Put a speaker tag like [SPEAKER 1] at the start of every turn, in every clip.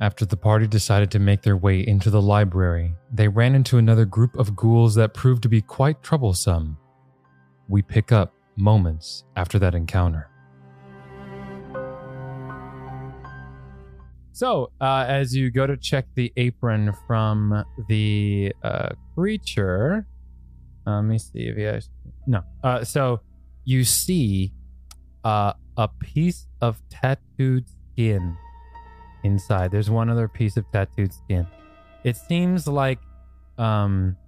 [SPEAKER 1] After the party decided to make their way into the library, they ran into another group of ghouls that proved to be quite troublesome. We pick up moments after that encounter. So, uh, as you go to check the apron from the uh, creature, uh, let me see if he has. No. Uh, so, you see uh, a piece of tattooed skin inside. There's one other piece of tattooed skin. It seems like um,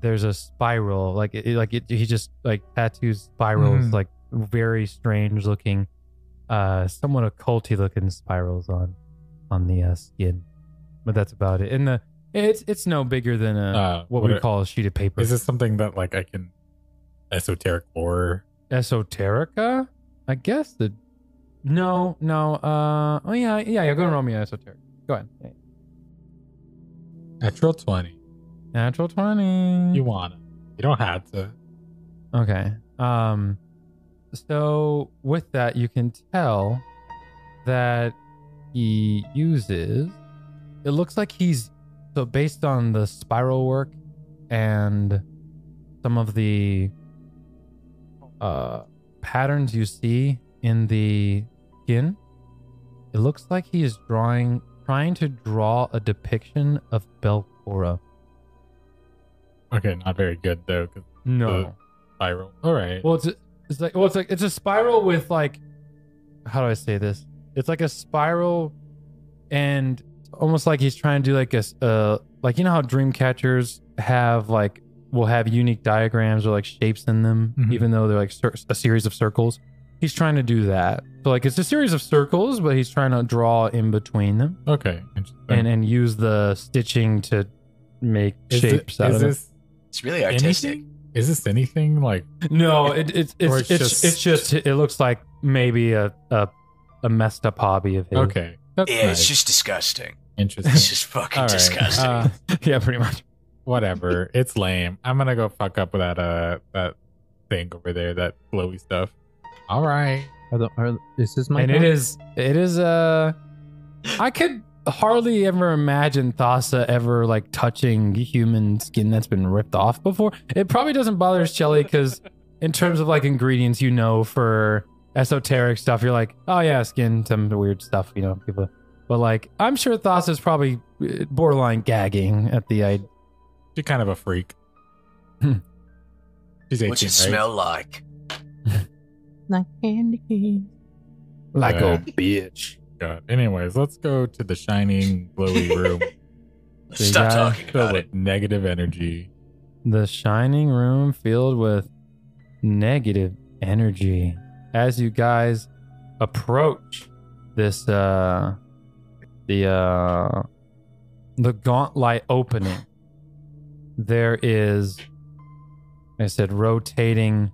[SPEAKER 1] there's a spiral. Like, it, like it, he just like tattoos spirals,
[SPEAKER 2] Mhm.
[SPEAKER 1] like very strange looking, uh, somewhat occulty looking spirals on on the uh, skin. But that's about it. And the it's it's no bigger than a
[SPEAKER 2] Uh,
[SPEAKER 1] what, we
[SPEAKER 2] are-
[SPEAKER 1] call a sheet of paper.
[SPEAKER 2] Is this something that like I can esoteric lore?
[SPEAKER 1] esoterica? I guess the no, no. Uh, oh yeah, yeah. yeah go and roll me an esoteric. Go ahead.
[SPEAKER 2] Natural twenty.
[SPEAKER 1] Natural twenty.
[SPEAKER 2] You wanna? You don't have to.
[SPEAKER 1] Okay. Um so with that you can tell that he uses it looks like he's so based on the spiral work and some of the uh patterns you see in the skin it looks like he is drawing trying to draw a depiction of Belcora.
[SPEAKER 2] Okay, not very good though. 'cause No. Spiral. All right.
[SPEAKER 1] Well, it's it's like well, it's like it's a spiral with like how do I say this? It's like a spiral, and almost like he's trying to do like a s- uh like you know how dream catchers have like will have unique diagrams or like shapes in them,
[SPEAKER 2] Mhm.
[SPEAKER 1] even though they're like cir- a series of circles. He's trying to do that. So like it's a series of circles, but he's trying to draw in between them
[SPEAKER 2] okay. Interesting.
[SPEAKER 1] and and use the stitching to make
[SPEAKER 2] is it-
[SPEAKER 1] shapes out
[SPEAKER 2] is
[SPEAKER 1] of it.
[SPEAKER 2] this
[SPEAKER 3] It's really artistic.
[SPEAKER 2] anything? Is this anything like?
[SPEAKER 1] No, it, it's it's
[SPEAKER 2] Or
[SPEAKER 1] it's,
[SPEAKER 2] it's
[SPEAKER 1] it's, just,
[SPEAKER 2] just-
[SPEAKER 1] it looks like maybe a, a a messed up hobby of his.
[SPEAKER 2] Okay, that's
[SPEAKER 3] Yeah,
[SPEAKER 2] nice.
[SPEAKER 3] it's just disgusting. It's
[SPEAKER 2] interesting.
[SPEAKER 3] just fucking
[SPEAKER 2] All right,
[SPEAKER 3] disgusting.
[SPEAKER 2] uh,
[SPEAKER 1] yeah, pretty much.
[SPEAKER 2] whatever. it's lame. I'm gonna go fuck up with that uh that thing over there, that glowy stuff. All right.
[SPEAKER 4] Are the, are, is this my
[SPEAKER 1] and
[SPEAKER 4] turn?
[SPEAKER 1] it is it is uh I could hardly ever imagine Thassa ever like touching human skin that's been ripped off before. It probably doesn't bother Shelly because in terms of like ingredients, you know, for esoteric stuff, you're like, oh yeah, skin, some weird stuff, you know, people. But like, I'm sure Thassa's probably uh, borderline gagging at the idea.
[SPEAKER 2] She's kind of a freak.
[SPEAKER 1] Hmm.
[SPEAKER 2] She's 18,
[SPEAKER 3] What's it
[SPEAKER 2] right?
[SPEAKER 3] smell like?
[SPEAKER 4] Like candy.
[SPEAKER 1] like
[SPEAKER 2] Yeah.
[SPEAKER 1] a bitch.
[SPEAKER 2] God. Anyways, let's go to the shining glowy room
[SPEAKER 3] Let's
[SPEAKER 1] They
[SPEAKER 3] stop
[SPEAKER 1] got
[SPEAKER 3] talking
[SPEAKER 2] filled
[SPEAKER 3] about it.
[SPEAKER 2] with negative energy.
[SPEAKER 1] The shining room filled with negative energy. As you guys approach this, uh, the uh, the gauntlet opening, there is, I said, rotating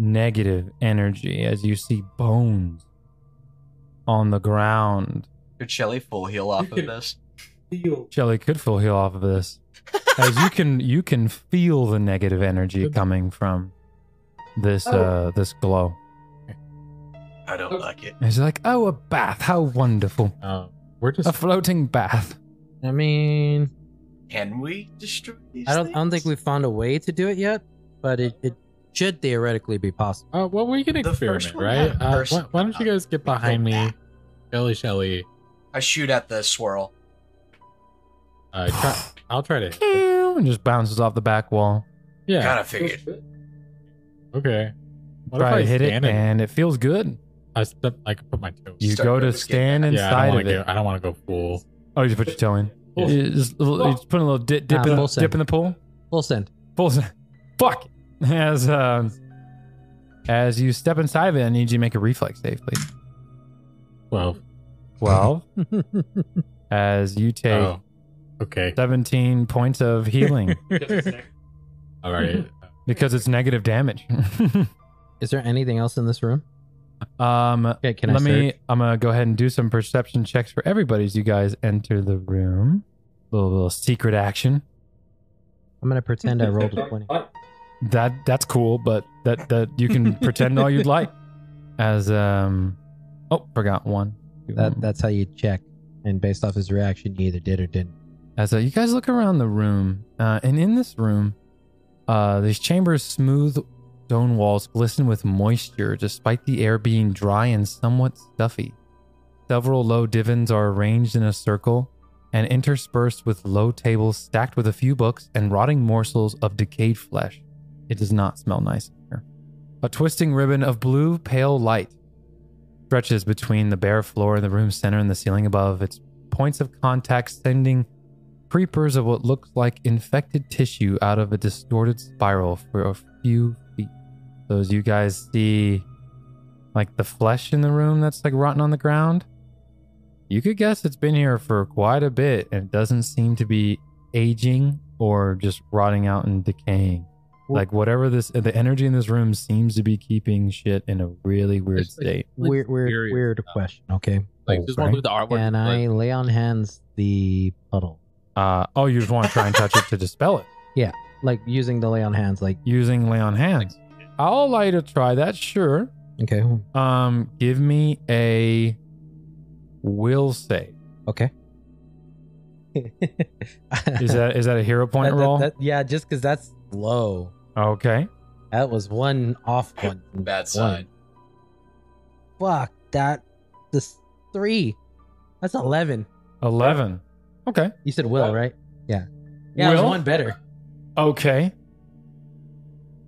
[SPEAKER 1] negative energy as you see bones on the ground.
[SPEAKER 3] Could Shelly full heal off of this?
[SPEAKER 1] Shelly could feel heal off of this. As you can you can feel the negative energy coming from this
[SPEAKER 2] Oh.
[SPEAKER 1] uh this glow.
[SPEAKER 3] I don't like it.
[SPEAKER 1] And she's like, Oh a bath, how wonderful.
[SPEAKER 2] Um, we're just
[SPEAKER 1] A floating bath.
[SPEAKER 4] I mean,
[SPEAKER 3] Can we destroy these
[SPEAKER 4] I don't, I don't think
[SPEAKER 3] things?
[SPEAKER 4] we've found a way to do it yet, but it, it should theoretically be possible.
[SPEAKER 2] Uh, well, we can
[SPEAKER 3] The
[SPEAKER 2] experiment,
[SPEAKER 3] first one had
[SPEAKER 2] right?
[SPEAKER 3] a
[SPEAKER 2] Uh,
[SPEAKER 3] person.
[SPEAKER 2] why, why don't you guys get behind me, Shelly? Shelly,
[SPEAKER 3] I shoot at the swirl.
[SPEAKER 2] uh, try, I'll try to. hit.
[SPEAKER 1] and just bounces off the back wall.
[SPEAKER 2] Yeah.
[SPEAKER 3] Kind of figured.
[SPEAKER 2] Okay. What
[SPEAKER 1] Try
[SPEAKER 2] if I
[SPEAKER 1] to hit it
[SPEAKER 2] stand in-
[SPEAKER 1] and it feels good.
[SPEAKER 2] I step. I can put my toes.
[SPEAKER 1] You
[SPEAKER 3] Start
[SPEAKER 1] go
[SPEAKER 3] with
[SPEAKER 1] to
[SPEAKER 3] the skin.
[SPEAKER 1] stand
[SPEAKER 2] yeah, I
[SPEAKER 1] inside
[SPEAKER 2] don't
[SPEAKER 1] of
[SPEAKER 2] want
[SPEAKER 1] it.
[SPEAKER 2] to go. I don't want to go full.
[SPEAKER 1] Oh, you just put your toe in.
[SPEAKER 2] Yeah.
[SPEAKER 1] You just, you just put a little dip, dip,
[SPEAKER 4] Ah,
[SPEAKER 1] in,
[SPEAKER 4] full
[SPEAKER 1] dip
[SPEAKER 4] send.
[SPEAKER 1] in the pool.
[SPEAKER 4] Full send.
[SPEAKER 1] Full send. Fuck. As uh, as you step inside of it, I need you to make a reflex save, please.
[SPEAKER 2] Well,
[SPEAKER 1] 12 as you take
[SPEAKER 2] oh, okay.
[SPEAKER 1] 17 points of healing Oh,
[SPEAKER 2] All right.
[SPEAKER 1] because it's negative damage.
[SPEAKER 4] is there anything else in this room?
[SPEAKER 1] um
[SPEAKER 4] Okay, can
[SPEAKER 1] let
[SPEAKER 4] I
[SPEAKER 1] me
[SPEAKER 4] search?
[SPEAKER 1] I'm going to go ahead and do some perception checks for everybody as you guys enter the room. Little little secret action.
[SPEAKER 4] I'm gonna pretend I rolled a twenty.
[SPEAKER 1] That that's cool, but that that you can pretend all you'd like as um Oh, forgot one.
[SPEAKER 4] That that's how you check. and based off his reaction, you either did or didn't.
[SPEAKER 1] As uh, you guys look around the room, uh, and in this room, uh, these chambers' smooth stone walls glisten with moisture despite the air being dry and somewhat stuffy. Several low divans are arranged in a circle and interspersed with low tables stacked with a few books and rotting morsels of decayed flesh. It does not smell nice in here. A twisting ribbon of blue, pale light stretches between the bare floor in the room center and the ceiling above, its points of contact sending creepers of what looks like infected tissue out of a distorted spiral for a few feet. So as you guys see like the flesh in the room that's like rotten on the ground, you could guess it's been here for quite a bit and it doesn't seem to be aging or just rotting out and decaying. Like whatever this the energy in this room seems to be keeping shit in a really weird
[SPEAKER 5] It's like-
[SPEAKER 1] state.
[SPEAKER 5] Like,
[SPEAKER 4] Weird, weird,
[SPEAKER 5] serious
[SPEAKER 4] weird
[SPEAKER 5] stuff.
[SPEAKER 4] question. Okay.
[SPEAKER 5] Like just want to do the artwork.
[SPEAKER 4] Can
[SPEAKER 5] like,
[SPEAKER 4] I lay on hands the puddle?
[SPEAKER 1] Uh, oh, you just want to try and touch it to dispel it
[SPEAKER 4] Like using the lay on hands, like
[SPEAKER 1] using lay on hands. I'll allow you to try that, sure.
[SPEAKER 4] okay,
[SPEAKER 1] Um, give me a will save.
[SPEAKER 4] okay.
[SPEAKER 1] Is that is that a hero point
[SPEAKER 4] That- that-
[SPEAKER 1] roll?
[SPEAKER 4] that- yeah, just because that's low.
[SPEAKER 1] okay.
[SPEAKER 4] That was one off one.
[SPEAKER 3] Bad
[SPEAKER 4] One.
[SPEAKER 3] sign.
[SPEAKER 4] Fuck that. This three. That's eleven.
[SPEAKER 1] Eleven. Okay.
[SPEAKER 4] You said will, right? Yeah. Yeah, it was
[SPEAKER 1] Will?
[SPEAKER 4] one better.
[SPEAKER 1] Okay.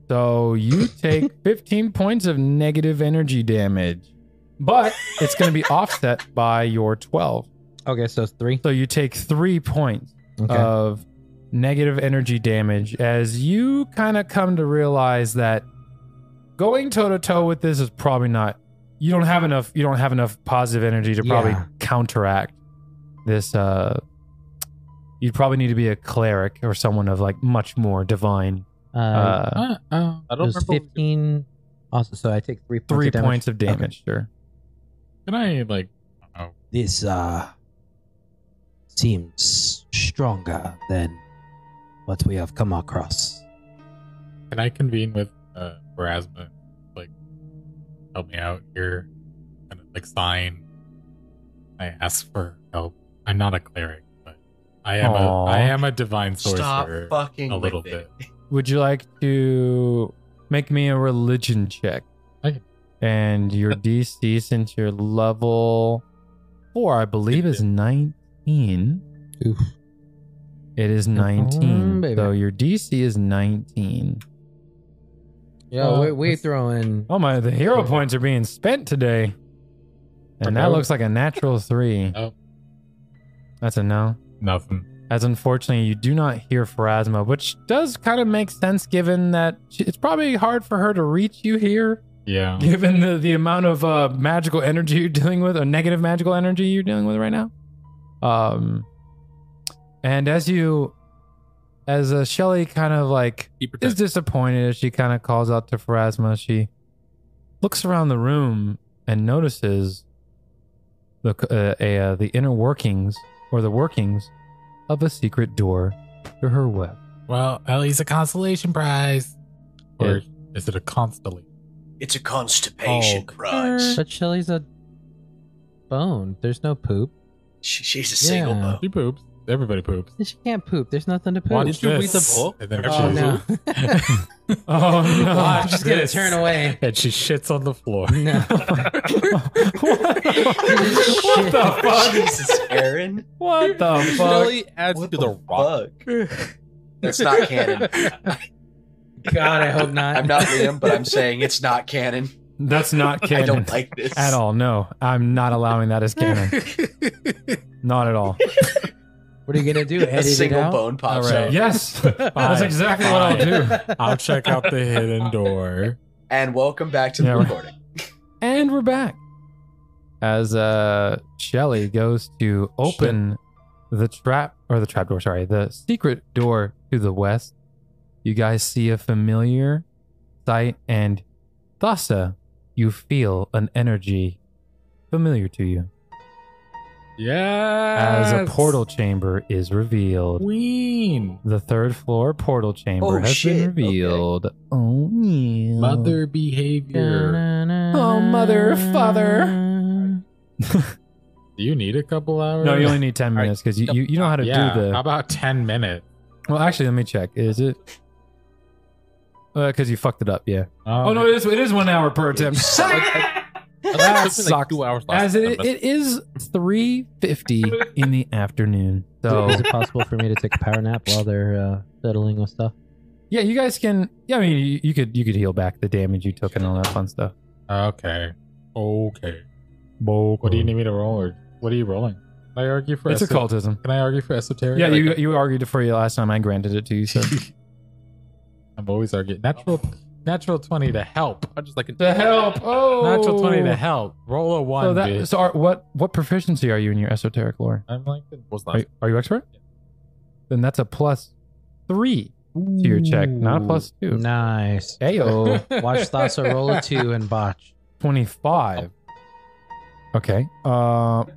[SPEAKER 1] So you take 15 points of negative energy damage, but it's going to be offset by your 12.
[SPEAKER 4] Okay, so it's three.
[SPEAKER 1] So you take three points
[SPEAKER 4] Okay.
[SPEAKER 1] of negative energy damage as you kind of come to realize that going toe to toe with this is probably not. You don't have enough. You don't have enough positive energy to probably
[SPEAKER 4] Yeah.
[SPEAKER 1] counteract this. Uh, you'd probably need to be a cleric or someone of like much more divine.
[SPEAKER 4] Uh,
[SPEAKER 1] Uh,
[SPEAKER 2] Uh, oh.
[SPEAKER 5] I
[SPEAKER 4] it
[SPEAKER 5] don't
[SPEAKER 4] was
[SPEAKER 5] remember.
[SPEAKER 4] fifteen. Also, so I take three. Points
[SPEAKER 1] three
[SPEAKER 4] of damage.
[SPEAKER 1] points of damage. Sure.
[SPEAKER 2] Can I like? Oh,
[SPEAKER 4] This uh seems stronger than what we have come across.
[SPEAKER 2] can I convene with uh Erasmus? Like, help me out here. Kind of like sign. I ask for help. I'm not a cleric, but I am
[SPEAKER 1] Aw.
[SPEAKER 2] a I am a divine
[SPEAKER 3] Stop
[SPEAKER 2] sorcerer.
[SPEAKER 3] fucking
[SPEAKER 2] a
[SPEAKER 3] with
[SPEAKER 2] little
[SPEAKER 3] it.
[SPEAKER 1] Would you like to make me a religion check?
[SPEAKER 2] Okay.
[SPEAKER 1] And your DC, since you're level four, I believe, is 19.
[SPEAKER 4] Oof.
[SPEAKER 1] It is
[SPEAKER 4] Mm,
[SPEAKER 1] 19.
[SPEAKER 4] baby.
[SPEAKER 1] so your DC is 19.
[SPEAKER 4] Yo,
[SPEAKER 2] Uh,
[SPEAKER 4] we, we
[SPEAKER 2] let's-
[SPEAKER 4] throw in
[SPEAKER 1] Oh, my, the hero points are being spent today. And that
[SPEAKER 2] Okay.
[SPEAKER 1] looks like a natural three.
[SPEAKER 2] Oh.
[SPEAKER 1] That's a no.
[SPEAKER 2] Nothing.
[SPEAKER 1] as unfortunately you do not hear Pharasma, which does kind of make sense given that she, it's probably hard for her to reach you here,
[SPEAKER 2] Yeah.
[SPEAKER 1] given the, the amount of uh, magical energy you're dealing with, or negative magical energy you're dealing with right now. Um, and as you, as uh, Shelly kind of like
[SPEAKER 5] He
[SPEAKER 1] is
[SPEAKER 5] pretends
[SPEAKER 1] disappointed as she kind of calls out to Pharasma. She looks around the room and notices the uh, a, uh, the inner workings or the workings of a secret door to her web.
[SPEAKER 2] Well, at least a consolation prize. Or is it a constellation?
[SPEAKER 3] It's a constipation
[SPEAKER 4] Oh.
[SPEAKER 3] prize.
[SPEAKER 4] But Shelly's a bone. There's no poop.
[SPEAKER 3] She, she's a single
[SPEAKER 4] Yeah.
[SPEAKER 3] bone.
[SPEAKER 2] She poops. Everybody poops.
[SPEAKER 4] She can't poop. There's nothing to poop.
[SPEAKER 2] Watch
[SPEAKER 5] Did you read
[SPEAKER 2] this.
[SPEAKER 5] the book?
[SPEAKER 2] And then
[SPEAKER 4] oh
[SPEAKER 2] she-
[SPEAKER 4] no.
[SPEAKER 1] Oh no!
[SPEAKER 4] I'm just gonna
[SPEAKER 2] This.
[SPEAKER 4] turn away.
[SPEAKER 2] And she shits on the floor.
[SPEAKER 4] No.
[SPEAKER 1] what,
[SPEAKER 4] Shit.
[SPEAKER 1] the fuck?
[SPEAKER 3] Jesus, Aaron.
[SPEAKER 1] What the fuck?
[SPEAKER 5] Shelly adds
[SPEAKER 3] What
[SPEAKER 5] to
[SPEAKER 3] the
[SPEAKER 5] the rock.
[SPEAKER 3] fuck? That's not canon.
[SPEAKER 4] God, I hope not.
[SPEAKER 3] I'm not Liam, but I'm saying it's not canon.
[SPEAKER 1] That's not
[SPEAKER 3] I
[SPEAKER 1] canon
[SPEAKER 3] don't like this
[SPEAKER 1] at all. No, I'm not allowing that as canon. Not at all.
[SPEAKER 4] What are you gonna do?
[SPEAKER 3] A
[SPEAKER 4] Edit it
[SPEAKER 3] single
[SPEAKER 4] out?
[SPEAKER 3] bone pops
[SPEAKER 2] All right.
[SPEAKER 3] up,
[SPEAKER 1] Yes, that's exactly what I'll do.
[SPEAKER 2] I'll check out the hidden door.
[SPEAKER 3] and welcome back to the
[SPEAKER 1] Yeah, right.
[SPEAKER 3] recording.
[SPEAKER 1] And we're back. As uh Shelly goes to open the trap or the trap door, sorry, the secret door to the west, you guys see a familiar sight and Thassa, you feel an energy familiar to you
[SPEAKER 2] Yeah.
[SPEAKER 1] as a portal chamber is revealed.
[SPEAKER 2] Queen.
[SPEAKER 1] The third floor portal chamber
[SPEAKER 3] Oh,
[SPEAKER 1] has
[SPEAKER 3] shit. Okay.
[SPEAKER 1] been revealed. Oh, yeah.
[SPEAKER 2] Mother behavior.
[SPEAKER 1] Oh, mother, father.
[SPEAKER 2] Do you need a couple hours?
[SPEAKER 1] No, you only need 10
[SPEAKER 4] All right.
[SPEAKER 1] minutes because you, you, you know how to
[SPEAKER 2] yeah.
[SPEAKER 1] do the.
[SPEAKER 2] How about ten minutes?
[SPEAKER 1] Well, actually, let me check. Is it? Because you fucked it up, yeah. Oh no,
[SPEAKER 2] it-
[SPEAKER 1] it is. It is one hour per attempt. That
[SPEAKER 2] took me, like,
[SPEAKER 1] sucks.
[SPEAKER 2] two hours last
[SPEAKER 1] As it,
[SPEAKER 2] time.
[SPEAKER 1] it is three fifty in the afternoon. So
[SPEAKER 4] Is it possible for me to take a power nap while they're uh, settling with stuff?
[SPEAKER 1] yeah, you guys can. Yeah, I mean, you, you could you could heal back the damage you took and all that fun stuff.
[SPEAKER 2] Okay. Okay. What do you need me to roll? Or what are you rolling? Can I argue for?
[SPEAKER 1] It's
[SPEAKER 2] esot-
[SPEAKER 1] occultism.
[SPEAKER 2] Can I argue for esoteric?
[SPEAKER 1] Yeah,
[SPEAKER 2] Like,
[SPEAKER 1] you you argued it for you last time. I granted it to you. So
[SPEAKER 2] I'm always arguing. Natural, natural twenty to help. I'm just like a
[SPEAKER 1] to help. Oh,
[SPEAKER 2] natural twenty to help. Roll a one.
[SPEAKER 1] So that
[SPEAKER 2] bitch.
[SPEAKER 1] so are, what what proficiency are you in your esoteric lore?
[SPEAKER 2] I'm like, what's
[SPEAKER 1] Are, are you expert? Then that's a plus three to your check, not a plus two.
[SPEAKER 4] Nice.
[SPEAKER 1] Ayo.
[SPEAKER 4] Watch Thassa roll a two and botch.
[SPEAKER 1] 25. Okay. Uh,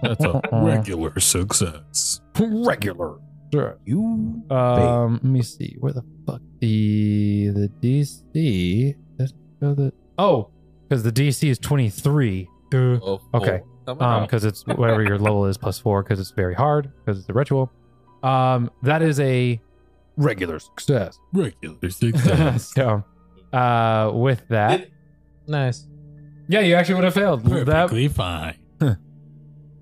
[SPEAKER 2] That's a regular success.
[SPEAKER 1] regular. Sure.
[SPEAKER 4] You.
[SPEAKER 1] Um, let me see. Where the fuck the the DC? Doesn't show the- Oh, because the DC is 23. Duh. Okay. Um, because it's whatever your level is plus four, because it's very hard, because it's a ritual. Um, that is a regular success.
[SPEAKER 2] regular
[SPEAKER 1] so, uh, with that,
[SPEAKER 4] Nice.
[SPEAKER 1] yeah, you actually would have failed. That
[SPEAKER 2] fine.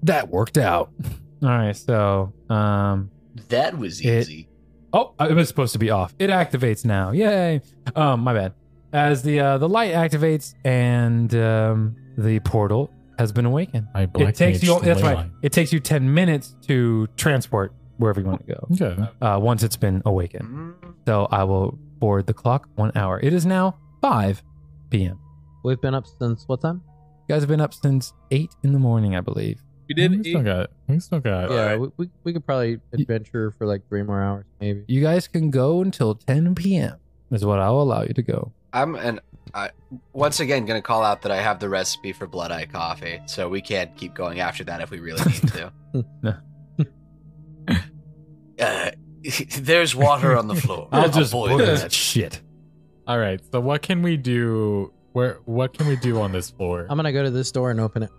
[SPEAKER 1] that worked out. All right, so um
[SPEAKER 3] That was
[SPEAKER 1] It-
[SPEAKER 3] easy.
[SPEAKER 1] oh, it was supposed to be off. It activates now. Yay. Um my bad. As the uh, the light activates and um the portal has been awakened.
[SPEAKER 2] I black
[SPEAKER 1] it takes
[SPEAKER 2] mage
[SPEAKER 1] you
[SPEAKER 2] the
[SPEAKER 1] that's
[SPEAKER 2] ley
[SPEAKER 1] right.
[SPEAKER 2] line.
[SPEAKER 1] It takes you 10 minutes to transport wherever you want to go.
[SPEAKER 2] Okay.
[SPEAKER 1] Uh once it's been awakened.
[SPEAKER 3] Mm.
[SPEAKER 1] So I will forward the clock 1 hour. It is now 5 p.m.
[SPEAKER 4] We've been up since what time?
[SPEAKER 1] You guys have been up since 8 in the morning, I believe.
[SPEAKER 2] we
[SPEAKER 5] We did
[SPEAKER 2] still
[SPEAKER 5] eat.
[SPEAKER 2] got. We still got.
[SPEAKER 4] yeah,
[SPEAKER 5] right.
[SPEAKER 4] we, we, we could probably adventure for like three more hours, maybe.
[SPEAKER 1] You guys can go until 10 p.m. is what I'll allow you to go.
[SPEAKER 3] I'm an I once again gonna call out that I have the recipe for blood eye coffee, so we can't keep going after that if we really need to.
[SPEAKER 1] No.
[SPEAKER 3] uh, there's water on the floor. boil that.
[SPEAKER 1] shit.
[SPEAKER 2] All right. So what can we do? Where? What can we do on this floor?
[SPEAKER 4] I'm gonna go to this door and open it.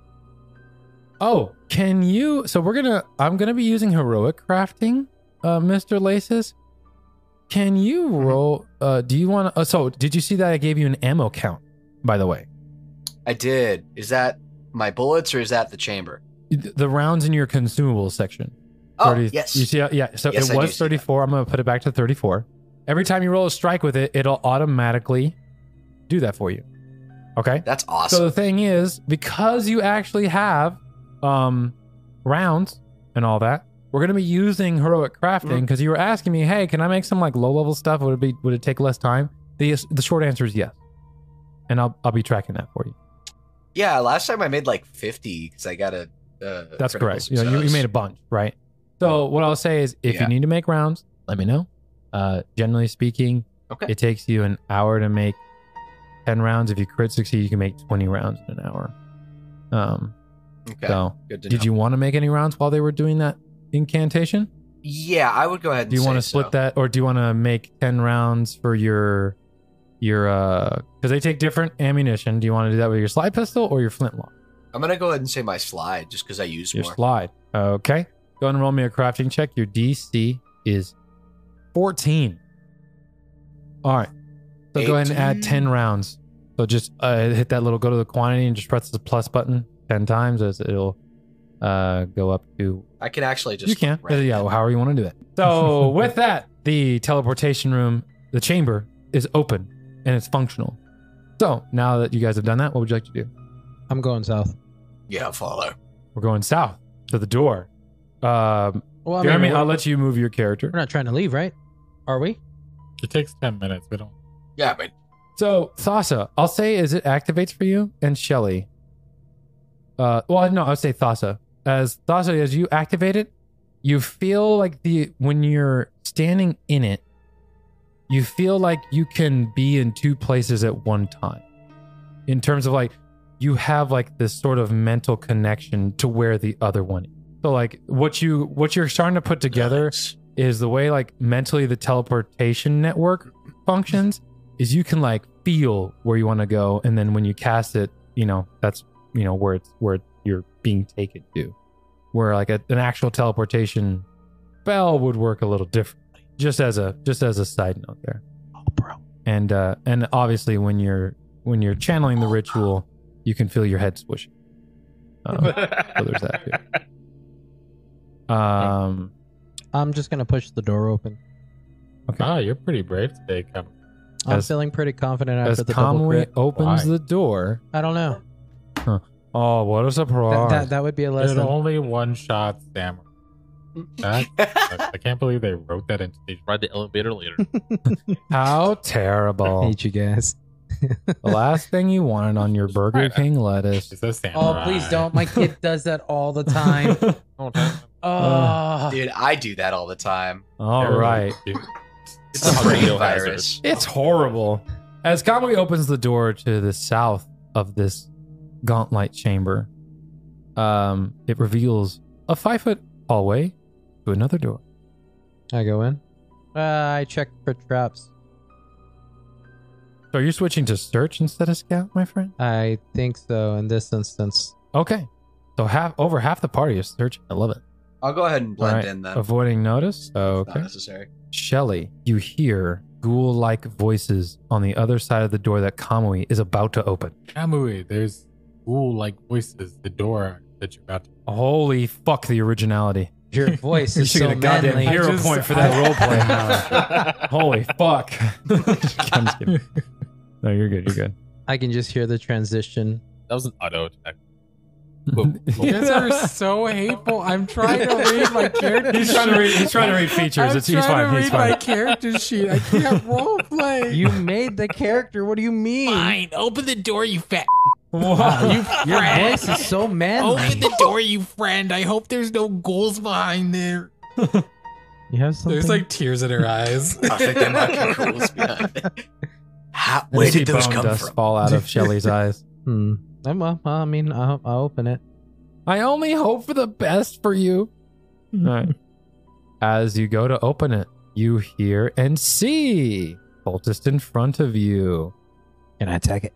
[SPEAKER 1] Oh, can you? So we're gonna. I'm gonna be using heroic crafting, uh, Mister Laces. Can you
[SPEAKER 3] Mm-hmm.
[SPEAKER 1] roll? Uh, do you want? to Uh, so did you see that I gave you an ammo count? By the way,
[SPEAKER 3] I did. Is that my bullets or is that the chamber?
[SPEAKER 1] the rounds in your consumables section.
[SPEAKER 3] Oh
[SPEAKER 1] 30
[SPEAKER 3] yes.
[SPEAKER 1] You see? how- Yeah. So
[SPEAKER 3] Yes, I
[SPEAKER 1] it
[SPEAKER 3] do
[SPEAKER 1] was
[SPEAKER 3] see that.
[SPEAKER 1] 34. I'm gonna put it back to 34. Every time you roll a strike with it, it'll automatically do that for you. Okay.
[SPEAKER 3] That's
[SPEAKER 1] So
[SPEAKER 3] awesome.
[SPEAKER 1] the thing is, because you actually have um rounds and all that, we're gonna be using heroic crafting
[SPEAKER 3] Mm.
[SPEAKER 1] because you were asking me, hey, can I make some like low level stuff? Would it be would it take less time? The the short answer is yes, and I'll I'll be tracking that for you.
[SPEAKER 3] yeah, last time I made like 50 because I got a. Uh,
[SPEAKER 1] That's
[SPEAKER 3] critical
[SPEAKER 1] correct. You, know, you, you
[SPEAKER 3] success.
[SPEAKER 1] made a bunch, right? So what I'll say is, if
[SPEAKER 3] Yeah.
[SPEAKER 1] you need to make rounds, let me know. Uh, generally speaking,
[SPEAKER 3] Okay.
[SPEAKER 1] it takes you an hour to make ten rounds. If you crit succeed, you can make twenty rounds in an hour. Um,
[SPEAKER 3] Okay.
[SPEAKER 1] so
[SPEAKER 3] good to
[SPEAKER 1] Did
[SPEAKER 3] know.
[SPEAKER 1] you want to make any rounds while they were doing that incantation?
[SPEAKER 3] Yeah, I would go ahead. and
[SPEAKER 1] Do you want to
[SPEAKER 3] say
[SPEAKER 1] split
[SPEAKER 3] so.
[SPEAKER 1] that, or do you want to make ten rounds for your your uh? Because they take different ammunition. Do you want to do that with your slide pistol or your flintlock?
[SPEAKER 3] I'm gonna go ahead and say my slide just because I use
[SPEAKER 1] Your
[SPEAKER 3] more.
[SPEAKER 1] slide. Okay. Go ahead and roll me a crafting check. Your DC is fourteen. All right. So go ahead and add
[SPEAKER 3] 18.
[SPEAKER 1] ten rounds. So just uh, hit that little go to the quantity and just press the plus button ten times as it'll uh, go up to
[SPEAKER 3] I can actually just.
[SPEAKER 1] you can.
[SPEAKER 3] rank
[SPEAKER 1] yeah,
[SPEAKER 3] it.
[SPEAKER 1] well, however you want to do that. So with that, the teleportation room, the chamber is open and it's functional. So now that you guys have done that, what would you like to do?
[SPEAKER 4] I'm going south.
[SPEAKER 3] Yeah, follow.
[SPEAKER 1] We're going south to the door. Um,
[SPEAKER 4] Well, I mean,
[SPEAKER 1] Jeremy,
[SPEAKER 4] we're,
[SPEAKER 1] I'll let you move your character.
[SPEAKER 4] we're not trying to leave, right? Are we?
[SPEAKER 2] it takes ten minutes. We don't.
[SPEAKER 3] Yeah, but
[SPEAKER 1] So Thassa, I'll say is it activates for you and Shelly. Uh, well, no, I'll say Thassa. As Thassa, as you activate it, you feel like the when you're standing in it, you feel like you can be in two places at one time. In terms of like, you have like this sort of mental connection to where the other one. Is. So like what you what you're starting to put together
[SPEAKER 3] Nice.
[SPEAKER 1] is the way like mentally the teleportation network functions is you can like feel where you want to go and then when you cast it you know that's you know where it's where you're being taken to where like a, an actual teleportation spell would work a little differently. Just as a just as a side note there.
[SPEAKER 4] Oh, bro.
[SPEAKER 1] And uh and obviously when you're when you're channeling the ritual, you can feel your head swishing. Um, so there's that um
[SPEAKER 4] I'm just gonna push the door open.
[SPEAKER 2] Ah, you're pretty brave today, Kevin.
[SPEAKER 4] I'm
[SPEAKER 1] As-
[SPEAKER 4] feeling pretty confident
[SPEAKER 1] as
[SPEAKER 4] after the double
[SPEAKER 1] Conway
[SPEAKER 4] crit.
[SPEAKER 1] opens
[SPEAKER 2] Why?
[SPEAKER 1] the door.
[SPEAKER 4] I don't know.
[SPEAKER 1] Oh, what a
[SPEAKER 4] That,
[SPEAKER 1] surprise.
[SPEAKER 4] that, that would be a
[SPEAKER 2] It
[SPEAKER 4] lesson.
[SPEAKER 2] only one shot samurai. That, I, I can't believe they wrote that into the
[SPEAKER 5] Ride the elevator later.
[SPEAKER 1] How terrible.
[SPEAKER 4] you guys.
[SPEAKER 1] the last thing you wanted on your Burger
[SPEAKER 2] Right.
[SPEAKER 1] King lettuce.
[SPEAKER 2] It's a samurai.
[SPEAKER 4] Oh, please don't. My kid does that all the time.
[SPEAKER 5] Oh, that-
[SPEAKER 4] Oh,
[SPEAKER 3] Dude, I do that all the time.
[SPEAKER 1] All
[SPEAKER 2] Terrible.
[SPEAKER 1] right.
[SPEAKER 3] It's a
[SPEAKER 5] Hungry
[SPEAKER 3] brain
[SPEAKER 5] Hill Hazard.
[SPEAKER 3] virus.
[SPEAKER 1] It's horrible. As Conway opens the door to the south of this gauntlet chamber, um, it reveals a five foot hallway to another door.
[SPEAKER 4] I go in. Uh, I check for traps.
[SPEAKER 1] So are you switching to search instead of scout, my friend?
[SPEAKER 4] I think so. In this instance,
[SPEAKER 1] Okay. So half over half the party is searching. I love it.
[SPEAKER 3] I'll go ahead and blend
[SPEAKER 1] Alright,
[SPEAKER 3] in then.
[SPEAKER 1] Avoiding notice.
[SPEAKER 3] It's Not
[SPEAKER 1] Okay.
[SPEAKER 3] necessary.
[SPEAKER 1] Shelly, you hear ghoul like voices on the other side of the door that Kamui is about to open.
[SPEAKER 2] Kamui, there's ghoul like voices. The door that you're about to.
[SPEAKER 1] Holy fuck the originality.
[SPEAKER 4] your voice is
[SPEAKER 1] You should
[SPEAKER 4] so
[SPEAKER 1] get a goddamn
[SPEAKER 4] manly.
[SPEAKER 1] hero
[SPEAKER 2] I just-
[SPEAKER 1] point for that
[SPEAKER 2] I-
[SPEAKER 1] role play. Holy fuck. I'm just kidding. No, you're good. You're good.
[SPEAKER 4] I can just hear the transition.
[SPEAKER 5] that was an auto attack.
[SPEAKER 2] You guys are so hateful. I'm trying to read my character.
[SPEAKER 1] He's trying to read. He's trying to read
[SPEAKER 2] I'm
[SPEAKER 1] features. it's,
[SPEAKER 2] trying
[SPEAKER 1] he's fine.
[SPEAKER 2] to read
[SPEAKER 1] he's
[SPEAKER 2] my
[SPEAKER 1] fine.
[SPEAKER 2] character sheet. I can't roleplay.
[SPEAKER 4] You made the character. What do you mean?
[SPEAKER 6] Open the door, you fat.
[SPEAKER 1] Wow.
[SPEAKER 6] You
[SPEAKER 4] Your
[SPEAKER 6] friend.
[SPEAKER 4] voice is so
[SPEAKER 6] Open
[SPEAKER 4] manly.
[SPEAKER 6] the door, you friend. I hope there's no ghouls behind there.
[SPEAKER 4] You have something.
[SPEAKER 2] There's like tears in her eyes.
[SPEAKER 3] I think there might be rules behind it. How, where
[SPEAKER 1] You see
[SPEAKER 3] did those
[SPEAKER 1] bone
[SPEAKER 3] come
[SPEAKER 1] dust
[SPEAKER 3] from?
[SPEAKER 1] fall out of Shelly's eyes?
[SPEAKER 4] Hmm. Um, well, I mean, I'll, I'll open it.
[SPEAKER 1] I only hope for the best for you. Alright. As you go to open it, you hear and see cultist in front of you.
[SPEAKER 4] Can I attack it?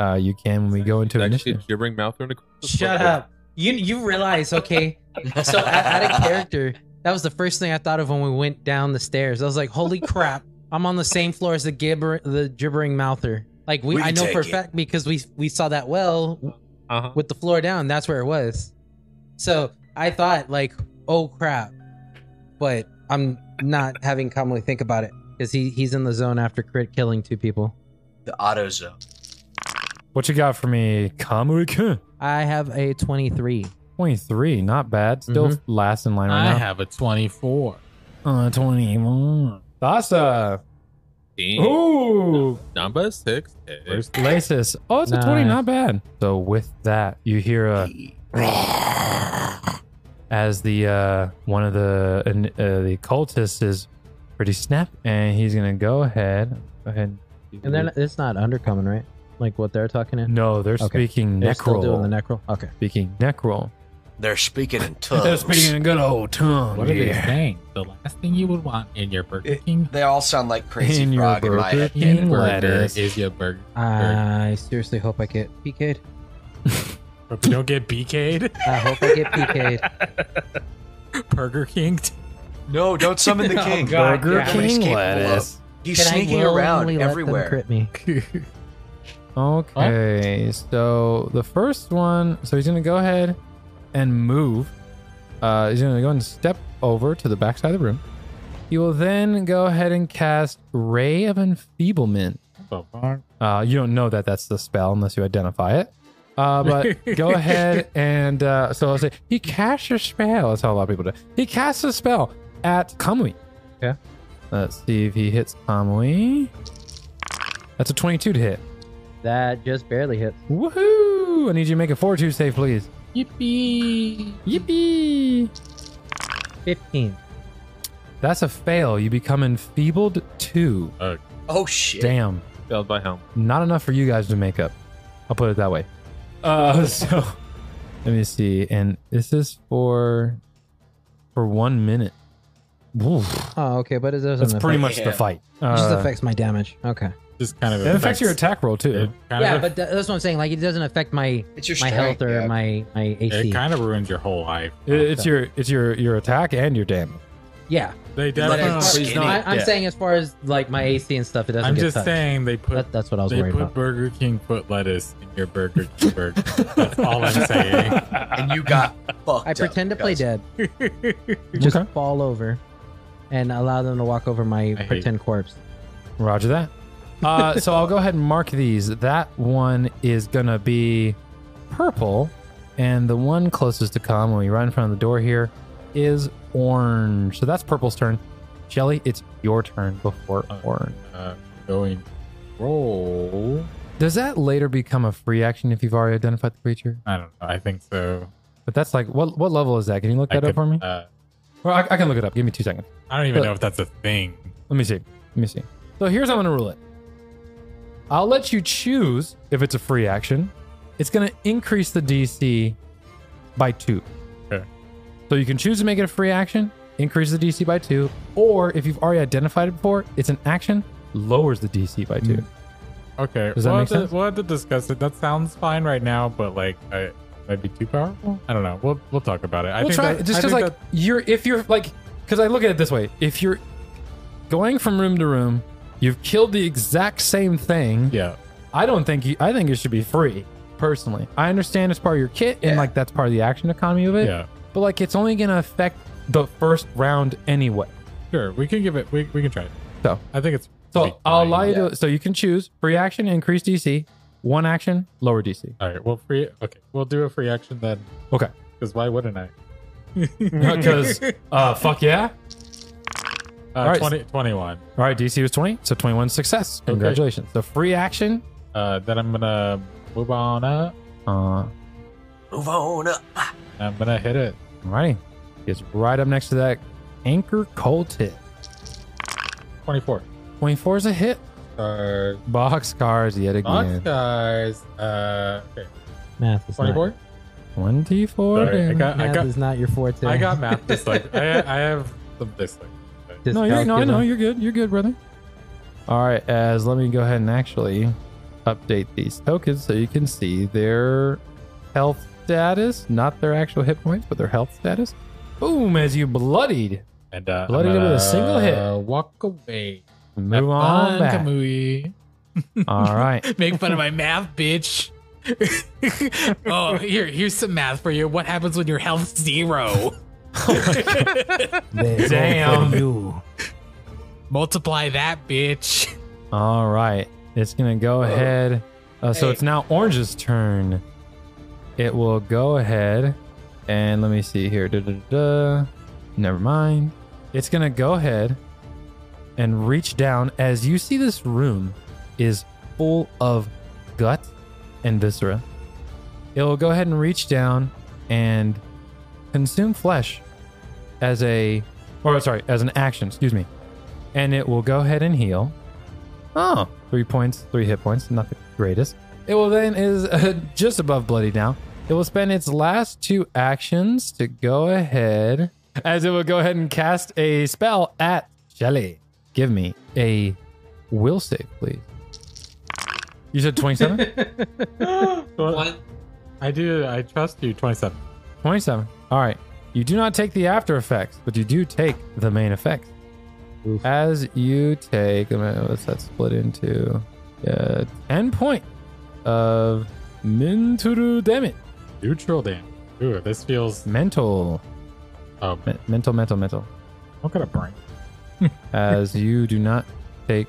[SPEAKER 1] Uh, you can when we go into
[SPEAKER 5] Actually,
[SPEAKER 1] initiative.
[SPEAKER 5] gibbering mouth or
[SPEAKER 4] Shut up. You you realize, okay? So out, out of character, that was the first thing I thought of when we went down the stairs. I was like, "Holy crap! I'm on the same floor as the gibber, the gibbering mouther." Like we,
[SPEAKER 3] We
[SPEAKER 4] I know
[SPEAKER 3] take
[SPEAKER 4] for a
[SPEAKER 3] it.
[SPEAKER 4] fact because we we saw that well
[SPEAKER 5] Uh huh.
[SPEAKER 4] with the floor down. That's where it was. So I thought, like, "Oh crap!" But I'm not having Kamui think about it because he he's in the zone after crit killing two people.
[SPEAKER 3] The auto zone.
[SPEAKER 1] What you got for me, Kamui?
[SPEAKER 4] I have a 23.
[SPEAKER 1] 23, not bad. Still
[SPEAKER 4] Mhm.
[SPEAKER 1] last in line right now.
[SPEAKER 2] have a 24.
[SPEAKER 1] Uh, 21. Thassa. Ooh.
[SPEAKER 5] Number six.
[SPEAKER 2] Where's
[SPEAKER 1] Lasis. Oh, it's a 20.
[SPEAKER 4] Nice.
[SPEAKER 1] Not bad. So with that, you hear a as the uh, one of the uh, the cultists is pretty snap, and he's gonna go ahead. Go ahead.
[SPEAKER 4] And then it's not undercoming, right? Like what they're talking in.
[SPEAKER 1] no, they're
[SPEAKER 4] Okay.
[SPEAKER 1] speaking
[SPEAKER 4] They're
[SPEAKER 1] necro.
[SPEAKER 4] still doing the necro. Okay.
[SPEAKER 1] speaking necro.
[SPEAKER 3] They're speaking in tongues.
[SPEAKER 1] They're speaking in good old tongue.
[SPEAKER 2] What are they saying? The last thing you would want in your Burger
[SPEAKER 3] It-
[SPEAKER 2] King
[SPEAKER 3] They all sound like crazy
[SPEAKER 1] In your
[SPEAKER 3] frog in my
[SPEAKER 1] Burger
[SPEAKER 3] head.
[SPEAKER 1] King
[SPEAKER 2] burger
[SPEAKER 1] lettuce.
[SPEAKER 2] is your burger.
[SPEAKER 4] I seriously hope I get PK'd.
[SPEAKER 2] Hope you don't get BK'd.
[SPEAKER 4] I hope I get PK'd.
[SPEAKER 2] burger King.
[SPEAKER 3] No, don't summon the
[SPEAKER 4] Oh,
[SPEAKER 3] king.
[SPEAKER 4] God,
[SPEAKER 1] Burger
[SPEAKER 4] yeah.
[SPEAKER 3] Nobody's
[SPEAKER 1] King
[SPEAKER 3] capable of-
[SPEAKER 1] lettuce.
[SPEAKER 3] He's
[SPEAKER 4] Can I
[SPEAKER 3] sneaking
[SPEAKER 4] willingly
[SPEAKER 3] around
[SPEAKER 4] let them
[SPEAKER 3] everywhere.
[SPEAKER 4] Crit me.
[SPEAKER 1] Okay, so the first one, so he's gonna go ahead and move. Uh, he's gonna go and step over to the back side of the room. He will then go ahead and cast Ray of Enfeeblement. Uh, you don't know that that's the spell unless you identify it. Uh, but go ahead and uh, so I'll say he casts a spell. That's how a lot of people do. He casts a spell at Kamui.
[SPEAKER 4] Yeah.
[SPEAKER 1] Let's see if he hits Kamui. That's a twenty-two to hit.
[SPEAKER 4] That just barely hits.
[SPEAKER 1] Woohoo! I need you to make a fortitude save, please.
[SPEAKER 2] Yippee.
[SPEAKER 1] Yippee!
[SPEAKER 4] 15.
[SPEAKER 1] That's a fail. You become enfeebled two.
[SPEAKER 3] Oh shit.
[SPEAKER 1] Damn.
[SPEAKER 5] Failed by helm.
[SPEAKER 1] Not enough for you guys to make up. I'll put it that way. Uh, so let me see. And this is for for one minute. Oof.
[SPEAKER 4] Oh, okay, but it doesn't.
[SPEAKER 1] That's
[SPEAKER 4] affect,
[SPEAKER 1] pretty much the
[SPEAKER 3] Yeah.
[SPEAKER 1] fight.
[SPEAKER 4] It just
[SPEAKER 1] Uh,
[SPEAKER 4] affects my damage. Okay.
[SPEAKER 2] just kind of
[SPEAKER 1] It affects your attack roll
[SPEAKER 2] It
[SPEAKER 1] too.
[SPEAKER 2] kind
[SPEAKER 4] Yeah,
[SPEAKER 2] of,
[SPEAKER 4] but tha- that's what I'm saying. Like, it doesn't affect my
[SPEAKER 3] It's your
[SPEAKER 4] my
[SPEAKER 3] strength,
[SPEAKER 4] health or
[SPEAKER 3] yeah.
[SPEAKER 4] my my AC.
[SPEAKER 2] it kind of ruins your whole life.
[SPEAKER 1] It- it's your it's your your attack and your damage.
[SPEAKER 4] yeah,
[SPEAKER 2] They
[SPEAKER 3] But
[SPEAKER 2] definitely.
[SPEAKER 3] it's
[SPEAKER 1] But he's
[SPEAKER 3] skinny.
[SPEAKER 1] not-
[SPEAKER 4] I, I'm
[SPEAKER 1] yeah.
[SPEAKER 4] saying as far as like my AC and stuff, it doesn't
[SPEAKER 2] I'm
[SPEAKER 4] get
[SPEAKER 2] just
[SPEAKER 4] touched.
[SPEAKER 2] saying they put
[SPEAKER 4] That, that's what I was
[SPEAKER 2] they
[SPEAKER 4] worried
[SPEAKER 2] put
[SPEAKER 4] about.
[SPEAKER 2] Burger King foot lettuce in your Burger King burger. That's all I'm saying.
[SPEAKER 3] and you got fucked.
[SPEAKER 4] I pretend to
[SPEAKER 3] up,
[SPEAKER 4] play
[SPEAKER 3] guys.
[SPEAKER 4] dead, just
[SPEAKER 1] Okay.
[SPEAKER 4] fall over, and allow them to walk over my
[SPEAKER 2] hate
[SPEAKER 4] pretend corpse.
[SPEAKER 1] Roger that. Uh, so I'll go ahead and mark these. That one is gonna be purple, and the one closest to come when we run in front of the door here is orange. So that's purple's turn. Shelly, it's your turn before
[SPEAKER 2] Uh,
[SPEAKER 1] orange.
[SPEAKER 2] Uh, going roll.
[SPEAKER 1] Does that later become a free action if you've already identified the creature?
[SPEAKER 2] I don't know. I think so.
[SPEAKER 1] But that's like what what level is that? Can you look
[SPEAKER 2] I
[SPEAKER 1] that up
[SPEAKER 2] could,
[SPEAKER 1] for me?
[SPEAKER 2] Uh,
[SPEAKER 1] Or I, I can look it up. Give me two seconds.
[SPEAKER 2] I don't even
[SPEAKER 1] But-
[SPEAKER 2] know if that's a thing.
[SPEAKER 1] Let me see. Let me see. So here's how I'm gonna rule it. I'll let you choose if it's a free action. It's gonna increase the DC by two.
[SPEAKER 2] Okay.
[SPEAKER 1] So you can choose to make it a free action, increase the DC by two, or if you've already identified it before, it's an action, lowers the DC by
[SPEAKER 2] Mm.
[SPEAKER 1] two.
[SPEAKER 2] Okay.
[SPEAKER 1] Does that
[SPEAKER 2] we'll
[SPEAKER 1] make
[SPEAKER 2] have to-
[SPEAKER 1] sense?
[SPEAKER 2] We'll have to discuss it. That sounds fine right now, but like, I, might be too powerful. I don't know. We'll we'll talk about it. I
[SPEAKER 1] we'll
[SPEAKER 2] think
[SPEAKER 1] try
[SPEAKER 2] that,
[SPEAKER 1] just
[SPEAKER 2] I
[SPEAKER 1] because
[SPEAKER 2] think
[SPEAKER 1] like you're if you're like because I look at it this way: if you're going from room to room, you've killed the exact same thing.
[SPEAKER 2] that- yeah.
[SPEAKER 1] I don't think you, I think it should be free. Personally, I understand it's part of your kit and
[SPEAKER 3] Yeah.
[SPEAKER 1] like that's part of the action economy of it.
[SPEAKER 2] Yeah.
[SPEAKER 1] But like it's only gonna affect the first round anyway.
[SPEAKER 2] Sure. We can give it. We, we can try it.
[SPEAKER 1] So.
[SPEAKER 2] I think it's.
[SPEAKER 1] So
[SPEAKER 2] pretty
[SPEAKER 1] I'll
[SPEAKER 2] fine.
[SPEAKER 1] allow you
[SPEAKER 3] Yeah.
[SPEAKER 1] to. So you can choose free action, increase DC. One action, lower DC.
[SPEAKER 2] All right. Well, free. Okay. We'll do a free action then.
[SPEAKER 1] Okay.
[SPEAKER 2] Because why wouldn't I?
[SPEAKER 1] Because uh, fuck yeah.
[SPEAKER 2] Uh,
[SPEAKER 1] right.
[SPEAKER 2] 20, 21.
[SPEAKER 1] All right, DC was twenty, so twenty-one success. Congratulations. The free action.
[SPEAKER 2] Uh, then I'm gonna move on up.
[SPEAKER 1] Uh,
[SPEAKER 3] Move on up.
[SPEAKER 2] I'm gonna hit it.
[SPEAKER 1] Alrighty. It's right up next to that anchor cold hit.
[SPEAKER 2] 24.
[SPEAKER 1] 24 is a hit.
[SPEAKER 2] Uh,
[SPEAKER 1] Box cars yet again.
[SPEAKER 2] guys. Uh, okay.
[SPEAKER 4] Math is
[SPEAKER 2] 24.
[SPEAKER 1] 24.
[SPEAKER 2] Sorry, I
[SPEAKER 1] damage.
[SPEAKER 2] got.
[SPEAKER 4] not.
[SPEAKER 2] I
[SPEAKER 4] Math
[SPEAKER 2] got.
[SPEAKER 4] is not your forte.
[SPEAKER 2] I got math dislike. I, I have some dislike.
[SPEAKER 4] This
[SPEAKER 1] no, you're, no, I
[SPEAKER 4] calculus.
[SPEAKER 1] know. You're good. You're good, brother. All right, as let me go ahead and actually update these tokens so you can see their health status, not their actual hit points, but their health status. Boom, as you bloodied.
[SPEAKER 2] And uh, I'm
[SPEAKER 1] Bloodied it with a single hit.
[SPEAKER 2] gonna Walk away.
[SPEAKER 1] Move
[SPEAKER 6] Have
[SPEAKER 1] on
[SPEAKER 6] fun,
[SPEAKER 1] back.
[SPEAKER 6] Kamui.
[SPEAKER 1] All right.
[SPEAKER 6] Make fun of my math, bitch. oh, here, here's some math for you. What happens when your health's zero?
[SPEAKER 1] Damn.
[SPEAKER 6] Multiply that, bitch.
[SPEAKER 1] All right. It's going to go ahead. Uh, So
[SPEAKER 4] Hey.
[SPEAKER 1] it's now Orange's turn. It will go ahead and let me see here. Da, da, da, da. Never mind. It's going to go ahead and reach down as you see this room is full of gut and viscera. It will go ahead and reach down and consume flesh as a, or sorry, as an action, excuse me. And it will go ahead and heal. Oh, three points, three hit points, not the greatest. It will then is uh, just above bloody now. It will spend its last two actions to go ahead, as it will go ahead and cast a spell at Shelly. Give me a will save, please. You said 27?
[SPEAKER 2] One. I do. I trust you. 27.
[SPEAKER 1] 27. All right. You do not take the after effects, but you do take the main effects.
[SPEAKER 2] Oof.
[SPEAKER 1] As you take, I mean, what's that split into? Uh, 10 point of mental damage.
[SPEAKER 2] Neutral damage. Ooh, this feels.
[SPEAKER 1] Mental.
[SPEAKER 2] Oh, man.
[SPEAKER 1] Me- mental, mental, mental.
[SPEAKER 2] What kind of brain?
[SPEAKER 1] As you do not take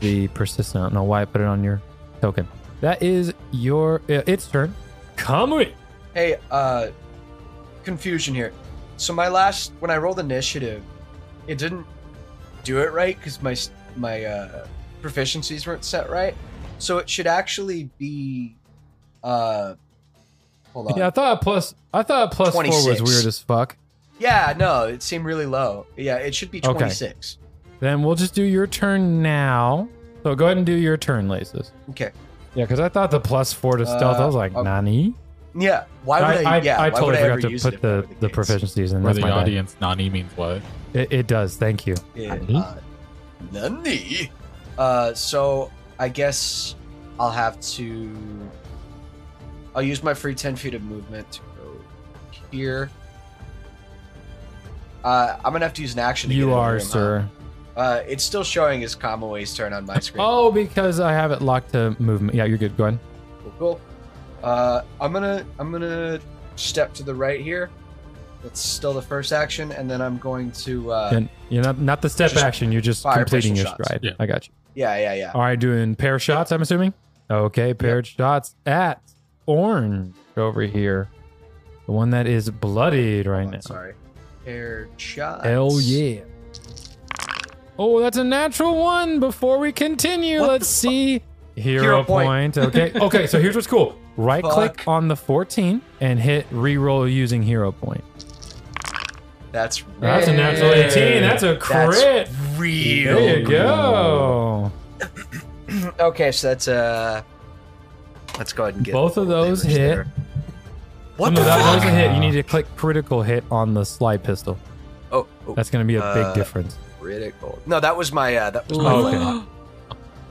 [SPEAKER 1] the persistent. I don't know why I put it on your token. That is your. Uh, its turn. Come with.
[SPEAKER 3] Hey, uh, confusion here. So my last, when I rolled initiative, it didn't do it right because my s- my uh, proficiencies weren't set right. So it should actually be, uh, hold on.
[SPEAKER 1] Yeah, I
[SPEAKER 3] Yeah,
[SPEAKER 1] thought a plus. I thought a plus four was
[SPEAKER 3] 26.
[SPEAKER 1] weird as fuck.
[SPEAKER 3] no, it seemed really low. Yeah, it should be
[SPEAKER 1] Okay.
[SPEAKER 3] twenty six.
[SPEAKER 1] Then we'll just do your turn now. So go ahead and do your turn, Laces.
[SPEAKER 3] Okay.
[SPEAKER 1] Yeah, because I thought the plus four to stealth. I was like,
[SPEAKER 3] Uh, okay.
[SPEAKER 1] nani?
[SPEAKER 3] Yeah. Why would I? yeah.
[SPEAKER 1] I
[SPEAKER 3] why
[SPEAKER 1] totally
[SPEAKER 3] would I ever
[SPEAKER 1] forgot to
[SPEAKER 3] use
[SPEAKER 1] put
[SPEAKER 3] it if I were
[SPEAKER 1] the, the
[SPEAKER 3] case?
[SPEAKER 1] proficiencies in.
[SPEAKER 2] For
[SPEAKER 1] That's
[SPEAKER 2] the
[SPEAKER 1] my bad.
[SPEAKER 2] audience, Nani means what?
[SPEAKER 1] It, it does. Thank you.
[SPEAKER 3] Yeah, uh, Nani. Uh, so
[SPEAKER 7] I guess I'll have to. I'll use my free 10 feet of movement to go here. Uh, I'm gonna have to use an action. To get
[SPEAKER 1] You
[SPEAKER 7] in the
[SPEAKER 1] are,
[SPEAKER 7] room, huh?
[SPEAKER 1] sir.
[SPEAKER 7] Uh, it's still showing as Kamaway's turn on my screen.
[SPEAKER 1] Oh, because I have it locked to movement. Yeah, you're good. Go ahead.
[SPEAKER 7] Cool, cool. Uh, I'm gonna I'm gonna step to the right here. That's still the first action, and then I'm going to uh,
[SPEAKER 1] And you're not, not the step
[SPEAKER 7] Just
[SPEAKER 1] action. You're just
[SPEAKER 7] fire
[SPEAKER 1] completing your
[SPEAKER 7] pistol shots.
[SPEAKER 1] stride.
[SPEAKER 2] Yeah.
[SPEAKER 1] I got you.
[SPEAKER 7] yeah yeah yeah.
[SPEAKER 1] All right, doing pair shots. I'm assuming. Okay, paired shots at orange over here, the one that is bloodied right
[SPEAKER 7] Oh,
[SPEAKER 1] now.
[SPEAKER 7] Sorry. Air shot.
[SPEAKER 1] Hell yeah. Oh, that's a natural one. Before we continue,
[SPEAKER 7] What
[SPEAKER 1] let's see. Hero,
[SPEAKER 7] Hero
[SPEAKER 1] point.
[SPEAKER 7] point.
[SPEAKER 1] Okay. Okay, so here's what's cool. Right click
[SPEAKER 7] Fuck.
[SPEAKER 1] on the 14 and hit reroll using hero point.
[SPEAKER 7] That's
[SPEAKER 1] That's a natural
[SPEAKER 8] Hey.
[SPEAKER 1] 18. That's a
[SPEAKER 7] That's
[SPEAKER 1] crit.
[SPEAKER 7] real.
[SPEAKER 1] there you go.
[SPEAKER 7] Okay, so that's uh let's go ahead and get
[SPEAKER 1] Both of those
[SPEAKER 7] damage
[SPEAKER 1] hit.
[SPEAKER 7] there. What
[SPEAKER 1] no,
[SPEAKER 7] the
[SPEAKER 1] that
[SPEAKER 7] fuck?
[SPEAKER 1] was a hit. You need to click critical hit on the slide pistol.
[SPEAKER 7] Oh, oh
[SPEAKER 1] That's going to be a big
[SPEAKER 7] Uh,
[SPEAKER 1] difference.
[SPEAKER 7] critical. No, that was my uh that was my
[SPEAKER 1] Oh,
[SPEAKER 7] leg.
[SPEAKER 1] okay.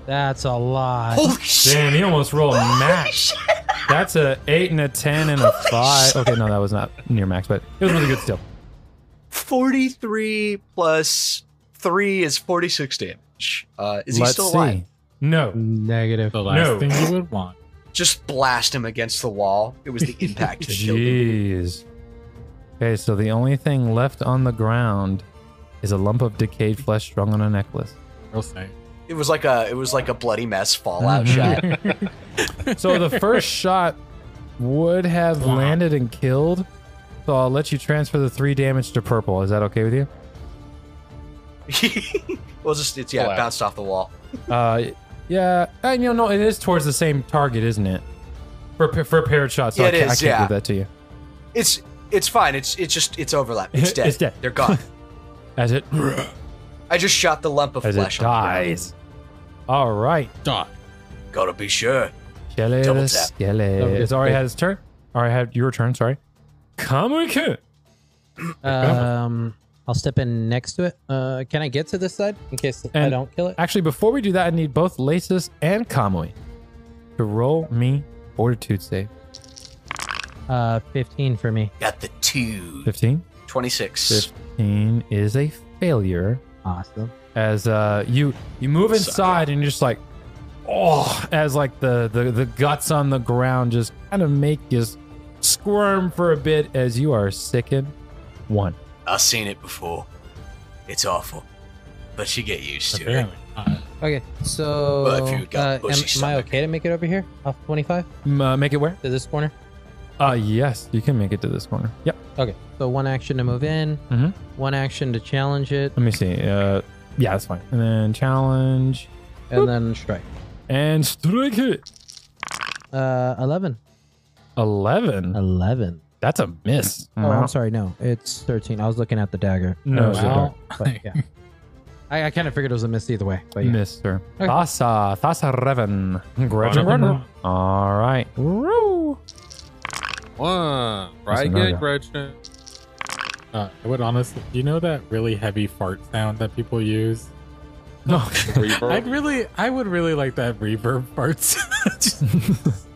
[SPEAKER 4] That's a lot.
[SPEAKER 7] Holy shit.
[SPEAKER 1] Damn, you almost rolled
[SPEAKER 7] Holy
[SPEAKER 1] max.
[SPEAKER 7] shit.
[SPEAKER 1] That's a eight and a ten and a
[SPEAKER 7] Holy
[SPEAKER 1] five.
[SPEAKER 7] shit.
[SPEAKER 1] Okay, no, that was not near max, but it was really good still.
[SPEAKER 7] 43 plus 3 is 46 damage. Uh is he
[SPEAKER 1] Let's
[SPEAKER 7] still alive?
[SPEAKER 1] see. No.
[SPEAKER 4] Negative.
[SPEAKER 2] The last
[SPEAKER 1] No.
[SPEAKER 2] thing you would want.
[SPEAKER 7] Just blast him against the wall. It was the impact that killed him.
[SPEAKER 1] Jeez. Okay, so the only thing left on the ground is a lump of decayed flesh strung on a necklace.
[SPEAKER 2] Real sight.
[SPEAKER 7] It was like a it was like a bloody mess fallout
[SPEAKER 1] Mhm.
[SPEAKER 7] shot.
[SPEAKER 1] So the first shot would have
[SPEAKER 8] Wow.
[SPEAKER 1] landed and killed. So I'll let you transfer the three damage to purple. Is that okay with you?
[SPEAKER 7] well just it's yeah,
[SPEAKER 5] Fallout.
[SPEAKER 7] bounced off the wall.
[SPEAKER 1] Uh, yeah, and you know, no, it is towards the same target, isn't it? For for a paired shot, so
[SPEAKER 7] Yeah,
[SPEAKER 1] I,
[SPEAKER 7] it
[SPEAKER 1] ca- I
[SPEAKER 7] is,
[SPEAKER 1] can't
[SPEAKER 7] yeah.
[SPEAKER 1] give that to you.
[SPEAKER 7] It's it's fine. It's it's just it's overlap. It's dead.
[SPEAKER 1] It's dead.
[SPEAKER 7] They're gone.
[SPEAKER 1] As it
[SPEAKER 7] I just shot the lump of
[SPEAKER 1] as it
[SPEAKER 7] flesh. on the ground.
[SPEAKER 1] dies. All right,
[SPEAKER 2] Die.
[SPEAKER 7] Gotta be sure.
[SPEAKER 1] Skelly
[SPEAKER 7] Double
[SPEAKER 1] the
[SPEAKER 7] tap.
[SPEAKER 1] Skelly. It's already had his turn. Already had your turn. Sorry. Kamika.
[SPEAKER 4] Um, I'll step in next to it. Uh, can I get to this side in case I
[SPEAKER 1] And-
[SPEAKER 4] don't kill it?
[SPEAKER 1] Actually, before we do that, I need both Lasis and Kamui to roll me Fortitude save.
[SPEAKER 4] Uh, 15 for me.
[SPEAKER 7] Got the two.
[SPEAKER 1] Fifteen.
[SPEAKER 7] 26.
[SPEAKER 1] Fifteen is a failure.
[SPEAKER 4] Awesome.
[SPEAKER 1] as uh, you you move inside and you're just like oh as like the, the the guts on the ground just kind of make you squirm for a bit as you are sickened one
[SPEAKER 7] I've seen it before. It's awful. But you get used to it.
[SPEAKER 2] Apparently not.
[SPEAKER 4] Okay, so
[SPEAKER 7] But if you got
[SPEAKER 4] uh, am,
[SPEAKER 7] pussy
[SPEAKER 4] am I
[SPEAKER 7] stomach.
[SPEAKER 4] okay to make it over here off 25
[SPEAKER 1] M- uh, make it where
[SPEAKER 4] to this corner?
[SPEAKER 1] uh yes you can make it to this corner yep
[SPEAKER 4] Okay, so one action to move in,
[SPEAKER 1] Mhm.
[SPEAKER 4] one action to challenge it,
[SPEAKER 1] let me see uh yeah that's fine and then challenge
[SPEAKER 4] and then strike.
[SPEAKER 1] and strike it
[SPEAKER 4] Uh, 11.
[SPEAKER 1] 11
[SPEAKER 4] 11.
[SPEAKER 1] that's a miss
[SPEAKER 4] Oh, I'm sorry. No, it's 13. I was looking at the dagger.
[SPEAKER 1] No,
[SPEAKER 4] Uh,
[SPEAKER 1] it's
[SPEAKER 4] the
[SPEAKER 1] okay.
[SPEAKER 4] dart, but yeah. I, I kind of figured it was a miss either way. But yeah.
[SPEAKER 1] Miss her.
[SPEAKER 4] Okay.
[SPEAKER 1] Thassa, Thassa Revan. Gretchen. All right. Woo.
[SPEAKER 5] One.
[SPEAKER 1] That's
[SPEAKER 5] Uh, Right,
[SPEAKER 1] another
[SPEAKER 5] get
[SPEAKER 1] guy.
[SPEAKER 5] Gretchen.
[SPEAKER 2] Uh, I would honestly. You know that really heavy fart sound that people use?
[SPEAKER 1] No.
[SPEAKER 5] Reverb.
[SPEAKER 2] I'd really. I would really like that reverb farts. Just-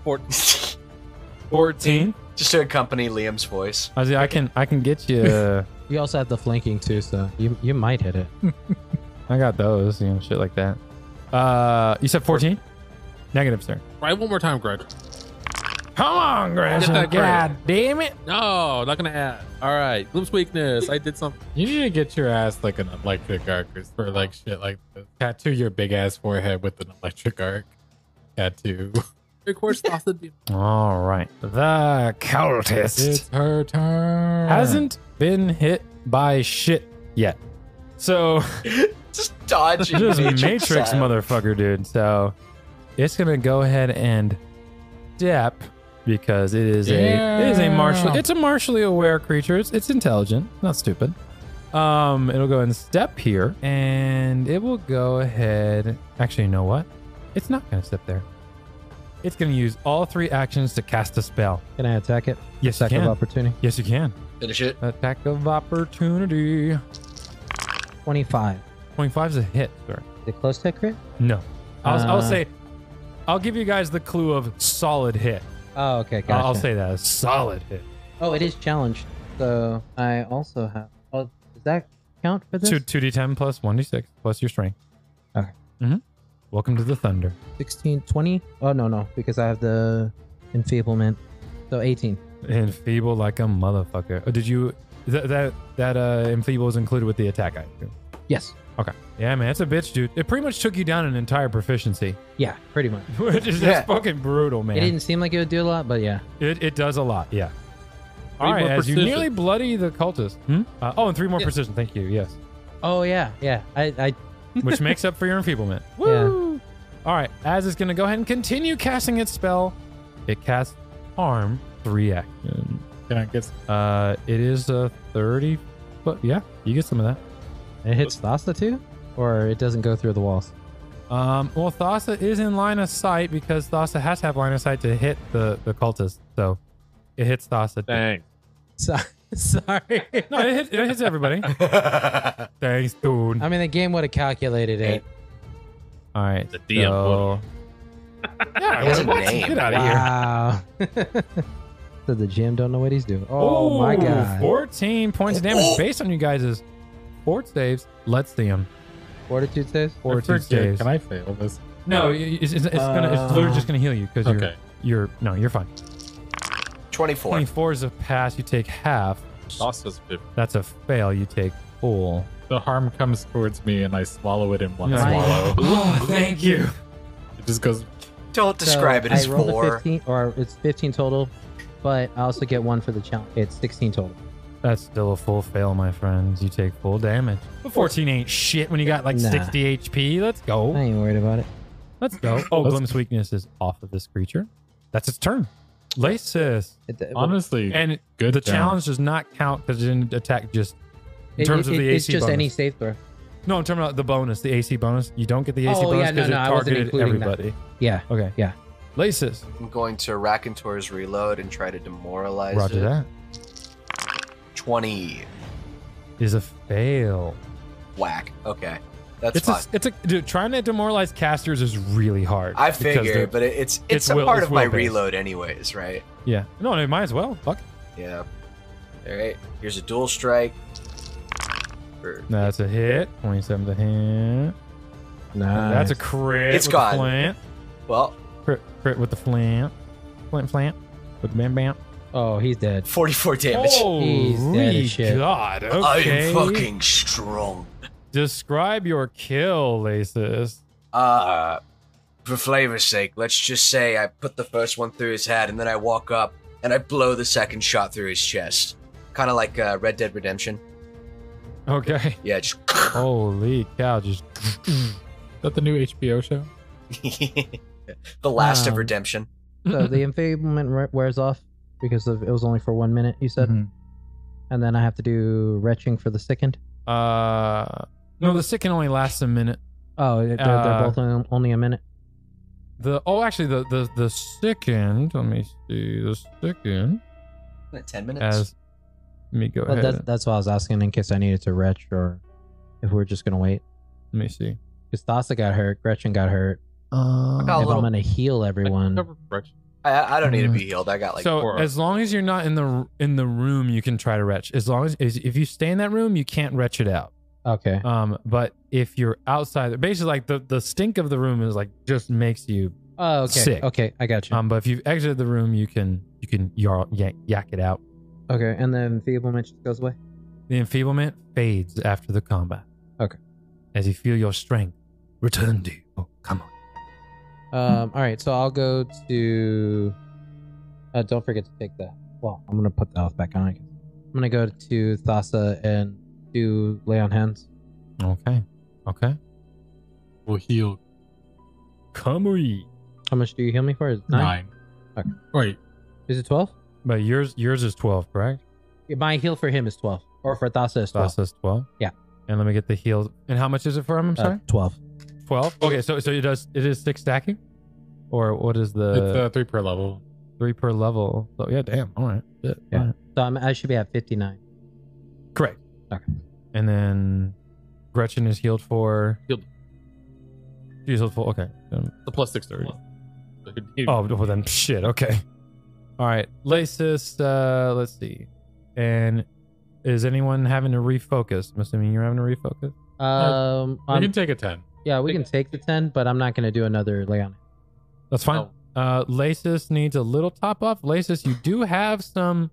[SPEAKER 1] 14
[SPEAKER 7] Just to accompany Liam's voice.
[SPEAKER 1] I, was- I can I can get you
[SPEAKER 4] You also have the flanking too, so you you might hit it.
[SPEAKER 1] I got those you know shit like that uh you said 14 negative sir
[SPEAKER 5] Try one more time, Gretchen.
[SPEAKER 1] come on Gresham
[SPEAKER 5] that
[SPEAKER 1] god damn it
[SPEAKER 5] No, not gonna add. All right, Gloom's weakness. I did something.
[SPEAKER 2] you need to get your ass like an electric arc or for like shit like this. Tattoo your big ass forehead with an electric arc tattoo.
[SPEAKER 5] Of course, lost the
[SPEAKER 1] all right the cultist
[SPEAKER 2] It's her turn.
[SPEAKER 1] hasn't been hit by shit yet so
[SPEAKER 7] Just dodging.
[SPEAKER 1] just
[SPEAKER 7] Matrix,
[SPEAKER 1] matrix
[SPEAKER 7] style.
[SPEAKER 1] motherfucker dude so it's gonna go ahead and step because it is a it is a
[SPEAKER 2] Yeah.
[SPEAKER 1] martially it's a martially aware creature it's, it's intelligent not stupid um it'll go and step here and it will go ahead actually you know what it's not gonna step there it's gonna use all three actions to cast a spell
[SPEAKER 4] Can I attack it?
[SPEAKER 1] yes you
[SPEAKER 4] Attack of
[SPEAKER 1] can
[SPEAKER 4] opportunity.
[SPEAKER 1] yes you can
[SPEAKER 7] Finish it.
[SPEAKER 1] attack of opportunity
[SPEAKER 4] 25.
[SPEAKER 1] 25 is a hit sir
[SPEAKER 4] Is it close to a crit?
[SPEAKER 1] no I'll, I'll
[SPEAKER 4] Uh,
[SPEAKER 1] say, I'll give you guys the clue of solid hit.
[SPEAKER 4] Oh, okay.
[SPEAKER 1] I'll-
[SPEAKER 4] Gotcha.
[SPEAKER 1] I'll say that a solid hit.
[SPEAKER 4] Oh, it is challenged. So I also have. Oh, does that count for this?
[SPEAKER 1] Two two d ten plus one d six plus your strength.
[SPEAKER 4] Okay.
[SPEAKER 1] Mm-hmm. Welcome to the thunder.
[SPEAKER 4] 16, 20? Oh, no, no. Because I have the enfeeblement. So 18.
[SPEAKER 1] Enfeeble like a motherfucker. Oh, did you that that that uh enfeeble is included with the attack? I assume.
[SPEAKER 4] Yes.
[SPEAKER 1] Okay. Yeah, man, it's a bitch, dude. It pretty much took you down an entire proficiency,
[SPEAKER 4] Yeah, pretty much.
[SPEAKER 1] which is
[SPEAKER 3] Yeah.
[SPEAKER 1] just fucking brutal, man.
[SPEAKER 4] It didn't seem like it would do a lot, but yeah.
[SPEAKER 1] It, it does a lot, yeah.
[SPEAKER 5] Three
[SPEAKER 1] All right,
[SPEAKER 5] more
[SPEAKER 1] as you
[SPEAKER 5] precision.
[SPEAKER 1] nearly bloody the cultist. Hmm? Uh, oh, and three more
[SPEAKER 5] Yeah.
[SPEAKER 1] precision. Thank you. Yes,
[SPEAKER 4] Oh, yeah. Yeah. I, I
[SPEAKER 1] which makes up for your enfeeblement.
[SPEAKER 4] Yeah.
[SPEAKER 1] Woo! All right, as is going to go ahead and continue casting its spell. It casts harm three action.
[SPEAKER 2] Can I get some
[SPEAKER 1] Uh, it is a thirty foot. Yeah, you get some of that.
[SPEAKER 4] It hits Thasta too? Or it doesn't go through the walls?
[SPEAKER 1] Um, well, Thassa is in line of sight because Thassa has to have line of sight to hit the, the cultist. So it hits Thassa. too.
[SPEAKER 5] Dang.
[SPEAKER 4] So, sorry.
[SPEAKER 1] No, it, hit, it hits everybody. Thanks, dude.
[SPEAKER 4] I mean, the game would have calculated it.
[SPEAKER 1] All right.
[SPEAKER 5] The DM
[SPEAKER 1] so- yeah,
[SPEAKER 7] He has a
[SPEAKER 1] what?
[SPEAKER 7] name.
[SPEAKER 1] Get out of here.
[SPEAKER 4] Wow. so the GM don't know what he's doing. Oh, my
[SPEAKER 1] Ooh,
[SPEAKER 4] God.
[SPEAKER 1] 14 points of damage based on you guys' fort saves. Let's see him.
[SPEAKER 4] Fortitude saves?
[SPEAKER 1] Fortitude
[SPEAKER 2] Forget,
[SPEAKER 1] saves.
[SPEAKER 2] Can I fail this?
[SPEAKER 1] No, it's, it's, it's gonna. It's literally just gonna heal you because
[SPEAKER 2] Okay.
[SPEAKER 1] you're you're no, you're fine.
[SPEAKER 7] 24.
[SPEAKER 1] 24 is a pass. You take half.
[SPEAKER 5] Lost us a bit.
[SPEAKER 1] That's a fail. You take full.
[SPEAKER 2] The harm comes towards me and I swallow it in one
[SPEAKER 1] Nice.
[SPEAKER 2] swallow.
[SPEAKER 1] Oh, thank you.
[SPEAKER 2] It just goes
[SPEAKER 7] Don't describe
[SPEAKER 4] So
[SPEAKER 7] it as
[SPEAKER 4] I rolled a
[SPEAKER 7] 4.
[SPEAKER 4] 15, or it's 15 total, but I also get one for the challenge. It's 16 total.
[SPEAKER 1] That's still a full fail, my friends. You take full damage. But 14 ain't shit when you got like
[SPEAKER 4] Nah.
[SPEAKER 1] 60 HP. Let's
[SPEAKER 4] I
[SPEAKER 1] go.
[SPEAKER 4] ain't worried about it.
[SPEAKER 1] Let's go. Oh,
[SPEAKER 2] Let's-
[SPEAKER 1] Glimpse Weakness is off of this creature. That's its turn. Lasis.
[SPEAKER 4] It- it-
[SPEAKER 2] honestly
[SPEAKER 1] And
[SPEAKER 2] good.
[SPEAKER 1] the
[SPEAKER 2] job.
[SPEAKER 1] challenge does not count because it didn't attack just in
[SPEAKER 4] it-
[SPEAKER 1] terms
[SPEAKER 4] it-
[SPEAKER 1] of the
[SPEAKER 4] it's
[SPEAKER 1] AC
[SPEAKER 4] just
[SPEAKER 1] bonus.
[SPEAKER 4] any safe throw.
[SPEAKER 1] No, I'm talking about the bonus, the AC bonus. You don't get the AC
[SPEAKER 4] Oh,
[SPEAKER 1] bonus
[SPEAKER 4] yeah, no,
[SPEAKER 1] because
[SPEAKER 4] no, I
[SPEAKER 1] it
[SPEAKER 4] wasn't
[SPEAKER 1] targeted
[SPEAKER 4] including that.
[SPEAKER 1] everybody.
[SPEAKER 4] Yeah.
[SPEAKER 1] Okay.
[SPEAKER 4] Yeah.
[SPEAKER 1] Lasis.
[SPEAKER 7] I'm going to Rakantor's reload and try to demoralize
[SPEAKER 1] Roger
[SPEAKER 7] it.
[SPEAKER 1] that.
[SPEAKER 7] 20.
[SPEAKER 1] Is a fail.
[SPEAKER 7] Whack. Okay. That's
[SPEAKER 1] It's
[SPEAKER 7] fine.
[SPEAKER 1] a, it's a dude. Trying to demoralize casters is really hard.
[SPEAKER 7] I
[SPEAKER 1] because they're-
[SPEAKER 7] figured, but it, it's it's,
[SPEAKER 1] it's
[SPEAKER 7] a
[SPEAKER 1] will-
[SPEAKER 7] part
[SPEAKER 1] it's
[SPEAKER 7] of my
[SPEAKER 1] will-based.
[SPEAKER 7] reload, anyways, right?
[SPEAKER 1] yeah. No, they might as well. Fuck.
[SPEAKER 7] Yeah. All right. Here's a dual strike. Er, For-
[SPEAKER 1] That's a hit. 27 to hit.
[SPEAKER 4] Nah.
[SPEAKER 1] That's a crit.
[SPEAKER 7] It's
[SPEAKER 1] with
[SPEAKER 7] gone.
[SPEAKER 1] The flint.
[SPEAKER 7] Well,
[SPEAKER 1] Crit, crit with the flint. Flint, flint. With the bam, bam.
[SPEAKER 4] Oh, he's dead.
[SPEAKER 7] 44 damage.
[SPEAKER 4] He's dead
[SPEAKER 1] Holy
[SPEAKER 4] as shit.
[SPEAKER 1] God.
[SPEAKER 7] I
[SPEAKER 1] Oh, Okay.
[SPEAKER 7] am fucking strong.
[SPEAKER 1] Describe your kill, Lasis.
[SPEAKER 7] Uh, for flavor's sake, let's just say I put the first one through his head, and then I walk up and I blow the second shot through his chest, kind of like uh, Red Dead Redemption.
[SPEAKER 1] Okay.
[SPEAKER 7] Yeah, just.
[SPEAKER 1] Holy cow. Just
[SPEAKER 2] Is that the new HBO show?
[SPEAKER 7] the last
[SPEAKER 1] Uh,
[SPEAKER 4] Um,
[SPEAKER 7] of Redemption.
[SPEAKER 4] so the enfeeblement re- wears off because of, it was only for one minute, you said.
[SPEAKER 2] Mhm.
[SPEAKER 4] And then I have to do retching for the sickened.
[SPEAKER 1] Uh, no, the sick can only last a minute.
[SPEAKER 4] Oh, they're,
[SPEAKER 1] Uh,
[SPEAKER 4] they're both on- only a minute.
[SPEAKER 1] The oh, actually, the the the sickened. Let me see the sickened
[SPEAKER 7] Isn't it 10 minutes?
[SPEAKER 1] as. Let me go
[SPEAKER 4] But
[SPEAKER 1] ahead.
[SPEAKER 4] that's, that's why I was asking in case I needed to retch or if we are just going to wait.
[SPEAKER 1] Let me see.
[SPEAKER 4] Because Thassa got hurt, Gretchen got hurt.
[SPEAKER 1] Uh,
[SPEAKER 7] got a
[SPEAKER 4] if
[SPEAKER 7] little-
[SPEAKER 4] I'm going to heal everyone.
[SPEAKER 5] Cover correction.
[SPEAKER 7] I, I don't need to be healed. I got like
[SPEAKER 1] Mm-hmm. so
[SPEAKER 5] four.
[SPEAKER 1] as long as you're not in the in the room, you can try to retch. As long as is- if you stay in that room, you can't retch it out.
[SPEAKER 4] Okay.
[SPEAKER 1] Um, but if you're outside, basically like the the stink of the room is like just makes you.
[SPEAKER 4] Oh, okay.
[SPEAKER 1] sick.
[SPEAKER 4] Okay, I got you.
[SPEAKER 1] Um, but if you've exited the room, you can you can yarl, yak, yak it out.
[SPEAKER 4] okay, and then feeblement just goes away.
[SPEAKER 1] The enfeeblement fades after the combat.
[SPEAKER 4] Okay.
[SPEAKER 1] As you feel your strength return to you. Oh, come on.
[SPEAKER 4] Um, all right, so I'll go to. Uh, don't forget to take that. Well, I'm gonna put the health back on. I guess. I'm gonna go to Thassa and do lay on hands.
[SPEAKER 1] Okay. Okay.
[SPEAKER 2] Will heal
[SPEAKER 1] Kamui.
[SPEAKER 4] How much do you heal me for? Is it nine?
[SPEAKER 2] nine.
[SPEAKER 4] Okay.
[SPEAKER 2] Wait,
[SPEAKER 4] Is it twelve?
[SPEAKER 1] But yours yours is twelve, correct?
[SPEAKER 4] My heal for him is twelve, or for Thassa is twelve.
[SPEAKER 1] Thus is twelve.
[SPEAKER 4] Yeah.
[SPEAKER 1] And let me get the heal. And how much is it for him? I'm
[SPEAKER 4] Uh,
[SPEAKER 1] sorry.
[SPEAKER 4] twelve.
[SPEAKER 1] Twelve. Okay. So so it does it is six stacking, or what is the
[SPEAKER 2] it's uh, three per level.
[SPEAKER 1] three per level? So yeah. Damn. All right. Shit,
[SPEAKER 4] Yeah.
[SPEAKER 1] all right.
[SPEAKER 4] So I'm, I should be at fifty-nine.
[SPEAKER 1] Correct.
[SPEAKER 4] Okay.
[SPEAKER 1] And then Gretchen is healed for
[SPEAKER 5] Healed.
[SPEAKER 1] Jeez, that's full. Okay. Um,
[SPEAKER 5] The plus six thirty.
[SPEAKER 1] Oh, well then, shit. Okay. All right. Lasis, uh, let's see. And is anyone having to refocus? I'm assuming you're having to refocus.
[SPEAKER 4] Um,
[SPEAKER 2] We
[SPEAKER 4] I'm-
[SPEAKER 2] can take a 10.
[SPEAKER 4] yeah, we can take the ten, but I'm not gonna do another lay on.
[SPEAKER 1] That's fine. Uh, Lasis needs a little top off. Lasis, you do have some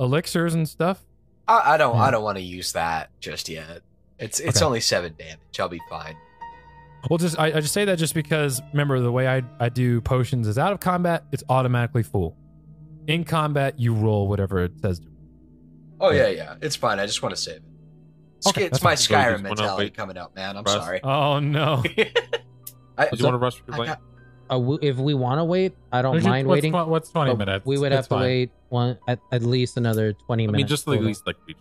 [SPEAKER 1] elixirs and stuff.
[SPEAKER 7] I, I don't.
[SPEAKER 1] Yeah.
[SPEAKER 7] I don't want to use that just yet. It's it's
[SPEAKER 1] Okay.
[SPEAKER 7] only seven damage. I'll be fine.
[SPEAKER 1] Well, just I, I just say that just because remember the way I, I do potions is out of combat, it's automatically full. In combat, you roll whatever it says. to.
[SPEAKER 7] Oh yeah, yeah. It's fine. I just want to save it. It's,
[SPEAKER 1] Okay,
[SPEAKER 7] it's
[SPEAKER 1] that's fine.
[SPEAKER 7] my
[SPEAKER 5] So you just
[SPEAKER 7] Skyrim
[SPEAKER 5] wanna
[SPEAKER 7] mentality
[SPEAKER 5] wait-
[SPEAKER 7] coming out, man. I'm
[SPEAKER 5] Russ?
[SPEAKER 7] sorry.
[SPEAKER 1] Oh no!
[SPEAKER 7] I,
[SPEAKER 5] Do you want to rush for your
[SPEAKER 7] I
[SPEAKER 5] plane?
[SPEAKER 7] got-
[SPEAKER 4] Uh, we, if we want to wait, I don't
[SPEAKER 2] We can-
[SPEAKER 4] mind
[SPEAKER 2] what's,
[SPEAKER 4] waiting.
[SPEAKER 2] twen- What's 20
[SPEAKER 4] but
[SPEAKER 2] minutes?
[SPEAKER 4] We would
[SPEAKER 2] It's
[SPEAKER 4] have to
[SPEAKER 2] fine.
[SPEAKER 4] wait one at, at least another twenty
[SPEAKER 5] I
[SPEAKER 4] minutes.
[SPEAKER 5] mean, just like, at
[SPEAKER 4] total.
[SPEAKER 5] least like reach.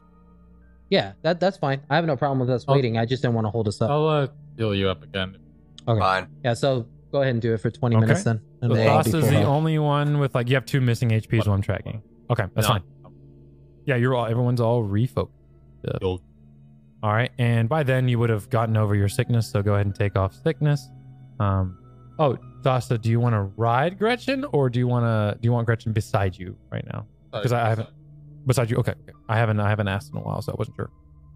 [SPEAKER 4] Yeah, that that's fine. I have no problem with us
[SPEAKER 2] I'll-
[SPEAKER 4] waiting. I just didn't want to hold us up.
[SPEAKER 2] I'll uh, heal you up again.
[SPEAKER 7] Fine.
[SPEAKER 4] yeah, so go ahead and do it for twenty
[SPEAKER 1] Okay.
[SPEAKER 4] minutes then. And
[SPEAKER 1] The
[SPEAKER 4] we'll all
[SPEAKER 1] boss
[SPEAKER 4] be
[SPEAKER 1] is
[SPEAKER 4] full
[SPEAKER 1] the
[SPEAKER 4] health.
[SPEAKER 1] only one with like you have two missing HPs while I'm tracking. Okay, that's
[SPEAKER 5] No.
[SPEAKER 1] fine. Yeah, you're all everyone's all refocused.
[SPEAKER 5] You'll-
[SPEAKER 1] All right, and by then you would have gotten over your sickness, so go ahead and take off sickness. Um, oh, Dasta, do you want to ride Gretchen, or do you want to do you want Gretchen beside you right now? Because I haven't beside you. Okay, okay. I haven't I haven't asked in a while, so I wasn't sure.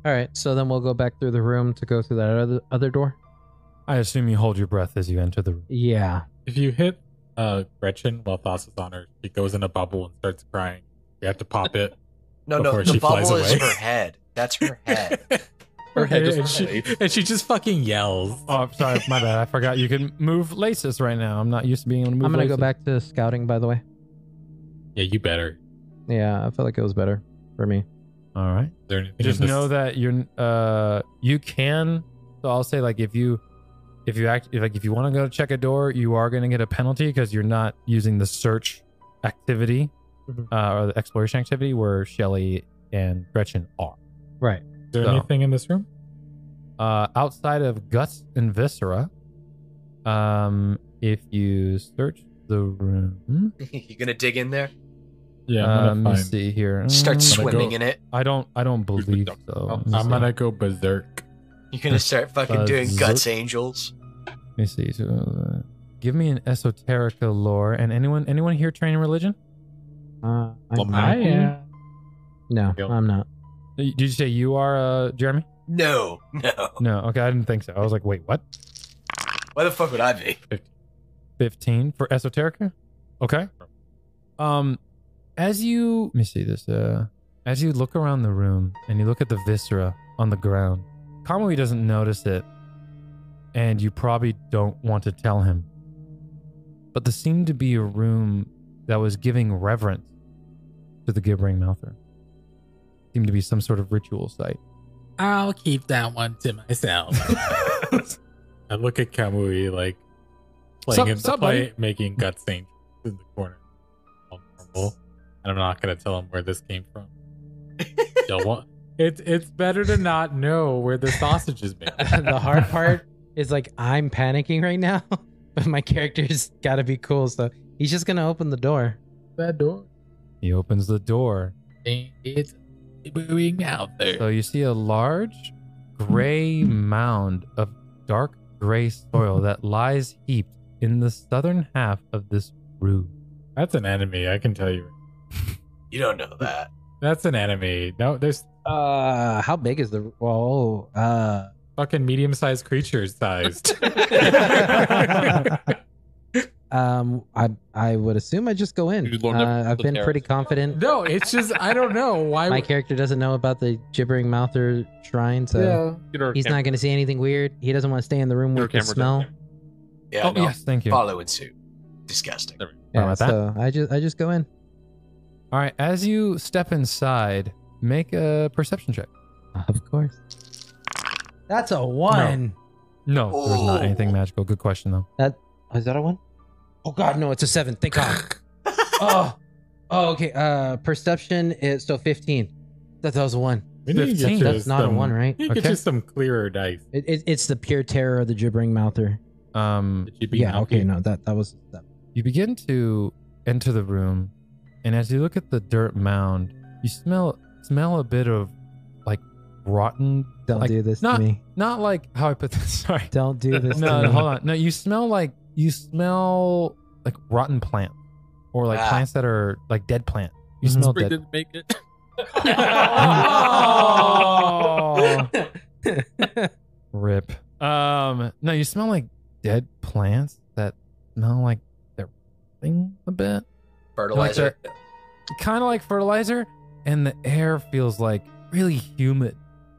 [SPEAKER 4] All right, so then we'll go back through the room to go through that other other door.
[SPEAKER 1] I assume you hold your breath as you enter the room.
[SPEAKER 4] Yeah.
[SPEAKER 2] If you hit uh, Gretchen while Thassa is on her, she goes in a bubble and starts crying. You have to pop it.
[SPEAKER 7] No,
[SPEAKER 2] Before
[SPEAKER 7] no. The
[SPEAKER 2] she flies
[SPEAKER 7] bubble is
[SPEAKER 2] away.
[SPEAKER 7] her head. That's her head.
[SPEAKER 5] Her head
[SPEAKER 2] and,
[SPEAKER 5] just
[SPEAKER 2] she, and she just fucking yells.
[SPEAKER 1] Oh, I'm sorry, my bad. I forgot you can move laces right now. I'm not used to being able to move.
[SPEAKER 4] I'm gonna go
[SPEAKER 1] laces.
[SPEAKER 4] back to scouting, by the way.
[SPEAKER 2] Yeah, you better.
[SPEAKER 4] Yeah, I felt like it was better for me.
[SPEAKER 1] All right.
[SPEAKER 2] Is there anything in
[SPEAKER 1] just
[SPEAKER 2] this-
[SPEAKER 1] know that you're uh you can so i'll say like if you if you act if, like if you want to go check a door you are going to get a penalty because you're not using the search activity
[SPEAKER 2] Mm-hmm.
[SPEAKER 4] Mhm.
[SPEAKER 1] uh, or the exploration activity where shelly and gretchen are
[SPEAKER 4] Right.
[SPEAKER 2] Is there
[SPEAKER 1] so.
[SPEAKER 2] anything in this room?
[SPEAKER 1] uh outside of guts and viscera um if you search the room
[SPEAKER 7] you gonna dig in there?
[SPEAKER 2] Yeah,
[SPEAKER 1] uh,
[SPEAKER 2] I'm
[SPEAKER 1] let
[SPEAKER 2] gonna
[SPEAKER 1] me
[SPEAKER 2] find.
[SPEAKER 1] see here
[SPEAKER 7] Start
[SPEAKER 1] Mm,
[SPEAKER 2] I'm gonna
[SPEAKER 7] swimming
[SPEAKER 2] go-
[SPEAKER 7] in it.
[SPEAKER 1] i don't i don't believe so
[SPEAKER 5] Oh,
[SPEAKER 1] Let me
[SPEAKER 2] I'm
[SPEAKER 1] see.
[SPEAKER 2] gonna go berserk.
[SPEAKER 7] You're gonna start fucking
[SPEAKER 1] Uh,
[SPEAKER 7] doing
[SPEAKER 1] zoop.
[SPEAKER 7] guts angels.
[SPEAKER 1] Let me see. So, uh, give me an esoterica lore. And anyone anyone here trained in religion?
[SPEAKER 4] Uh,
[SPEAKER 5] Well,
[SPEAKER 4] I'm
[SPEAKER 5] I
[SPEAKER 4] not. No,
[SPEAKER 5] Go.
[SPEAKER 4] I'm not.
[SPEAKER 1] Uh, Did you say you are uh, Jeremy?
[SPEAKER 7] No, no.
[SPEAKER 1] No. Okay, I didn't think so. I was like, wait, what?
[SPEAKER 7] Why the fuck would I be?
[SPEAKER 1] Fifteen for esoterica? Okay. Um, as you let me see this. Uh, as you look around the room and you look at the viscera on the ground, Kamui doesn't notice it, and you probably don't want to tell him. But this seemed to be a room that was giving reverence to the gibbering mouther. Seemed to be some sort of ritual site.
[SPEAKER 6] I'll keep that one to myself.
[SPEAKER 2] I look at Kamui like playing
[SPEAKER 1] Sup-
[SPEAKER 2] him,
[SPEAKER 1] sup,
[SPEAKER 2] play-
[SPEAKER 1] buddy?
[SPEAKER 2] making guts angels in the corner. All normal. And I'm not gonna tell him where this came from. Don't want. It's it's better to not know where the sausage is made.
[SPEAKER 4] the hard part is like I'm panicking right now, but my character's got to be cool, so he's just gonna open the door.
[SPEAKER 2] that door.
[SPEAKER 1] He opens the door.
[SPEAKER 6] it's booing out there.
[SPEAKER 1] So you see a large gray mound of dark gray soil that lies heaped in the southern half of this room.
[SPEAKER 2] That's an enemy. I can tell you.
[SPEAKER 7] You don't know that.
[SPEAKER 2] That's an enemy. No, there's
[SPEAKER 4] Uh, how big is the? Oh, uh,
[SPEAKER 2] fucking medium-sized creatures sized.
[SPEAKER 4] um, I I would assume I just go in.
[SPEAKER 5] You looked up
[SPEAKER 4] Uh, I've
[SPEAKER 5] the
[SPEAKER 4] been
[SPEAKER 5] terrace.
[SPEAKER 4] pretty confident.
[SPEAKER 2] no, it's just I don't know why.
[SPEAKER 4] My character doesn't know about the gibbering mouther shrine, so
[SPEAKER 5] Get our
[SPEAKER 4] he's
[SPEAKER 5] camera-
[SPEAKER 4] not gonna see anything weird. He doesn't want to stay in the room
[SPEAKER 5] get our
[SPEAKER 4] with the
[SPEAKER 5] camera down
[SPEAKER 4] smell.
[SPEAKER 5] there.
[SPEAKER 7] Yeah,
[SPEAKER 1] oh,
[SPEAKER 7] no.
[SPEAKER 1] yes, thank you.
[SPEAKER 7] Follow in suit. Disgusting.
[SPEAKER 1] Sorry
[SPEAKER 4] Yeah,
[SPEAKER 1] about that.
[SPEAKER 4] so I just I just go in.
[SPEAKER 1] All right, as you step inside, make a perception check.
[SPEAKER 4] Of course. That's a one.
[SPEAKER 1] No, there's not
[SPEAKER 7] Oh.
[SPEAKER 1] anything magical. Good question, though.
[SPEAKER 4] Is that a one? Oh god, no, it's a seven. Thank God. oh. Oh, okay. Uh perception is so fifteen. That that was a one.
[SPEAKER 2] we need to get
[SPEAKER 1] 15,
[SPEAKER 2] you
[SPEAKER 4] that's not a
[SPEAKER 2] some-
[SPEAKER 4] one, right?
[SPEAKER 2] we need to Get
[SPEAKER 1] Okay.
[SPEAKER 2] you some clearer dice.
[SPEAKER 4] It, it, it's the pure terror of the gibbering mouther.
[SPEAKER 1] Um,
[SPEAKER 2] Did you be
[SPEAKER 4] Yeah,
[SPEAKER 2] happy?
[SPEAKER 4] okay, no, that that was that.
[SPEAKER 1] You begin to enter the room, and as you look at the dirt mound, you smell smell a bit of like rotten.
[SPEAKER 4] Don't
[SPEAKER 1] like,
[SPEAKER 4] do this
[SPEAKER 1] not-
[SPEAKER 4] to me.
[SPEAKER 1] Not like how I put this. Sorry.
[SPEAKER 4] Don't do this.
[SPEAKER 1] No,
[SPEAKER 4] to
[SPEAKER 1] no,
[SPEAKER 4] me.
[SPEAKER 1] hold on. No, you smell like you smell like rotten plant, or like
[SPEAKER 7] Ah.
[SPEAKER 1] plants that are like dead plant. You
[SPEAKER 4] Mhm.
[SPEAKER 1] smell dead.
[SPEAKER 5] Sprig didn't make it.
[SPEAKER 1] Oh. Rip. Um, no, you smell like dead plants that smell like they're rotting a bit.
[SPEAKER 7] Fertilizer.
[SPEAKER 1] Kind of like fertilizer, and the air feels like really humid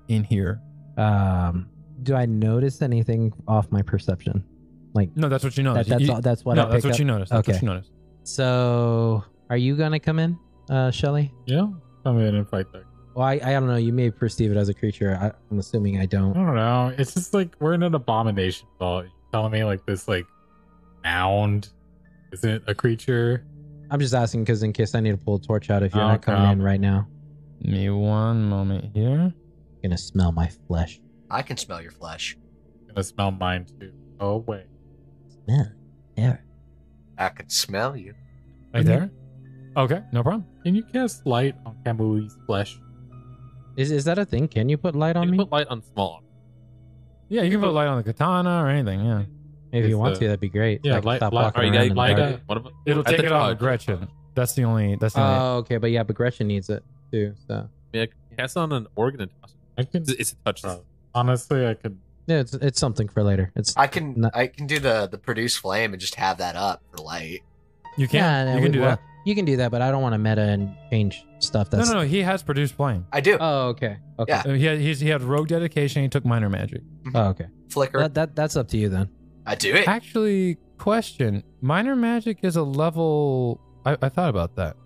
[SPEAKER 1] in here.
[SPEAKER 4] Um, do I notice anything off my perception? Like
[SPEAKER 1] No, that's what you notice.
[SPEAKER 4] that, that's
[SPEAKER 1] You-
[SPEAKER 4] all, that's what
[SPEAKER 1] no,
[SPEAKER 4] I
[SPEAKER 1] that's
[SPEAKER 4] picked
[SPEAKER 1] what
[SPEAKER 4] up.
[SPEAKER 1] you notice. That's what
[SPEAKER 4] Okay.
[SPEAKER 1] you notice.
[SPEAKER 4] So, are you gonna come in, uh, Shelly?
[SPEAKER 2] Yeah, come in and fight that.
[SPEAKER 4] Well, I, I don't know. You may perceive it as a creature. I, I'm assuming I
[SPEAKER 2] I
[SPEAKER 4] don't.
[SPEAKER 2] don't know. It's just like we're in an abomination vault. you telling me like this like mound isn't a creature.
[SPEAKER 4] I'm just asking because in case I need to pull a torch out, if you're
[SPEAKER 2] Oh,
[SPEAKER 4] not coming
[SPEAKER 2] no.
[SPEAKER 4] in right now,
[SPEAKER 1] Me one moment here.
[SPEAKER 4] you're gonna smell my flesh.
[SPEAKER 7] I can smell your flesh.
[SPEAKER 2] gonna smell mine too. Oh wait.
[SPEAKER 4] Smell. There.
[SPEAKER 7] I can smell you.
[SPEAKER 1] Right there. Okay, no problem.
[SPEAKER 2] Can you cast light on Kamui's flesh?
[SPEAKER 4] Is is that a thing? Can you put light
[SPEAKER 5] You
[SPEAKER 4] on
[SPEAKER 5] can
[SPEAKER 4] me?
[SPEAKER 5] put light on small.
[SPEAKER 1] Yeah, you can put light on the katana or anything. Yeah,
[SPEAKER 4] if
[SPEAKER 2] It's
[SPEAKER 4] you want
[SPEAKER 2] the-
[SPEAKER 4] to, that'd be great.
[SPEAKER 2] Yeah,
[SPEAKER 4] I can
[SPEAKER 2] light-
[SPEAKER 4] stop
[SPEAKER 2] light-
[SPEAKER 4] walking
[SPEAKER 5] All right,
[SPEAKER 4] around in
[SPEAKER 5] yeah,
[SPEAKER 4] the
[SPEAKER 5] light
[SPEAKER 4] dark.
[SPEAKER 5] up. What about
[SPEAKER 1] it'll
[SPEAKER 5] at
[SPEAKER 1] take
[SPEAKER 5] the
[SPEAKER 1] it on
[SPEAKER 5] top.
[SPEAKER 1] Gretchen. That's the only. That's the only.
[SPEAKER 4] Oh, okay, but yeah, but Gretchen needs it too. So
[SPEAKER 5] Yeah, cast on an organ and toss it.
[SPEAKER 2] I can
[SPEAKER 5] It's, it's a touch.
[SPEAKER 2] Bro. honestly I could
[SPEAKER 4] yeah, it's it's something for later. It's
[SPEAKER 7] I can
[SPEAKER 4] No.
[SPEAKER 7] I can do the the produce flame and just have that up for light.
[SPEAKER 1] you can.
[SPEAKER 4] no,
[SPEAKER 1] you can
[SPEAKER 4] we-
[SPEAKER 1] do
[SPEAKER 4] well,
[SPEAKER 1] that.
[SPEAKER 4] You can do that, but I don't want to meta and change stuff.
[SPEAKER 1] No,
[SPEAKER 4] That's
[SPEAKER 1] no, no. He has produced flame.
[SPEAKER 7] I do
[SPEAKER 4] Oh, okay. Okay.
[SPEAKER 7] Yeah.
[SPEAKER 1] Uh, He had, he's, he had rogue dedication. He took minor magic.
[SPEAKER 4] Oh, okay.
[SPEAKER 7] flicker.
[SPEAKER 4] That, that that's up to you then.
[SPEAKER 7] I do it.
[SPEAKER 1] Actually, question: minor magic is a level. I, I thought about that.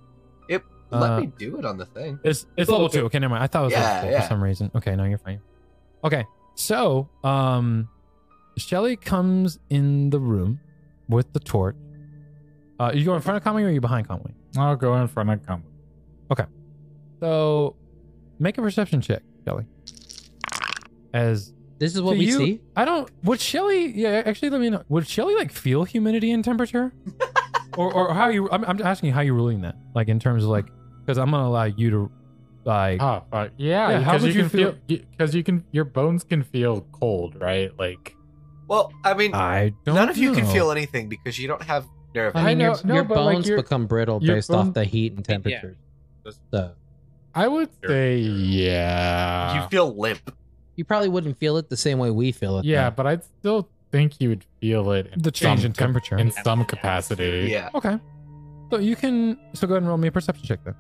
[SPEAKER 7] Yep, Let
[SPEAKER 1] uh,
[SPEAKER 7] me do it on the thing.
[SPEAKER 1] It's it's level two. Okay, never mind. I thought it was
[SPEAKER 7] Yeah,
[SPEAKER 1] level four
[SPEAKER 7] yeah.
[SPEAKER 1] for some reason. Okay, no, you're fine. Okay, so um, Shelly comes in the room with the torch. Uh, you go in front of Conway or you behind Conway?
[SPEAKER 2] I'll go in front of Kamui.
[SPEAKER 1] So make a perception check, Shelly. As
[SPEAKER 4] This is what
[SPEAKER 1] Do
[SPEAKER 4] we
[SPEAKER 1] you-
[SPEAKER 4] see.
[SPEAKER 1] I don't would Shelly yeah, actually let me know. Would Shelly like feel humidity and temperature? or or how you I'm, I'm asking you how you're ruling that. Like in terms of like because I'm gonna allow you to like
[SPEAKER 7] Uh,
[SPEAKER 2] Oh fuck. Yeah,
[SPEAKER 1] Yeah, how
[SPEAKER 2] because
[SPEAKER 1] would you
[SPEAKER 2] you can feel because you can your bones can feel cold, right? Like
[SPEAKER 7] Well, I mean,
[SPEAKER 1] I don't
[SPEAKER 7] none of you can
[SPEAKER 1] know.
[SPEAKER 7] feel anything because you don't have nerve.
[SPEAKER 2] I
[SPEAKER 4] I mean,
[SPEAKER 2] know-
[SPEAKER 4] your,
[SPEAKER 2] no,
[SPEAKER 4] your
[SPEAKER 2] but, like,
[SPEAKER 4] bones
[SPEAKER 2] your-
[SPEAKER 4] become brittle
[SPEAKER 2] your
[SPEAKER 4] based
[SPEAKER 2] bone-
[SPEAKER 4] off the heat and temperature. So
[SPEAKER 2] I would
[SPEAKER 5] Sure.
[SPEAKER 2] say
[SPEAKER 1] Uh,
[SPEAKER 2] yeah.
[SPEAKER 7] you feel limp.
[SPEAKER 4] you probably wouldn't feel it the same way we feel it.
[SPEAKER 2] yeah,
[SPEAKER 4] though.
[SPEAKER 2] but I'd still think you would feel it in
[SPEAKER 1] the change
[SPEAKER 2] some
[SPEAKER 1] in
[SPEAKER 2] cap-
[SPEAKER 1] temperature.
[SPEAKER 2] in some capacity.
[SPEAKER 7] Yeah.
[SPEAKER 1] okay. So you can so go ahead and roll me a perception check then.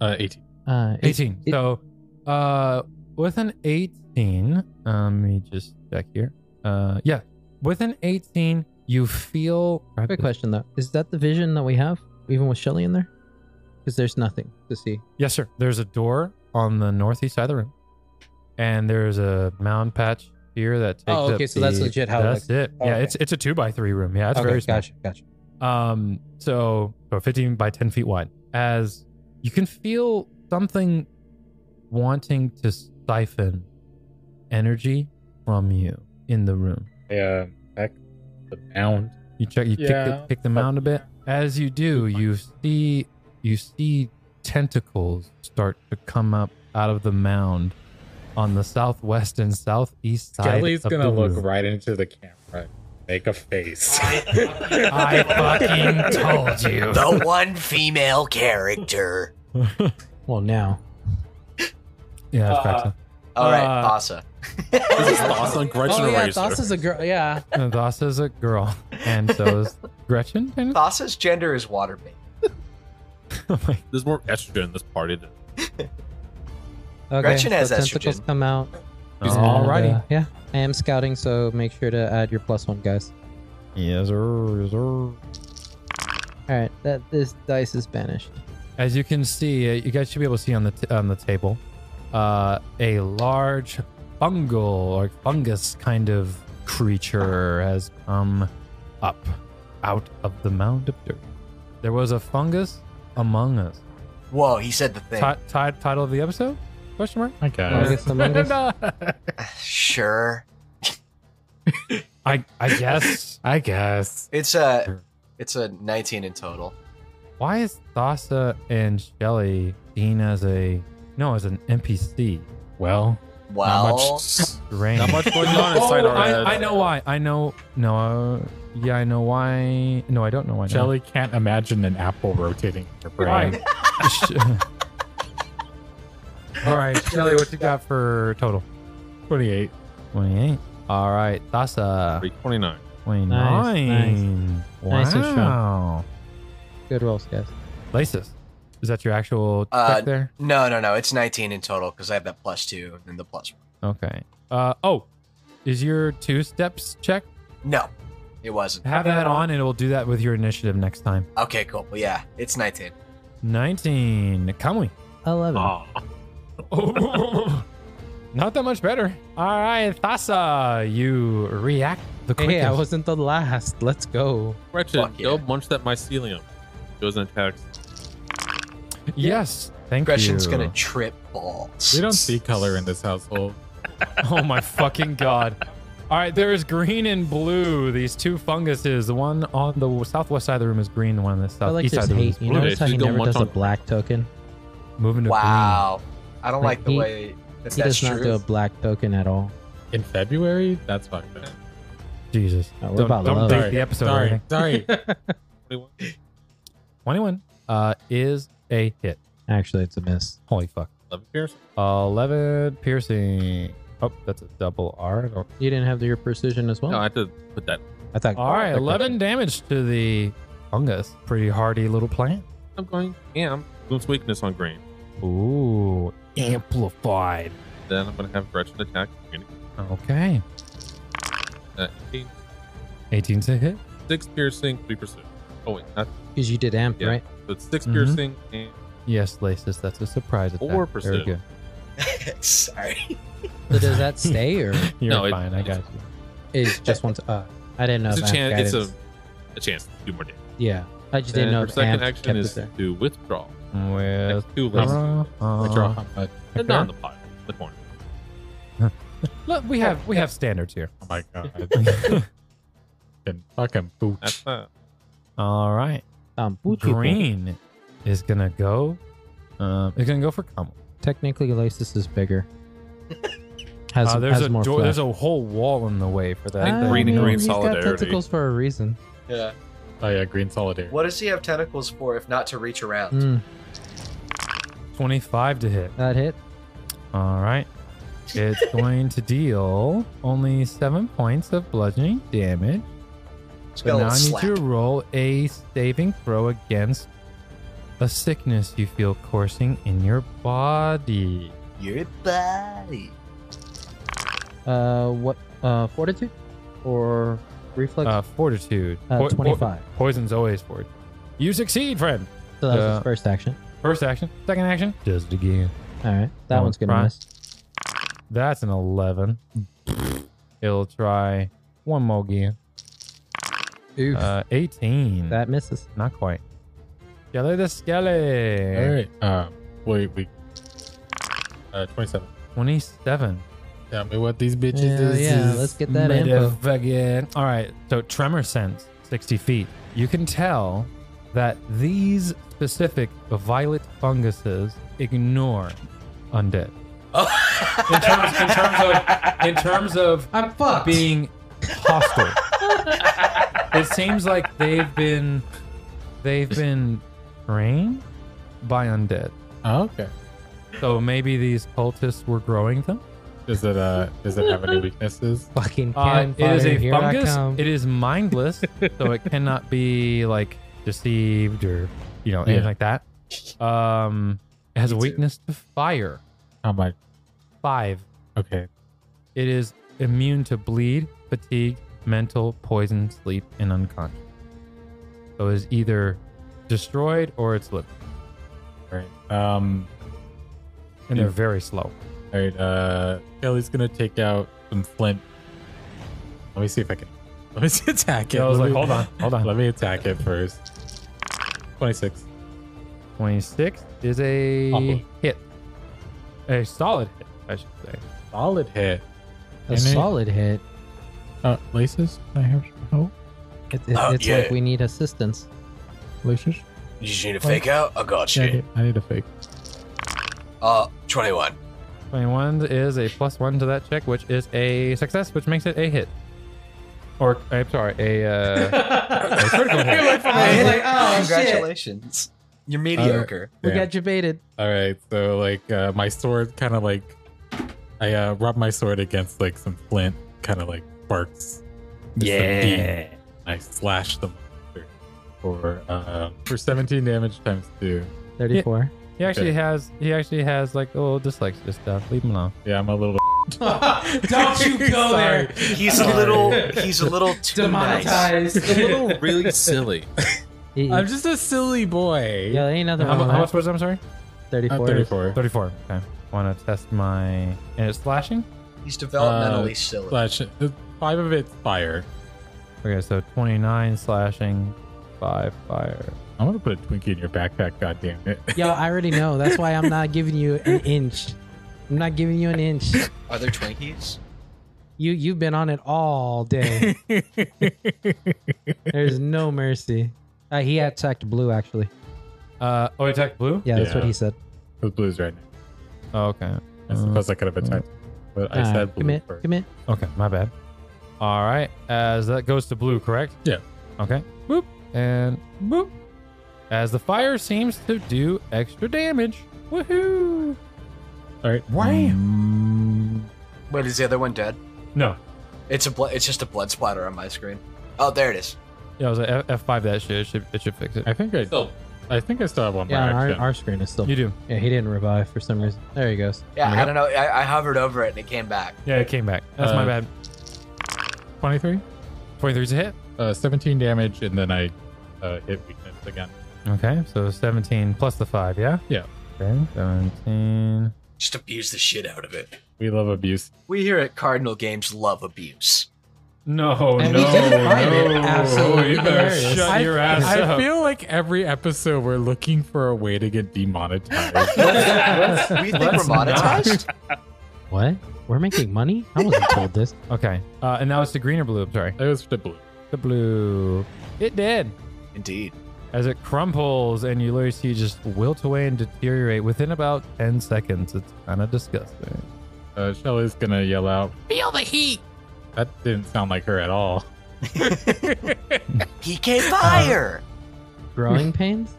[SPEAKER 2] Uh, 18.
[SPEAKER 4] Uh, it-
[SPEAKER 1] Eighteen. so uh with an eighteen, um, let me just check here. Uh yeah. With an eighteen, you feel
[SPEAKER 4] quick question though: Is that the vision that we have, even with Shelly in there? Because there's nothing to see.
[SPEAKER 1] Yes, sir. There's a door on the northeast side of the room, and there's a mound patch here that takes.
[SPEAKER 4] Oh, okay,
[SPEAKER 1] up
[SPEAKER 4] so that's
[SPEAKER 1] the-
[SPEAKER 4] legit how it
[SPEAKER 1] that's it.
[SPEAKER 4] Oh,
[SPEAKER 1] yeah,
[SPEAKER 4] okay.
[SPEAKER 1] it's it's a two by three room. Yeah, it's
[SPEAKER 4] okay,
[SPEAKER 1] very small.
[SPEAKER 4] gotcha, gotcha.
[SPEAKER 1] Um, so so 15 by 10 feet wide. As you can feel something wanting to siphon energy from you in the room.
[SPEAKER 2] Yeah, back the mound.
[SPEAKER 1] You check. You kick,
[SPEAKER 2] Yeah.
[SPEAKER 1] the, kick them out a bit. As you do, you see you see tentacles start to come up out of the mound on the southwest and southeast side.
[SPEAKER 2] Kelly's
[SPEAKER 1] of
[SPEAKER 2] gonna
[SPEAKER 1] the
[SPEAKER 2] look
[SPEAKER 1] room.
[SPEAKER 2] right into the camera, make a face.
[SPEAKER 1] I fucking told you.
[SPEAKER 7] the one female character.
[SPEAKER 4] Well, now
[SPEAKER 1] Yeah, that's correct.
[SPEAKER 6] Uh,
[SPEAKER 7] All right,
[SPEAKER 1] Uh,
[SPEAKER 7] Asa.
[SPEAKER 5] This is Thassa on Gretchen
[SPEAKER 4] oh yeah,
[SPEAKER 5] Eraser.
[SPEAKER 4] Thassa's a girl. Yeah,
[SPEAKER 1] No, Thassa's a girl, and so is Gretchen. kind of?
[SPEAKER 7] Asa's gender is water baby.
[SPEAKER 1] Oh my-
[SPEAKER 5] There's more estrogen in this party. Than...
[SPEAKER 4] okay,
[SPEAKER 7] Gretchen has
[SPEAKER 4] so tentacles
[SPEAKER 7] estrogen.
[SPEAKER 4] come out.
[SPEAKER 2] He's
[SPEAKER 4] and,
[SPEAKER 2] all
[SPEAKER 1] Alrighty.
[SPEAKER 4] uh, yeah, I am scouting, so make sure to add your plus one, guys.
[SPEAKER 1] Yes, sir, yes, sir.
[SPEAKER 4] All right, that this dice is banished.
[SPEAKER 1] As you can see, uh, you guys should be able to see on the t- on the table, uh, a large fungal or fungus kind of creature has come up out of the mound of dirt. There was a fungus among us.
[SPEAKER 7] Whoa, he said the thing.
[SPEAKER 1] Ti ti- title of the episode? Question mark.
[SPEAKER 2] I
[SPEAKER 5] Uh,
[SPEAKER 2] guess.
[SPEAKER 4] Fungus among us?
[SPEAKER 7] sure.
[SPEAKER 1] I I guess.
[SPEAKER 2] I guess.
[SPEAKER 7] It's a it's a 19 in total.
[SPEAKER 1] Why is Thassa and Shelly seen as a no as an NPC
[SPEAKER 2] well.
[SPEAKER 7] Well,
[SPEAKER 1] Rain.
[SPEAKER 5] Not much going on inside
[SPEAKER 1] oh,
[SPEAKER 5] our head.
[SPEAKER 1] I, I know why. I know. No. Uh, yeah, I know why. No, I don't know why. now.
[SPEAKER 2] Shelly can't imagine an apple rotating in her brain.
[SPEAKER 1] Right. All right, Shelly, what you got for total?
[SPEAKER 2] 28.
[SPEAKER 1] 28. All right, Thassa,
[SPEAKER 5] 329.
[SPEAKER 1] 29.
[SPEAKER 4] Nice. Nice and strong.
[SPEAKER 1] Wow.
[SPEAKER 4] Good rolls, guys.
[SPEAKER 1] Lasis, is that your actual check
[SPEAKER 7] Uh,
[SPEAKER 1] there?
[SPEAKER 7] no, no, no. It's 19 in total because I have that plus two and the plus one.
[SPEAKER 1] Okay. Uh, oh, is your two steps check?
[SPEAKER 7] No, it wasn't.
[SPEAKER 1] Have that on, and it will do that with your initiative next time.
[SPEAKER 7] Okay, cool. Well, yeah, it's 19.
[SPEAKER 1] 19. Come we?
[SPEAKER 4] Eleven.
[SPEAKER 1] Not that much better. All right, Thassa, you react the quickest.
[SPEAKER 4] Hey, I wasn't the last. Let's go.
[SPEAKER 5] Wretched,
[SPEAKER 7] Fuck yeah.
[SPEAKER 5] go munch that mycelium. Goes and attacks.
[SPEAKER 1] Yes, thank
[SPEAKER 7] Gretchen's
[SPEAKER 1] you.
[SPEAKER 7] gonna trip balls.
[SPEAKER 2] We don't see color in this household.
[SPEAKER 1] Oh my fucking god. All right, there is green and blue. These two funguses. The one on the southwest side of the room is green. The one on the
[SPEAKER 4] I
[SPEAKER 1] south
[SPEAKER 4] like
[SPEAKER 1] east side
[SPEAKER 4] his
[SPEAKER 1] of the room.
[SPEAKER 4] hate.
[SPEAKER 1] Is
[SPEAKER 4] You
[SPEAKER 5] blue.
[SPEAKER 4] notice how
[SPEAKER 5] Just
[SPEAKER 4] he
[SPEAKER 5] go
[SPEAKER 4] never
[SPEAKER 5] munch
[SPEAKER 4] does a
[SPEAKER 5] on-
[SPEAKER 4] black token?
[SPEAKER 1] Moving to
[SPEAKER 7] Wow, I don't
[SPEAKER 4] Like,
[SPEAKER 7] like the
[SPEAKER 4] he-
[SPEAKER 7] way that
[SPEAKER 4] He
[SPEAKER 7] that's
[SPEAKER 4] does not
[SPEAKER 7] true.
[SPEAKER 4] do a black token at all.
[SPEAKER 2] In February? That's fucked up.
[SPEAKER 1] green. Jesus.
[SPEAKER 4] Oh, we're
[SPEAKER 1] don't
[SPEAKER 4] about
[SPEAKER 1] don't
[SPEAKER 4] love.
[SPEAKER 1] date
[SPEAKER 2] Sorry.
[SPEAKER 1] the episode. or
[SPEAKER 2] Sorry,
[SPEAKER 1] anything.
[SPEAKER 2] sorry.
[SPEAKER 5] 21.
[SPEAKER 1] 21 uh, is a hit.
[SPEAKER 4] Actually, it's a miss.
[SPEAKER 1] Holy fuck.
[SPEAKER 5] 11 pierce.
[SPEAKER 1] 11 piercing. Oh, that's a double R. I don't-
[SPEAKER 4] You didn't have your precision as well.
[SPEAKER 5] No, I have to put that.
[SPEAKER 4] I thought.
[SPEAKER 1] All right,
[SPEAKER 4] I thought-
[SPEAKER 1] 11 damage to the fungus. Pretty hardy little plant.
[SPEAKER 5] I'm going. Yeah, I'm Gloom's weakness on green.
[SPEAKER 1] Ooh, amplified.
[SPEAKER 5] Then I'm going to have Gretchen attack. green.
[SPEAKER 1] Okay.
[SPEAKER 5] Uh, 18,
[SPEAKER 1] 18's a hit.
[SPEAKER 5] six piercing, three pursuit. Oh wait, not,
[SPEAKER 4] Because you did amp,
[SPEAKER 5] Yeah.
[SPEAKER 4] right?
[SPEAKER 5] so it's 6
[SPEAKER 4] Mm-hmm.
[SPEAKER 1] Mhm.
[SPEAKER 5] piercing and
[SPEAKER 1] Yes, Lasis, that's a surprise attack. Very
[SPEAKER 5] Four percent.
[SPEAKER 1] good.
[SPEAKER 7] Sorry.
[SPEAKER 4] So does that stay or
[SPEAKER 1] You're
[SPEAKER 5] No, it-
[SPEAKER 1] fine. I got you.
[SPEAKER 4] is just once? Uh, I didn't know.
[SPEAKER 5] it's
[SPEAKER 4] if
[SPEAKER 5] a
[SPEAKER 4] amp
[SPEAKER 5] chance. It's
[SPEAKER 4] guidance-
[SPEAKER 5] a a chance to do more damage.
[SPEAKER 4] yeah. I just
[SPEAKER 5] Then
[SPEAKER 4] didn't know.
[SPEAKER 5] her
[SPEAKER 4] if
[SPEAKER 5] second
[SPEAKER 4] amp
[SPEAKER 5] action
[SPEAKER 4] kept it
[SPEAKER 5] is
[SPEAKER 4] there.
[SPEAKER 5] to withdraw.
[SPEAKER 1] With
[SPEAKER 5] That's two laces.
[SPEAKER 1] uh,
[SPEAKER 2] Withdraw
[SPEAKER 1] uh,
[SPEAKER 2] how much?
[SPEAKER 5] They're not in the pot, in the corner.
[SPEAKER 1] look, we have we have standards here.
[SPEAKER 2] Oh my god. and fucking boots.
[SPEAKER 5] That's uh,
[SPEAKER 1] All right,
[SPEAKER 4] Um, boot people.
[SPEAKER 1] green is gonna go. Um, is gonna go for Kamal.
[SPEAKER 4] Technically, Lysis is bigger. Has,
[SPEAKER 1] Uh, there's
[SPEAKER 4] has
[SPEAKER 1] a
[SPEAKER 4] more
[SPEAKER 1] door. There's
[SPEAKER 4] flesh. Ah,
[SPEAKER 1] a whole wall in the way for that.
[SPEAKER 5] I think
[SPEAKER 1] thing.
[SPEAKER 5] green and green
[SPEAKER 4] he's
[SPEAKER 5] solidarity.
[SPEAKER 4] got tentacles for a reason.
[SPEAKER 7] Yeah.
[SPEAKER 2] Oh yeah, green solidarity.
[SPEAKER 7] What does he have tentacles for if not to reach around?
[SPEAKER 4] Mm,
[SPEAKER 1] Twenty-five to hit.
[SPEAKER 4] that hit.
[SPEAKER 1] All right, it's going to deal only seven points of bludgeoning damage.
[SPEAKER 7] It's got
[SPEAKER 1] But
[SPEAKER 7] a
[SPEAKER 1] now
[SPEAKER 7] little
[SPEAKER 1] I need
[SPEAKER 7] slap.
[SPEAKER 1] you to roll a saving throw against a sickness you feel coursing in your body.
[SPEAKER 7] Your body.
[SPEAKER 4] Uh, what? Uh, fortitude or reflex?
[SPEAKER 1] Uh, fortitude.
[SPEAKER 4] Uh,
[SPEAKER 1] Po- po-
[SPEAKER 4] 25.
[SPEAKER 1] poison's always fortitude. You succeed, friend.
[SPEAKER 4] so that was his
[SPEAKER 1] uh,
[SPEAKER 4] first action.
[SPEAKER 1] First action. Second action. Does it again.
[SPEAKER 4] All right, that
[SPEAKER 1] no,
[SPEAKER 4] one's gonna
[SPEAKER 1] Brian.
[SPEAKER 4] miss.
[SPEAKER 1] That's an 11. It'll try one more again.
[SPEAKER 4] Oof,
[SPEAKER 1] Uh, 18.
[SPEAKER 4] that misses.
[SPEAKER 1] Not quite. Skelly the Skelly.
[SPEAKER 2] All right. Um. Wait. We. Uh. Twenty-seven.
[SPEAKER 1] 27.
[SPEAKER 2] Tell me what these bitches
[SPEAKER 4] Hell
[SPEAKER 2] is.
[SPEAKER 4] yeah, let's get that info.
[SPEAKER 1] Motherfucking- All right. So tremor sense, 60 feet. You can tell that these specific violet funguses ignore undead.
[SPEAKER 7] Oh.
[SPEAKER 1] In terms- in terms of- In terms of
[SPEAKER 4] I'm fucked.
[SPEAKER 1] being hostile. it seems like they've been they've been trained by undead.
[SPEAKER 2] Oh, okay.
[SPEAKER 1] So maybe these cultists were growing them.
[SPEAKER 2] Does it uh? Does it have any weaknesses?
[SPEAKER 4] fucking
[SPEAKER 1] Uh,
[SPEAKER 4] cannon
[SPEAKER 1] it is
[SPEAKER 4] fodder,
[SPEAKER 1] a
[SPEAKER 4] Here I come.
[SPEAKER 1] fungus. It is mindless, so it cannot be like deceived or you know anything
[SPEAKER 2] Yeah.
[SPEAKER 1] like that. Um, it has a
[SPEAKER 7] Me too.
[SPEAKER 1] weakness to fire.
[SPEAKER 2] How much?
[SPEAKER 1] Five.
[SPEAKER 2] Okay.
[SPEAKER 1] It is immune to bleed, fatigue, mental, poison, sleep, and unconscious. So it's either destroyed or it's living.
[SPEAKER 2] All right. Um.
[SPEAKER 1] And they're very slow.
[SPEAKER 2] All right. Uh. Kelly's gonna take out some flint. Let me see if I can. Let me attack it.
[SPEAKER 1] I was
[SPEAKER 2] Let
[SPEAKER 1] like,
[SPEAKER 2] me-
[SPEAKER 1] hold on, hold on.
[SPEAKER 2] Let me attack it first. Twenty-six.
[SPEAKER 1] 26 is a
[SPEAKER 2] Awful.
[SPEAKER 1] hit. A solid hit, I should say.
[SPEAKER 2] Solid hit.
[SPEAKER 4] a
[SPEAKER 2] Isn't it?
[SPEAKER 4] solid hit.
[SPEAKER 2] Uh, laces. I have help.
[SPEAKER 4] It, it-
[SPEAKER 7] Oh,
[SPEAKER 4] it's
[SPEAKER 7] yeah.
[SPEAKER 4] like we need assistance.
[SPEAKER 2] Laces.
[SPEAKER 7] Oh, You just need a fake out? I got
[SPEAKER 2] Yeah, I
[SPEAKER 7] you.
[SPEAKER 2] need- I need a fake.
[SPEAKER 7] Uh, 21.
[SPEAKER 1] 21 is a plus one to that check, which is a success, which makes it a hit. Or, I'm sorry, a, uh, a critical hit.
[SPEAKER 4] I was like, oh shit, Uh,
[SPEAKER 3] Congratulations. You're mediocre.
[SPEAKER 4] we
[SPEAKER 2] Yeah.
[SPEAKER 4] got you baited.
[SPEAKER 2] All right, so like uh, my sword kind of like I uh, rub my sword against like some flint, kind of like sparks. Yeah. I slash the monster for um, for 17 damage times two.
[SPEAKER 4] Thirty-four.
[SPEAKER 1] He actually has, he actually has like, oh, dislikes this stuff. Leave him alone.
[SPEAKER 2] Yeah, I'm a little.
[SPEAKER 4] Don't you go there.
[SPEAKER 7] He's a little. He's a little too nice.
[SPEAKER 5] It's a little really silly.
[SPEAKER 2] I'm just a silly boy.
[SPEAKER 4] yeah, there ain't nothing
[SPEAKER 1] How,
[SPEAKER 4] wrong
[SPEAKER 1] mu-
[SPEAKER 4] with
[SPEAKER 1] how
[SPEAKER 4] that.
[SPEAKER 1] much was it? I'm sorry?
[SPEAKER 2] I'm
[SPEAKER 4] 34.
[SPEAKER 2] 34.
[SPEAKER 1] 34. Okay. Want to test my, and it's slashing?
[SPEAKER 7] He's developmentally
[SPEAKER 2] Uh,
[SPEAKER 7] silly.
[SPEAKER 2] Slash five of it's fire.
[SPEAKER 1] Okay, so 29 slashing, 5 fire.
[SPEAKER 2] I'm gonna put a Twinkie in your backpack. God damn it!
[SPEAKER 4] Yo, I already know. That's why I'm not giving you an inch. I'm not giving you an inch.
[SPEAKER 7] Are there Twinkies?
[SPEAKER 4] You you've been on it all day. There's no mercy. Uh, he attacked blue actually.
[SPEAKER 1] Uh, oh, attack blue?
[SPEAKER 4] Yeah, that's what
[SPEAKER 2] Yeah.
[SPEAKER 4] he said.
[SPEAKER 2] With blues right now.
[SPEAKER 1] Oh, okay.
[SPEAKER 2] I suppose I could have attacked, but I
[SPEAKER 4] Uh,
[SPEAKER 2] said blue
[SPEAKER 4] commit,
[SPEAKER 2] first.
[SPEAKER 4] commit.
[SPEAKER 1] Okay, my bad. All right, as that goes to blue, correct?
[SPEAKER 2] Yeah.
[SPEAKER 1] Okay. Boop and boop. As the fire seems to do extra damage. Woohoo!
[SPEAKER 2] All right. Mm.
[SPEAKER 1] Wham!
[SPEAKER 7] Wait, is the other one dead?
[SPEAKER 1] No.
[SPEAKER 7] It's a. Bl- it's just a blood splatter on my screen. Oh, there it is.
[SPEAKER 1] Yeah, I was like F- F5 that shit. It should, it should fix it.
[SPEAKER 2] I think I. I think I still have one more
[SPEAKER 4] Yeah, our,
[SPEAKER 2] action.
[SPEAKER 4] our screen is still.
[SPEAKER 1] You do.
[SPEAKER 4] Yeah, he didn't revive for some reason. There he goes.
[SPEAKER 7] Yeah, I
[SPEAKER 1] Yep.
[SPEAKER 7] don't know. I, I hovered over it and it came back.
[SPEAKER 1] Yeah, it came back. That's my
[SPEAKER 2] Uh,
[SPEAKER 1] bad.
[SPEAKER 2] 23,
[SPEAKER 1] 23 is a hit.
[SPEAKER 2] uh, 17 damage, and then I uh, hit weakness again.
[SPEAKER 1] Okay, so 17 plus the 5, yeah?
[SPEAKER 2] Yeah.
[SPEAKER 1] Okay, 17.
[SPEAKER 7] Just abuse the shit out of it.
[SPEAKER 2] We love abuse.
[SPEAKER 7] We here at Cardinal Games love abuse.
[SPEAKER 1] Oh, No,
[SPEAKER 4] And we Oh, no, just find it no. absolutely You better hilarious. shut
[SPEAKER 2] I, I feel like every episode we're looking for a way to get demonetized.
[SPEAKER 7] we think we're monetized.
[SPEAKER 4] What? We're making money? I wasn't told this.
[SPEAKER 1] Okay, uh, and now it's the green or blue. I'm sorry,
[SPEAKER 2] it was the blue.
[SPEAKER 1] the blue. It did.
[SPEAKER 7] Indeed.
[SPEAKER 1] As it crumples and you literally see it just wilt away and deteriorate within about 10 seconds. It's kind of disgusting.
[SPEAKER 2] Uh, Shelly's gonna yell out, "Feel the heat!" That didn't sound like her at all.
[SPEAKER 7] PK fire.
[SPEAKER 4] Growing pains?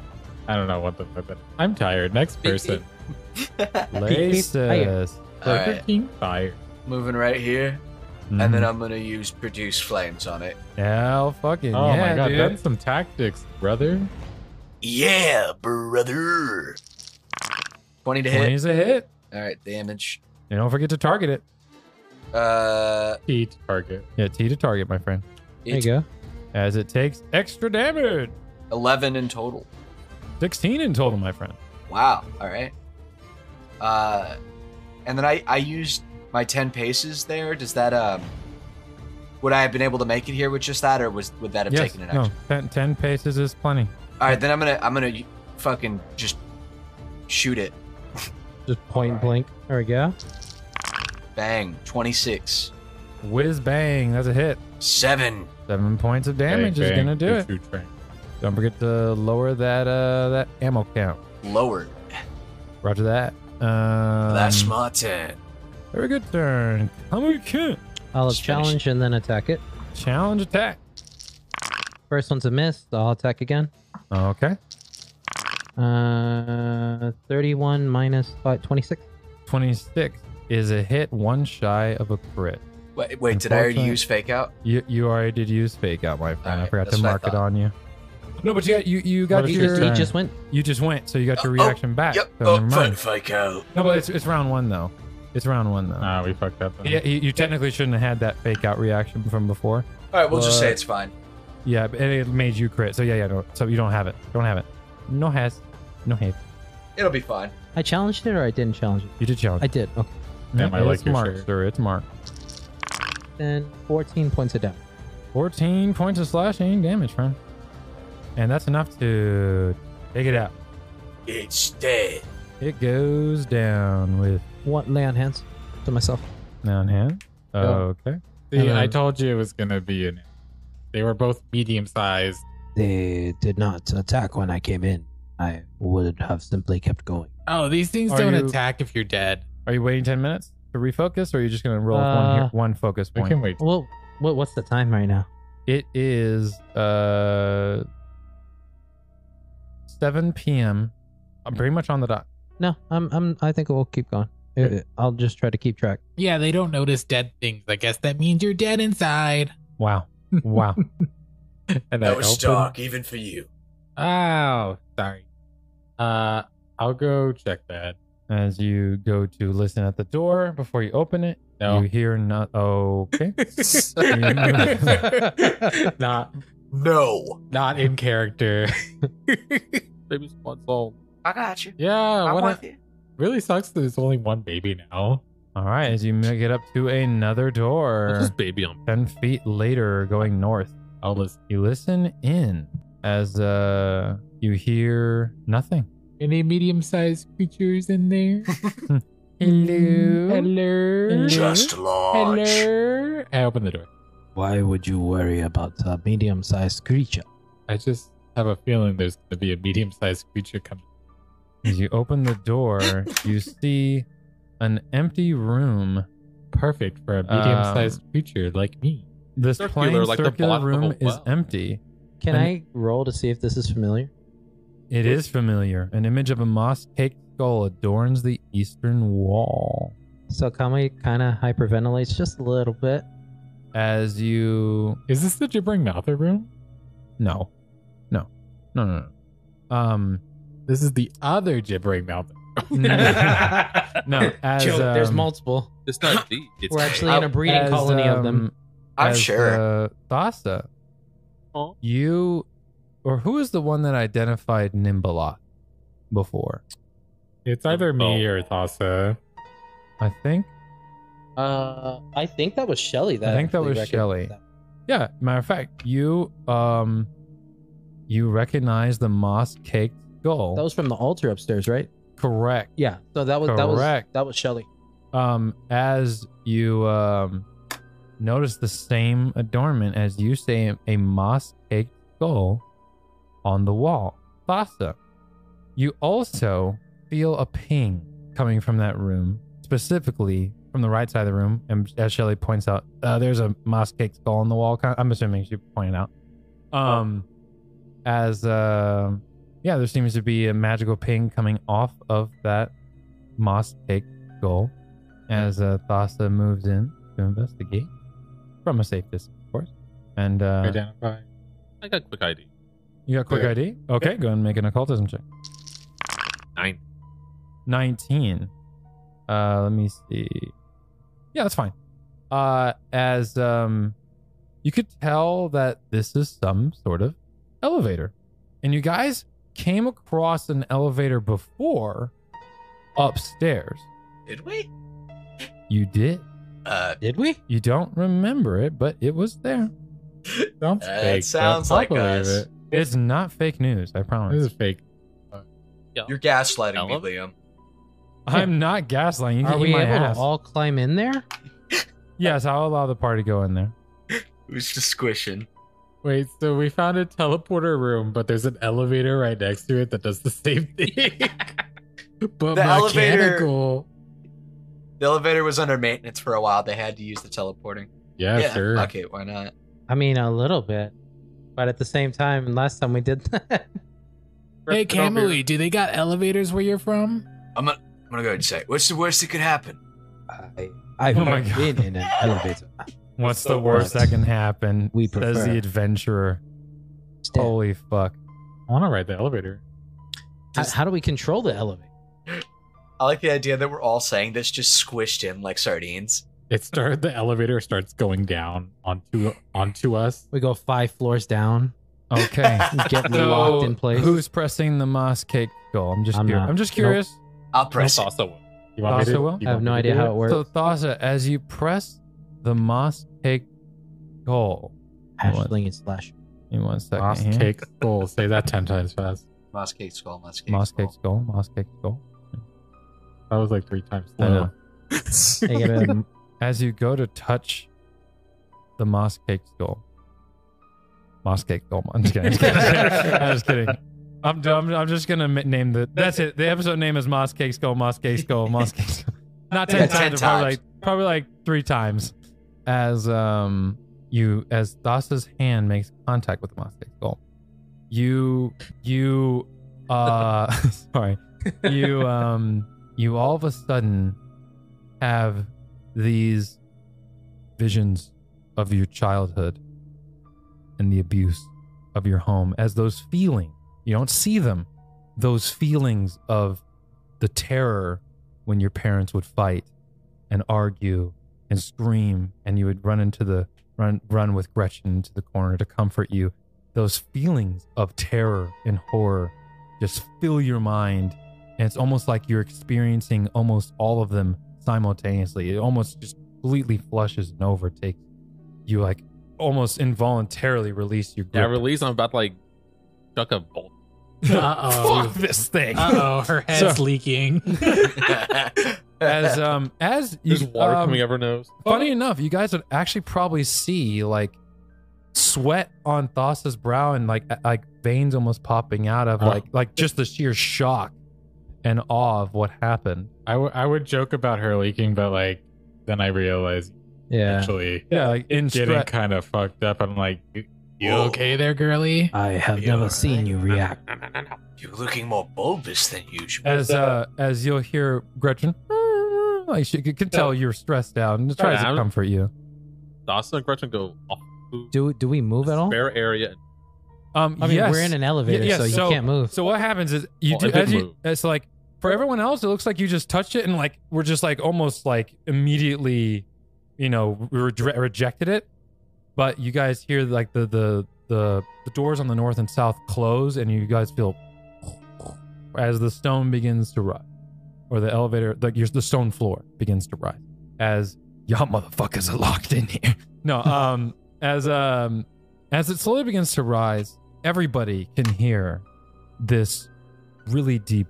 [SPEAKER 2] I don't know what the fuck. That, I'm tired. Next person.
[SPEAKER 1] Laces.
[SPEAKER 7] All right,
[SPEAKER 2] Fucking fire.
[SPEAKER 7] moving right here, and then I'm gonna use produce flames on it.
[SPEAKER 1] Hell fucking
[SPEAKER 2] Oh
[SPEAKER 1] yeah,
[SPEAKER 2] my god,
[SPEAKER 1] dude.
[SPEAKER 2] that's some tactics, brother.
[SPEAKER 7] Yeah, brother. Twenty
[SPEAKER 1] 20
[SPEAKER 7] to hit.
[SPEAKER 1] is a hit.
[SPEAKER 7] All right, damage.
[SPEAKER 1] And don't forget to target it.
[SPEAKER 7] Uh,
[SPEAKER 2] Key target.
[SPEAKER 1] Yeah, T to target, my friend.
[SPEAKER 4] There you
[SPEAKER 7] it's
[SPEAKER 4] go.
[SPEAKER 1] As it takes extra damage.
[SPEAKER 7] eleven in total.
[SPEAKER 1] 16 in total, my friend.
[SPEAKER 7] Wow. All right. Uh, and then I I used my ten paces there. Does that um, would I have been able to make it here with just that, or was would that have
[SPEAKER 1] yes,
[SPEAKER 7] taken an
[SPEAKER 1] no,
[SPEAKER 7] action?
[SPEAKER 1] 10, 10 paces is plenty.
[SPEAKER 7] All right, then I'm gonna I'm gonna fucking just shoot it.
[SPEAKER 4] Just point blank. There we go.
[SPEAKER 7] Bang. Twenty six.
[SPEAKER 1] Whiz bang, that's a hit.
[SPEAKER 7] Seven.
[SPEAKER 1] Seven points of damage
[SPEAKER 2] Bang,
[SPEAKER 1] is
[SPEAKER 2] bang,
[SPEAKER 1] gonna do it.
[SPEAKER 2] two train.
[SPEAKER 1] Don't forget to lower that uh that ammo count.
[SPEAKER 7] Lowered.
[SPEAKER 1] Roger that. Um,
[SPEAKER 7] That's my ten.
[SPEAKER 1] Very good turn. Kamuken.
[SPEAKER 4] I'll
[SPEAKER 7] Just finish.
[SPEAKER 4] challenge and then attack it.
[SPEAKER 1] Challenge attack.
[SPEAKER 4] First one's a miss. so I'll attack again.
[SPEAKER 1] Okay.
[SPEAKER 4] Uh, 31 minus five, 26.
[SPEAKER 1] 26 is a hit, one shy of a crit.
[SPEAKER 7] Wait, wait did I already
[SPEAKER 1] Unfortunately-
[SPEAKER 7] use fake out?
[SPEAKER 1] You, you already did use fake out, my friend. I
[SPEAKER 7] Alright,
[SPEAKER 1] forgot to
[SPEAKER 7] that's what I
[SPEAKER 1] mark it
[SPEAKER 7] thought.
[SPEAKER 1] on you. No, but you got you, you got
[SPEAKER 2] What is
[SPEAKER 4] He
[SPEAKER 1] your
[SPEAKER 2] your
[SPEAKER 4] just, he
[SPEAKER 2] turn?
[SPEAKER 4] just went.
[SPEAKER 1] you just went, so you got your
[SPEAKER 7] Oh, oh,
[SPEAKER 1] reaction back.
[SPEAKER 7] Yep.
[SPEAKER 1] Ah, So
[SPEAKER 7] oh,
[SPEAKER 1] never
[SPEAKER 7] fine,
[SPEAKER 1] mind.
[SPEAKER 7] fake out.
[SPEAKER 1] No, but it's, it's round one though. It's round one though.
[SPEAKER 2] Ah, we fucked up.
[SPEAKER 1] yeah, you, you technically shouldn't have had that fake out reaction from before.
[SPEAKER 7] All right, we'll just say
[SPEAKER 1] What?
[SPEAKER 7] it's fine.
[SPEAKER 1] Yeah, but it made you crit. So yeah, yeah. No, so you don't have it. Don't have it. No has. No hate.
[SPEAKER 7] It'll be fine.
[SPEAKER 4] I challenged it or I didn't challenge it?
[SPEAKER 1] You did challenge.
[SPEAKER 4] I did. Okay.
[SPEAKER 2] Damn, I like
[SPEAKER 1] it's
[SPEAKER 2] your
[SPEAKER 1] marked,
[SPEAKER 2] shirt.
[SPEAKER 1] sir. It's marked.
[SPEAKER 4] Then 14 points of damage.
[SPEAKER 1] 14 points of slashing damage, friend. And that's enough to take it out.
[SPEAKER 7] It's dead.
[SPEAKER 1] It goes down with
[SPEAKER 4] What? Lay on hands to myself.
[SPEAKER 1] down hand. Okay.
[SPEAKER 2] See,
[SPEAKER 1] Hello.
[SPEAKER 2] I told you it was gonna be an. They were both medium sized.
[SPEAKER 4] They did not attack when I came in. I would have simply kept going.
[SPEAKER 6] Oh, these things
[SPEAKER 1] Are
[SPEAKER 6] don't
[SPEAKER 1] you-
[SPEAKER 6] attack if you're dead.
[SPEAKER 1] Are you waiting 10 minutes to refocus, or are you just going to roll with one,
[SPEAKER 4] Uh,
[SPEAKER 1] hit- one focus
[SPEAKER 2] We
[SPEAKER 1] point?
[SPEAKER 2] can wait.
[SPEAKER 4] Well, what what's the time right now?
[SPEAKER 1] It is uh 7 p.m. I'm pretty much on the dot.
[SPEAKER 4] No, I'm I'm I think we'll keep going. It- it- I'll just try to keep track.
[SPEAKER 6] Yeah, they don't notice dead things. I guess that means you're dead inside.
[SPEAKER 1] Wow. Wow.
[SPEAKER 2] And I
[SPEAKER 7] That was
[SPEAKER 2] open-
[SPEAKER 7] dark, even for you.
[SPEAKER 2] Oh, sorry. Uh, I'll go check that.
[SPEAKER 1] As you go to listen at the door before you open it,
[SPEAKER 2] No,
[SPEAKER 1] you hear not okay.
[SPEAKER 2] not
[SPEAKER 7] No.
[SPEAKER 2] not in character.
[SPEAKER 5] Baby Swan's all.
[SPEAKER 7] I got you.
[SPEAKER 2] yeah,
[SPEAKER 7] I'm
[SPEAKER 2] what
[SPEAKER 7] with you.
[SPEAKER 2] really sucks that there's only one baby now.
[SPEAKER 1] All right, as you make it up to another
[SPEAKER 5] This
[SPEAKER 1] door,
[SPEAKER 5] baby on.
[SPEAKER 1] 10 feet later going north,
[SPEAKER 2] I'll listen.
[SPEAKER 1] you listen in as uh you hear nothing.
[SPEAKER 6] Any medium sized creatures in there?
[SPEAKER 1] Hello.
[SPEAKER 6] Hello.
[SPEAKER 7] Just launch.
[SPEAKER 6] Hello.
[SPEAKER 2] I open the door.
[SPEAKER 4] Why would you worry about a medium-sized creature?
[SPEAKER 2] I just have a feeling there's gonna be a medium-sized creature coming.
[SPEAKER 1] As you open the door, you see an empty room.
[SPEAKER 2] Perfect for a
[SPEAKER 7] Um.
[SPEAKER 2] medium-sized creature like me.
[SPEAKER 1] This
[SPEAKER 5] Circular,
[SPEAKER 1] plain
[SPEAKER 5] like the
[SPEAKER 1] circular
[SPEAKER 5] bottom of a
[SPEAKER 1] room is
[SPEAKER 5] well.
[SPEAKER 1] empty.
[SPEAKER 4] Can
[SPEAKER 1] And-
[SPEAKER 4] I roll to see if this is familiar?
[SPEAKER 1] It is familiar. An image of a moss-caked skull adorns the eastern wall.
[SPEAKER 4] So Kami kind of hyperventilates just a little bit.
[SPEAKER 1] As you
[SPEAKER 2] Is this the gibbering mouther room?
[SPEAKER 1] no, no, no, no, no. Um,
[SPEAKER 2] This is the other gibbering mouther.
[SPEAKER 4] Mm-hmm.
[SPEAKER 1] no. As
[SPEAKER 4] Joe, there's
[SPEAKER 1] um,
[SPEAKER 4] multiple.
[SPEAKER 5] It's not deep. It's
[SPEAKER 4] We're actually in a breeding
[SPEAKER 1] as,
[SPEAKER 4] colony of them.
[SPEAKER 1] um,
[SPEAKER 7] I'm
[SPEAKER 1] as,
[SPEAKER 7] sure.
[SPEAKER 1] Uh, Thassa,
[SPEAKER 5] Huh?
[SPEAKER 1] you or who is the one that identified Nimbaloth before?
[SPEAKER 2] It's either me
[SPEAKER 7] Oh.
[SPEAKER 2] or Thassa.
[SPEAKER 1] I think.
[SPEAKER 4] Uh, I think that was Shelly. That
[SPEAKER 1] I think that
[SPEAKER 4] actually
[SPEAKER 1] was
[SPEAKER 4] recognized
[SPEAKER 1] Shelley.
[SPEAKER 4] that.
[SPEAKER 1] Yeah, matter of fact, you um you recognize the moss caked skull.
[SPEAKER 4] That was from the altar upstairs, right?
[SPEAKER 1] correct.
[SPEAKER 4] Yeah. So that was that was
[SPEAKER 1] Correct.
[SPEAKER 4] that was Shelly.
[SPEAKER 1] Um as you um notice the same adornment as you say a moss caked skull on the wall. Thassa, you also feel a ping coming from that room, specifically from the right side of the room. And as Shelly points out, uh, there's a moss caked skull on the wall. Kind- I'm assuming she pointed out. Um, as uh, yeah, there seems to be a magical ping coming off of that moss caked skull as uh, Thassa moves in to investigate from a safe distance, of course. And uh,
[SPEAKER 2] Identify.
[SPEAKER 5] I got quick ID.
[SPEAKER 1] you got quick
[SPEAKER 2] Yeah.
[SPEAKER 1] ID? Okay, go ahead and make an occultism check.
[SPEAKER 5] Nine.
[SPEAKER 1] 19. Uh, let me see. Yeah, that's fine. Uh, as um, you could tell that this is some sort of elevator, and you guys came across an elevator before upstairs.
[SPEAKER 7] Did we?
[SPEAKER 1] You did.
[SPEAKER 7] Uh,
[SPEAKER 4] Did we?
[SPEAKER 1] You don't remember it, but it was there.
[SPEAKER 2] Sounds
[SPEAKER 7] That
[SPEAKER 2] fake, but
[SPEAKER 7] sounds
[SPEAKER 2] I'll
[SPEAKER 7] like
[SPEAKER 2] believe
[SPEAKER 7] us.
[SPEAKER 2] it.
[SPEAKER 1] It's not fake news. I
[SPEAKER 2] This
[SPEAKER 1] promise.
[SPEAKER 2] is fake.
[SPEAKER 7] you're gaslighting
[SPEAKER 5] Hello?
[SPEAKER 7] me, Liam.
[SPEAKER 1] I'm not gaslighting. You
[SPEAKER 4] Are
[SPEAKER 1] can eat
[SPEAKER 4] we
[SPEAKER 1] my
[SPEAKER 4] able
[SPEAKER 1] ass.
[SPEAKER 4] to all climb in there?
[SPEAKER 1] yes, I'll allow the party to go in there.
[SPEAKER 7] It was just squishing.
[SPEAKER 2] Wait, so we found a teleporter room, but there's an elevator right next to it that does the same thing. but
[SPEAKER 7] The elevator-
[SPEAKER 2] mechanical.
[SPEAKER 7] The elevator was under maintenance for a while. They had to use the teleporting.
[SPEAKER 2] Yeah, sure.
[SPEAKER 7] Fuck it, why not?
[SPEAKER 4] I mean, a little bit, but at the same time, last time we did that.
[SPEAKER 6] Hey,
[SPEAKER 5] Get over here.
[SPEAKER 6] Kamui, do they got elevators where you're from?
[SPEAKER 7] I'm gonna go ahead and say, it. what's the worst that could happen?
[SPEAKER 4] I, I've
[SPEAKER 1] Oh my God.
[SPEAKER 4] been in an elevator.
[SPEAKER 1] What's the worst that can happen?
[SPEAKER 4] We
[SPEAKER 1] says
[SPEAKER 4] prefer-
[SPEAKER 1] the adventurer. Holy fuck.
[SPEAKER 2] I want to ride the elevator.
[SPEAKER 4] How, how do we control the elevator?
[SPEAKER 7] I like the idea that we're all saying this just squished in like sardines.
[SPEAKER 2] It start the elevator starts going down onto onto us.
[SPEAKER 4] We go five floors down,
[SPEAKER 1] Okay.
[SPEAKER 4] get
[SPEAKER 1] So,
[SPEAKER 4] locked in place.
[SPEAKER 1] Who's pressing the moss cake goal? I'm just
[SPEAKER 4] I'm
[SPEAKER 1] curi-
[SPEAKER 4] not.
[SPEAKER 1] I'm just
[SPEAKER 4] Nope.
[SPEAKER 1] curious.
[SPEAKER 7] I'll press
[SPEAKER 5] No
[SPEAKER 7] it.
[SPEAKER 5] salsa one.
[SPEAKER 2] You want me to-
[SPEAKER 1] Thassa will?
[SPEAKER 2] you
[SPEAKER 4] I have
[SPEAKER 2] want
[SPEAKER 4] no
[SPEAKER 2] me to
[SPEAKER 4] idea
[SPEAKER 2] do
[SPEAKER 4] how it works.
[SPEAKER 1] So Thassa, as you press the moss cake goal,
[SPEAKER 4] Ashling and Slash.
[SPEAKER 1] give me one second.
[SPEAKER 2] Moss
[SPEAKER 1] here.
[SPEAKER 2] cake skull. Say that ten times fast.
[SPEAKER 7] Moss cake skull, moss cake
[SPEAKER 1] Moss
[SPEAKER 7] skull.
[SPEAKER 1] cake goal. Moss cake goal.
[SPEAKER 2] That was like three times.
[SPEAKER 1] I know.
[SPEAKER 2] slow.
[SPEAKER 4] They get a-
[SPEAKER 1] As you go to touch the moss cake skull, moss cake skull. I'm just kidding. I'm just kidding. I'm, just kidding. I'm, I'm, I'm just gonna ma- name the. That's it. The episode name is moss cake skull. Moss cake skull. Moss cake. Skull. not ten
[SPEAKER 7] Yeah,
[SPEAKER 1] times,
[SPEAKER 7] 10
[SPEAKER 1] but probably
[SPEAKER 7] times.
[SPEAKER 1] like probably like three times, as um you as Dasa's hand makes contact with the Mosaic skull, you you uh sorry you um you all of a sudden have these visions of your childhood and the abuse of your home as those feelings you don't see them those feelings of the terror when your parents would fight and argue and scream and you would run into the run run with Gretchen into the corner to comfort you those feelings of terror and horror just fill your mind and it's almost like you're experiencing almost all of them simultaneously it almost just completely flushes and overtakes you like almost involuntarily release your grip
[SPEAKER 5] Yeah, release. I'm about to like duck a bolt.
[SPEAKER 6] Uh-oh.
[SPEAKER 2] Oh.
[SPEAKER 1] fuck this thing
[SPEAKER 6] Uh-oh, her head's
[SPEAKER 1] So-
[SPEAKER 6] leaking.
[SPEAKER 1] as um as
[SPEAKER 5] There's water
[SPEAKER 1] um,
[SPEAKER 5] coming out of her nose.
[SPEAKER 1] Funny enough, you guys would actually probably see like sweat on Thassa's brow and like like veins almost popping out of
[SPEAKER 2] Huh.
[SPEAKER 1] like like just the sheer shock and awe of what happened.
[SPEAKER 2] I, w- I would joke about her leaking, but like then I realized
[SPEAKER 4] Yeah.
[SPEAKER 2] actually
[SPEAKER 1] Yeah, like in
[SPEAKER 2] getting
[SPEAKER 1] stre-
[SPEAKER 2] kind of fucked up. I'm like, you,
[SPEAKER 6] You okay there, girly?
[SPEAKER 4] I have
[SPEAKER 7] You never alright? seen
[SPEAKER 4] you react.
[SPEAKER 7] You're looking more bulbous than usual.
[SPEAKER 1] as uh as you'll hear Gretchen like she can tell you're stressed out and tries
[SPEAKER 5] Yeah,
[SPEAKER 1] to
[SPEAKER 5] I'm-
[SPEAKER 1] comfort you.
[SPEAKER 5] Dawson and Gretchen go off
[SPEAKER 4] Do do we move at all?
[SPEAKER 5] spare area.
[SPEAKER 1] Um
[SPEAKER 4] I mean,
[SPEAKER 1] yes.
[SPEAKER 4] we're in an elevator,
[SPEAKER 1] yeah,
[SPEAKER 4] so you
[SPEAKER 1] so-
[SPEAKER 4] can't move.
[SPEAKER 1] So what happens is you
[SPEAKER 5] Well,
[SPEAKER 1] do
[SPEAKER 5] it did
[SPEAKER 1] as you
[SPEAKER 5] move.
[SPEAKER 1] it's like for everyone else, it looks like you just touched it and like we're just like almost like immediately, you know, we re- rejected it. But you guys hear like the the the the doors on the north and south close, and you guys feel as the stone begins to rise, or the elevator, like your the stone floor begins to rise as y'all motherfuckers are locked in here. No, um, as um, as it slowly begins to rise, everybody can hear this really deep,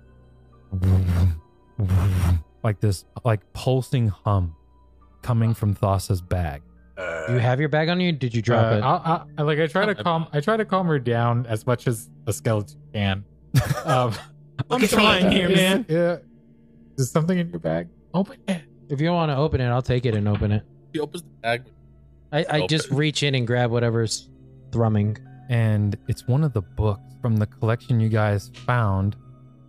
[SPEAKER 1] like this, like pulsing hum coming from Thassa's bag.
[SPEAKER 7] Uh,
[SPEAKER 4] do you have your bag on you? or Did you drop
[SPEAKER 2] Uh,
[SPEAKER 4] it?
[SPEAKER 2] I'll, i like I try
[SPEAKER 6] Oh,
[SPEAKER 2] to calm I try to calm her down as much as a skeleton can. Um,
[SPEAKER 6] I'm trying here,
[SPEAKER 2] is-
[SPEAKER 6] man.
[SPEAKER 2] Yeah, is something in your bag? Open it.
[SPEAKER 4] If you want to open it, I'll take it and open it.
[SPEAKER 5] She opens the bag.
[SPEAKER 4] I, I
[SPEAKER 5] Open.
[SPEAKER 4] just reach in and grab whatever's thrumming.
[SPEAKER 1] and it's one of the books from the collection you guys found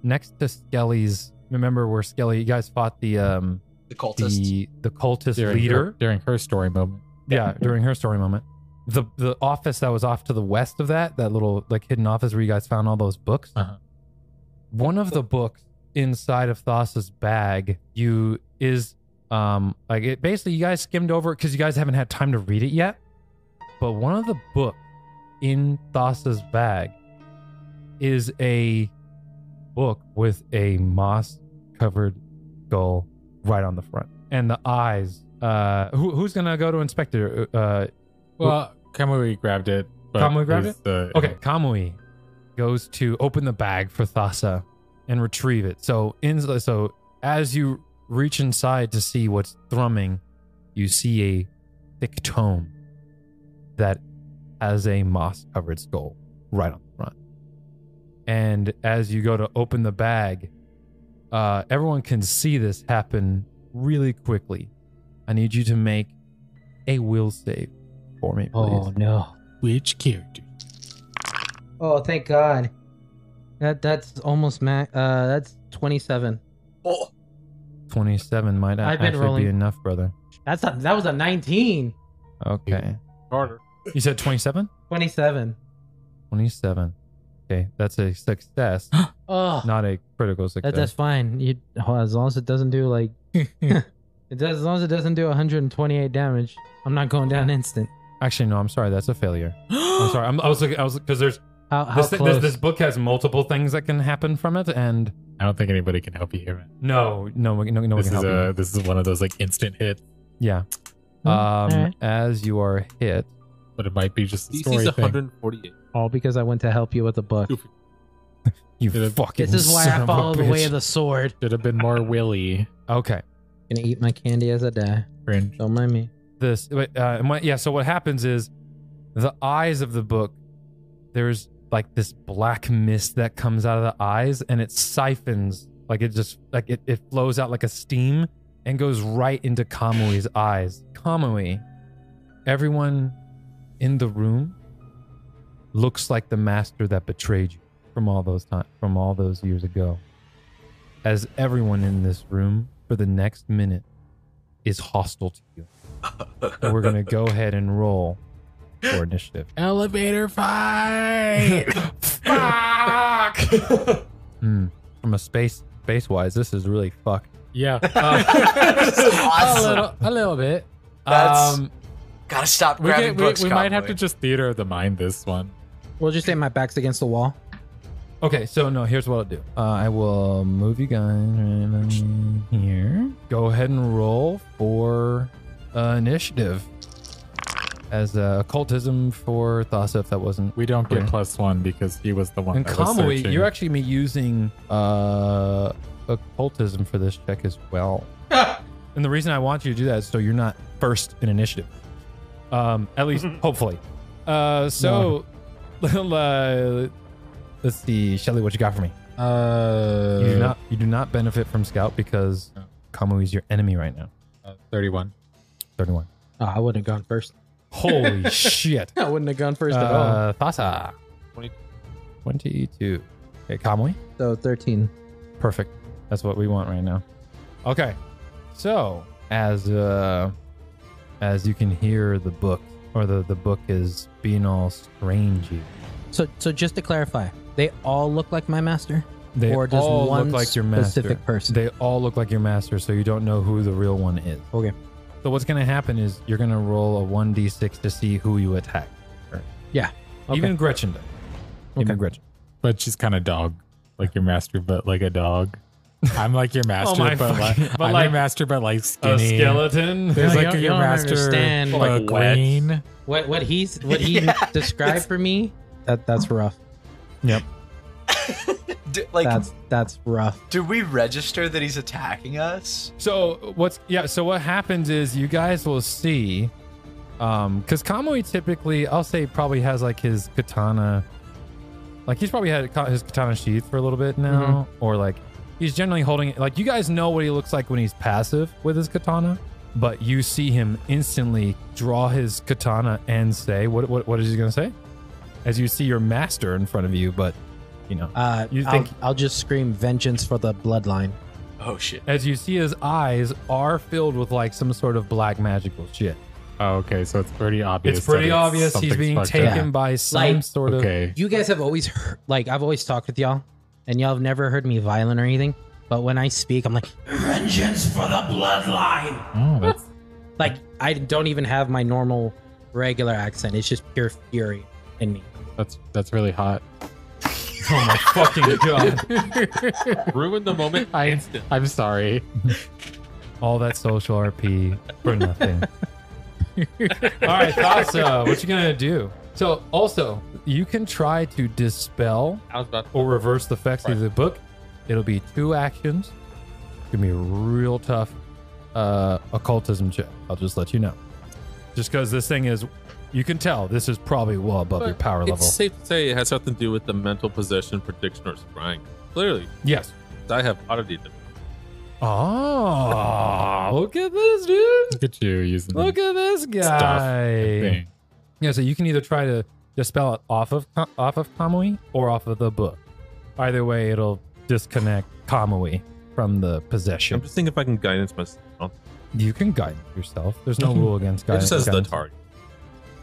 [SPEAKER 1] next to Skelly's. Remember where Skelly? You guys fought the um
[SPEAKER 7] the cultist?
[SPEAKER 1] the the cultist
[SPEAKER 2] During
[SPEAKER 1] leader.
[SPEAKER 2] her, during her story moment.
[SPEAKER 1] yeah, during her story moment. The the office that was off to the west of that, that little like hidden office where you guys found all those books.
[SPEAKER 2] Uh-huh.
[SPEAKER 1] One of the books inside of Thassa's bag, you is um like it basically you guys skimmed over it because you guys haven't had time to read it yet. But one of the book in Thassa's bag is a book with a moss covered skull right on the front and the eyes. Uh, who, who's gonna go to inspect it? Uh,
[SPEAKER 2] Well, Kamui grabbed it. but
[SPEAKER 1] Kamui grabbed
[SPEAKER 2] he's the-
[SPEAKER 1] okay, Kamui goes to open the bag for Thassa and retrieve it. So in so as you reach inside to see what's thrumming, you see a thick tome that has a moss covered skull right on the front. And as you go to open the bag, uh, everyone can see this happen really quickly. I need you to make a will save for me, please.
[SPEAKER 4] Oh, no!
[SPEAKER 6] Which character?
[SPEAKER 4] Oh, thank God. That that's almost ma- uh that's 27.
[SPEAKER 7] Oh,
[SPEAKER 1] 27 might
[SPEAKER 4] I've been
[SPEAKER 1] actually
[SPEAKER 4] rolling.
[SPEAKER 1] be enough, brother.
[SPEAKER 4] That's a, that was a 19.
[SPEAKER 1] Okay.
[SPEAKER 5] Carter.
[SPEAKER 1] You said 27?
[SPEAKER 4] 27.
[SPEAKER 1] 27. Okay, that's a success,
[SPEAKER 4] Oh.
[SPEAKER 1] not a critical
[SPEAKER 4] That,
[SPEAKER 1] success.
[SPEAKER 4] that's fine. You oh, as long as it doesn't do like it does, as long as it doesn't do 128 damage, I'm not going down instant.
[SPEAKER 1] actually no, I'm sorry, that's a failure. I'm sorry. I'm, I was looking I was cuz there's
[SPEAKER 4] How how
[SPEAKER 1] this, thi-
[SPEAKER 4] close?
[SPEAKER 1] this this book has multiple things that can happen from it and
[SPEAKER 2] I don't think anybody can help you here, man.
[SPEAKER 1] no, no, no, no, one
[SPEAKER 2] this
[SPEAKER 1] can
[SPEAKER 2] is
[SPEAKER 1] help
[SPEAKER 2] a
[SPEAKER 1] you.
[SPEAKER 2] this is one of those like instant hits,
[SPEAKER 1] Yeah.
[SPEAKER 4] Hmm,
[SPEAKER 1] Um
[SPEAKER 4] alright.
[SPEAKER 1] as you are hit,
[SPEAKER 2] but it might be just a
[SPEAKER 5] DC's
[SPEAKER 2] story thing.
[SPEAKER 5] 148.
[SPEAKER 4] All because I went to help you with the book.
[SPEAKER 5] Stupid.
[SPEAKER 1] you
[SPEAKER 2] Did it-
[SPEAKER 1] fucking
[SPEAKER 4] This is why
[SPEAKER 1] son
[SPEAKER 4] I
[SPEAKER 1] of a
[SPEAKER 4] follow the way
[SPEAKER 1] bitch.
[SPEAKER 4] of the sword.
[SPEAKER 2] Should have been more Willy
[SPEAKER 1] Okay.
[SPEAKER 4] Gonna eat my candy as I die.
[SPEAKER 2] cringe.
[SPEAKER 4] Don't mind me.
[SPEAKER 1] this uh, and what- yeah so what happens is the eyes of the book there's like this black mist that comes out of the eyes and it siphons like it just like it, it flows out like a steam and goes right into Kamui's eyes. Kamui, everyone in the room looks like the master that betrayed you from all those time from all those years ago. As everyone in this room for the next minute is hostile to you. So we're gonna go ahead and roll for initiative.
[SPEAKER 6] Elevator fight.
[SPEAKER 1] Hmm. From a space space wise, this is really fucked.
[SPEAKER 2] Yeah. uh,
[SPEAKER 7] That's
[SPEAKER 6] a
[SPEAKER 2] Oh,
[SPEAKER 7] awesome.
[SPEAKER 6] little, a little bit.
[SPEAKER 7] That's-
[SPEAKER 1] Um,
[SPEAKER 7] Gotta stop
[SPEAKER 2] we
[SPEAKER 7] grabbing
[SPEAKER 2] get, we,
[SPEAKER 7] books.
[SPEAKER 2] we might have
[SPEAKER 7] Conway.
[SPEAKER 2] to just theater of the mind this one.
[SPEAKER 4] We'll just say my back's against the wall.
[SPEAKER 1] Okay, so no, here's what I'll do. Uh, I will move you guys right here. Go ahead and roll for uh, initiative as uh, occultism for Thasef. That wasn't.
[SPEAKER 2] We don't get
[SPEAKER 1] Okay.
[SPEAKER 2] plus one because he was the one.
[SPEAKER 1] And
[SPEAKER 2] that was
[SPEAKER 1] Kamui,
[SPEAKER 2] searching.
[SPEAKER 1] you're actually me using uh, occultism for this check as well. and the reason I want you to do that is so you're not first in initiative. Um, at least hopefully. Uh, so uh, let's see, Shelly, what you got for me?
[SPEAKER 2] uh,
[SPEAKER 1] You do not you do not benefit from scout because
[SPEAKER 2] No.
[SPEAKER 1] Kamui is your enemy right now.
[SPEAKER 2] uh, thirty-one.
[SPEAKER 1] 31.
[SPEAKER 4] Oh, I wouldn't have gone first.
[SPEAKER 1] Holy shit.
[SPEAKER 4] I wouldn't have gone first at all.
[SPEAKER 1] Uh, Thassa. 22. Okay, Kamui.
[SPEAKER 4] So 13.
[SPEAKER 1] Perfect. That's what we want right now. Okay. So, as uh as you can hear the book or the the book is being all strange.
[SPEAKER 4] So, so just to clarify, they all look like my master,
[SPEAKER 1] They
[SPEAKER 4] or does
[SPEAKER 1] all
[SPEAKER 4] one
[SPEAKER 1] look like your master.
[SPEAKER 4] specific person?
[SPEAKER 1] They all look like your master, so you don't know who the real one is.
[SPEAKER 4] Okay.
[SPEAKER 1] So what's gonna happen is you're gonna roll a one d six to see who you attack.
[SPEAKER 4] Yeah.
[SPEAKER 1] Even Gretchen does. Even
[SPEAKER 4] Okay.
[SPEAKER 1] Gretchen.
[SPEAKER 2] But she's kind of dog, like your master, but like a dog. I'm like your master,
[SPEAKER 1] Oh my
[SPEAKER 2] but like,
[SPEAKER 1] fucking- but
[SPEAKER 2] I'm
[SPEAKER 1] like
[SPEAKER 2] your master, but like skinny.
[SPEAKER 1] skeleton.
[SPEAKER 2] There's
[SPEAKER 6] No, you
[SPEAKER 2] like
[SPEAKER 6] don't- you
[SPEAKER 2] your
[SPEAKER 6] don't
[SPEAKER 2] master,
[SPEAKER 4] understand.
[SPEAKER 2] like,
[SPEAKER 6] Like wet.
[SPEAKER 2] green.
[SPEAKER 4] What what he's what he described for me? That that's rough.
[SPEAKER 7] Do, like,
[SPEAKER 4] that's that's rough.
[SPEAKER 7] do we register that he's attacking us?
[SPEAKER 1] So what's yeah? So what happens is you guys will see, um, because Kamui typically, I'll say, probably has like his katana, like he's probably had ca- his katana sheath for a little bit now, or like he's generally holding it. Like you guys know what he looks like when he's passive with his katana, but you see him instantly draw his katana and say, "What? What? What is he gonna say?" As you see your master in front of you, but you know,
[SPEAKER 4] Uh,
[SPEAKER 1] You
[SPEAKER 4] I'll-
[SPEAKER 1] think-
[SPEAKER 4] I'll, just scream vengeance for the bloodline.
[SPEAKER 7] Oh shit.
[SPEAKER 1] as you see his eyes are filled with like some sort of black magical shit.
[SPEAKER 2] Oh, okay, so it's pretty obvious.
[SPEAKER 1] It's pretty
[SPEAKER 2] that
[SPEAKER 1] obvious he's
[SPEAKER 2] something's
[SPEAKER 1] being
[SPEAKER 2] fucked
[SPEAKER 1] taken
[SPEAKER 2] up.
[SPEAKER 1] by some
[SPEAKER 4] Like-
[SPEAKER 1] sort of.
[SPEAKER 2] Okay,
[SPEAKER 4] You guys have always heard, like I've always talked with y'all, and y'all have never heard me violent or anything. But when I speak, I'm like vengeance for the bloodline.
[SPEAKER 2] oh, that's
[SPEAKER 4] Like I don't even have my normal regular accent. It's just pure fury in me.
[SPEAKER 2] that's that's really hot.
[SPEAKER 1] Oh my fucking god!
[SPEAKER 5] Ruin the moment.
[SPEAKER 2] I I'm sorry.
[SPEAKER 1] All that social RP for nothing. All right, Thassa, what you gonna do? So also, you can try to dispel
[SPEAKER 5] I was about to-
[SPEAKER 1] or reverse the effects of the book. It'll be two actions. It's gonna be a real tough uh, occultism check. I'll just let you know. Just because this thing is, you can tell this is probably well above your power
[SPEAKER 5] it's
[SPEAKER 1] level.
[SPEAKER 5] safe to say it has something to do with the mental possession, prediction, or scrying. Clearly,
[SPEAKER 1] yes.
[SPEAKER 5] I have oddity. to-
[SPEAKER 1] Oh, look at this, dude.
[SPEAKER 2] Look at you using
[SPEAKER 1] Look at this guy.
[SPEAKER 2] thing.
[SPEAKER 1] Yeah, so you can either try to dispel it off of Ka- off of Kamui or off of the book. Either way, it'll disconnect Kamui from the
[SPEAKER 5] I'm
[SPEAKER 1] possession.
[SPEAKER 5] just thinking if I can guidance myself.
[SPEAKER 1] You can guide yourself. There's no rule against
[SPEAKER 5] It
[SPEAKER 1] guidance.
[SPEAKER 5] just says the
[SPEAKER 1] guidance.
[SPEAKER 5] target.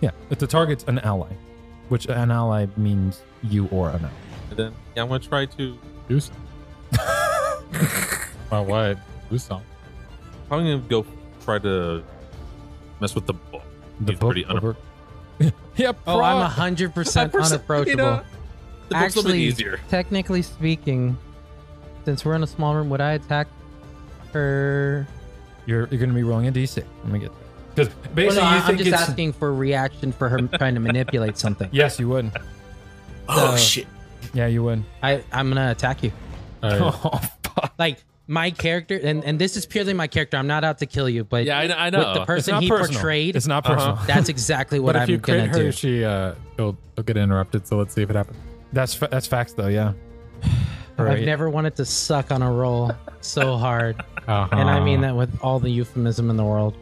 [SPEAKER 1] Yeah, if the target's an ally, which an ally means you or an ally.
[SPEAKER 5] And then yeah, I'm gonna try to.
[SPEAKER 2] Do something. well, what? Do something.
[SPEAKER 5] I'm gonna go try to mess with the book.
[SPEAKER 1] The
[SPEAKER 5] He's
[SPEAKER 1] book
[SPEAKER 5] pretty unapp-
[SPEAKER 1] over. yeah,
[SPEAKER 4] Oh,
[SPEAKER 1] pro-
[SPEAKER 4] I'm hundred percent unapproachable.
[SPEAKER 5] The book's a little bit
[SPEAKER 4] Actually-
[SPEAKER 5] easier.
[SPEAKER 4] Technically speaking, since we're in a small room, would I attack her?
[SPEAKER 1] you're you're gonna be rolling a d6. Let me get there. Because
[SPEAKER 4] Well,
[SPEAKER 1] basically,
[SPEAKER 4] no, I-
[SPEAKER 1] you
[SPEAKER 4] I'm
[SPEAKER 1] think
[SPEAKER 4] just
[SPEAKER 1] it's
[SPEAKER 4] asking for a reaction for her trying to manipulate something.
[SPEAKER 1] yes, you would.
[SPEAKER 7] Oh
[SPEAKER 4] Uh,
[SPEAKER 7] shit.
[SPEAKER 1] Yeah, you would.
[SPEAKER 4] I, I'm gonna attack you.
[SPEAKER 1] Oh,
[SPEAKER 2] Alright.
[SPEAKER 4] Like my character, and, and this is purely my character. I'm not out to kill you, but
[SPEAKER 5] Yeah, I, kn- I
[SPEAKER 4] with
[SPEAKER 5] know.
[SPEAKER 4] the person
[SPEAKER 1] not
[SPEAKER 4] he
[SPEAKER 1] personal.
[SPEAKER 4] portrayed,
[SPEAKER 1] It's not personal.
[SPEAKER 4] that's exactly what
[SPEAKER 2] but if
[SPEAKER 4] I'm
[SPEAKER 2] you
[SPEAKER 4] gonna
[SPEAKER 2] crit her,
[SPEAKER 4] do.
[SPEAKER 2] she uh, she'll, she'll get interrupted. So let's see if it happens.
[SPEAKER 1] That's fa- that's facts though. Yeah.
[SPEAKER 4] I've never wanted to suck on a roll so hard.
[SPEAKER 2] Uh-huh.
[SPEAKER 4] And I mean that with all the euphemism in the world.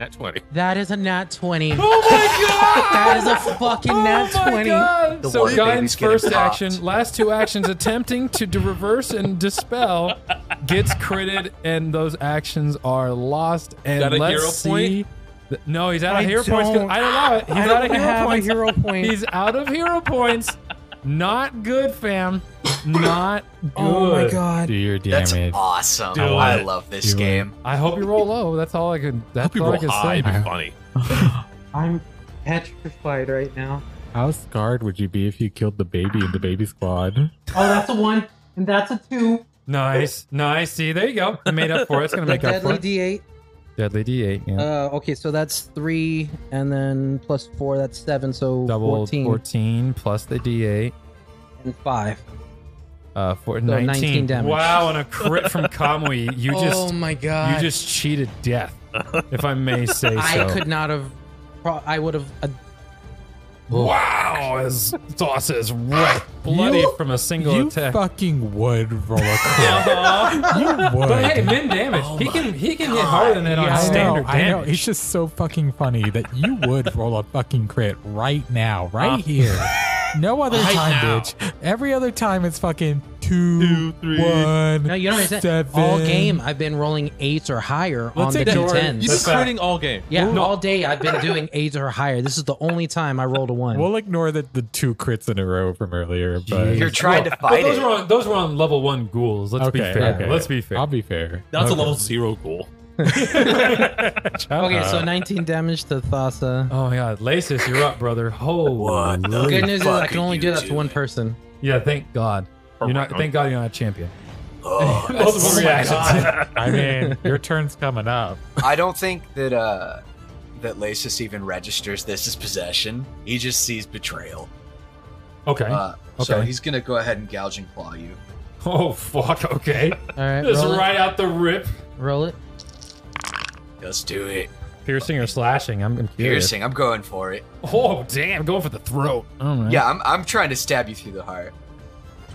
[SPEAKER 5] At 20.
[SPEAKER 4] That is a nat 20.
[SPEAKER 1] Oh my god!
[SPEAKER 4] that is a fucking nat 20.
[SPEAKER 7] The
[SPEAKER 1] So
[SPEAKER 7] water
[SPEAKER 1] Guy's
[SPEAKER 7] baby's getting
[SPEAKER 1] first
[SPEAKER 7] popped.
[SPEAKER 1] action, last two actions attempting to d- reverse and dispel, gets critted, and those actions are lost. And
[SPEAKER 5] Got a
[SPEAKER 1] let's
[SPEAKER 5] hero
[SPEAKER 1] see.
[SPEAKER 5] point?
[SPEAKER 1] th- no, he's out of
[SPEAKER 4] I
[SPEAKER 1] hero points. 'cause-
[SPEAKER 4] don't-
[SPEAKER 1] I allow it. He's
[SPEAKER 4] I
[SPEAKER 1] out of
[SPEAKER 4] don't
[SPEAKER 1] hero
[SPEAKER 4] have a
[SPEAKER 1] points.
[SPEAKER 4] hero point.
[SPEAKER 1] He's out of hero points. Not good, fam. Not good.
[SPEAKER 4] oh my god.
[SPEAKER 2] Do your
[SPEAKER 7] That's
[SPEAKER 2] damage.
[SPEAKER 7] awesome. Oh,
[SPEAKER 2] Do
[SPEAKER 7] I
[SPEAKER 2] it.
[SPEAKER 7] love this
[SPEAKER 2] Do it.
[SPEAKER 7] game.
[SPEAKER 1] I hope you roll low. That's all I could. That's
[SPEAKER 5] Hope you
[SPEAKER 1] all I
[SPEAKER 5] roll
[SPEAKER 1] could
[SPEAKER 5] high. It'd
[SPEAKER 1] say.
[SPEAKER 5] be funny.
[SPEAKER 4] I'm petrified right now.
[SPEAKER 2] How scarred would you be if you killed the baby in the baby squad?
[SPEAKER 4] Oh, that's a one, and that's a two.
[SPEAKER 1] Nice, nice. See, there you go. I made up for it. It's gonna make up for
[SPEAKER 4] Deadly
[SPEAKER 1] it.
[SPEAKER 4] D8.
[SPEAKER 1] Deadly D8. Yeah.
[SPEAKER 4] Uh, okay, so that's three, and then plus four, that's seven, so
[SPEAKER 1] Double 14.
[SPEAKER 4] 14
[SPEAKER 1] plus the D8.
[SPEAKER 4] and five.
[SPEAKER 1] Uh, for 19.
[SPEAKER 4] 19 damage.
[SPEAKER 1] Wow, and a crit from Kamui. You
[SPEAKER 4] oh
[SPEAKER 1] just
[SPEAKER 4] my
[SPEAKER 1] you
[SPEAKER 4] god!
[SPEAKER 1] just cheated death, if I may say so.
[SPEAKER 4] I could not have. Pro- I would have. Uh,
[SPEAKER 1] Wow, his sauce is right bloody
[SPEAKER 2] You-
[SPEAKER 1] from a single
[SPEAKER 2] You
[SPEAKER 1] attack.
[SPEAKER 2] fucking would roll a crit.
[SPEAKER 1] Uh-huh.
[SPEAKER 2] you would.
[SPEAKER 1] But hey, min damage.
[SPEAKER 2] oh
[SPEAKER 1] he can he can hit harder than that on
[SPEAKER 2] I know,
[SPEAKER 1] standard
[SPEAKER 2] I know.
[SPEAKER 1] damage.
[SPEAKER 2] It's just so fucking funny that you would roll a fucking crit right now, right here. No other time, bitch. Every other time it's fucking two,
[SPEAKER 5] Two, three.
[SPEAKER 2] one,
[SPEAKER 4] no, you don't understand.
[SPEAKER 2] seven.
[SPEAKER 4] All game, I've been rolling eights or higher on
[SPEAKER 5] Let's
[SPEAKER 4] the
[SPEAKER 5] take that.
[SPEAKER 4] D10s.
[SPEAKER 5] You've been
[SPEAKER 1] That's fair.
[SPEAKER 5] critting all game.
[SPEAKER 4] yeah, all day I've been doing eights or higher. This is the only time I rolled a one.
[SPEAKER 2] We'll ignore the, the two crits in a row from earlier, but
[SPEAKER 7] You're trying to
[SPEAKER 1] But
[SPEAKER 7] fight
[SPEAKER 1] those
[SPEAKER 7] it.
[SPEAKER 1] were on those were on level one ghouls. Let's be
[SPEAKER 2] okay,
[SPEAKER 1] fair.
[SPEAKER 2] okay.
[SPEAKER 1] Let's be fair.
[SPEAKER 2] I'll be fair.
[SPEAKER 5] That's a
[SPEAKER 2] Okay.
[SPEAKER 5] level zero goal.
[SPEAKER 4] okay,
[SPEAKER 1] uh,
[SPEAKER 4] so 19 damage to Thassa.
[SPEAKER 1] oh my god, Lasis, you're up, brother. Holy
[SPEAKER 7] What the
[SPEAKER 4] Good news is I
[SPEAKER 7] Oh, fuck
[SPEAKER 4] can
[SPEAKER 7] are
[SPEAKER 4] only
[SPEAKER 7] you
[SPEAKER 4] do that to
[SPEAKER 7] doing?
[SPEAKER 4] one person.
[SPEAKER 1] Yeah, thank God. You're not. Thank God you're not a champion.
[SPEAKER 7] Oh,
[SPEAKER 1] Multiple reactions.
[SPEAKER 2] I mean, your turn's coming up.
[SPEAKER 7] I don't think that uh that Lasis even registers this as possession. He just sees betrayal.
[SPEAKER 1] Okay.
[SPEAKER 7] Uh, So
[SPEAKER 1] Okay.
[SPEAKER 7] he's gonna go ahead and gouge and claw you.
[SPEAKER 1] oh fuck. Okay.
[SPEAKER 4] All right,
[SPEAKER 1] Just
[SPEAKER 4] roll it.
[SPEAKER 1] right out the rip.
[SPEAKER 4] Roll it.
[SPEAKER 7] Let's do it.
[SPEAKER 1] Piercing or slashing? I'm, I'm curious.
[SPEAKER 7] Piercing. I'm going for it.
[SPEAKER 1] Oh damn! Going for the throat. All right.
[SPEAKER 7] Yeah, I'm, I'm trying to stab you through the heart.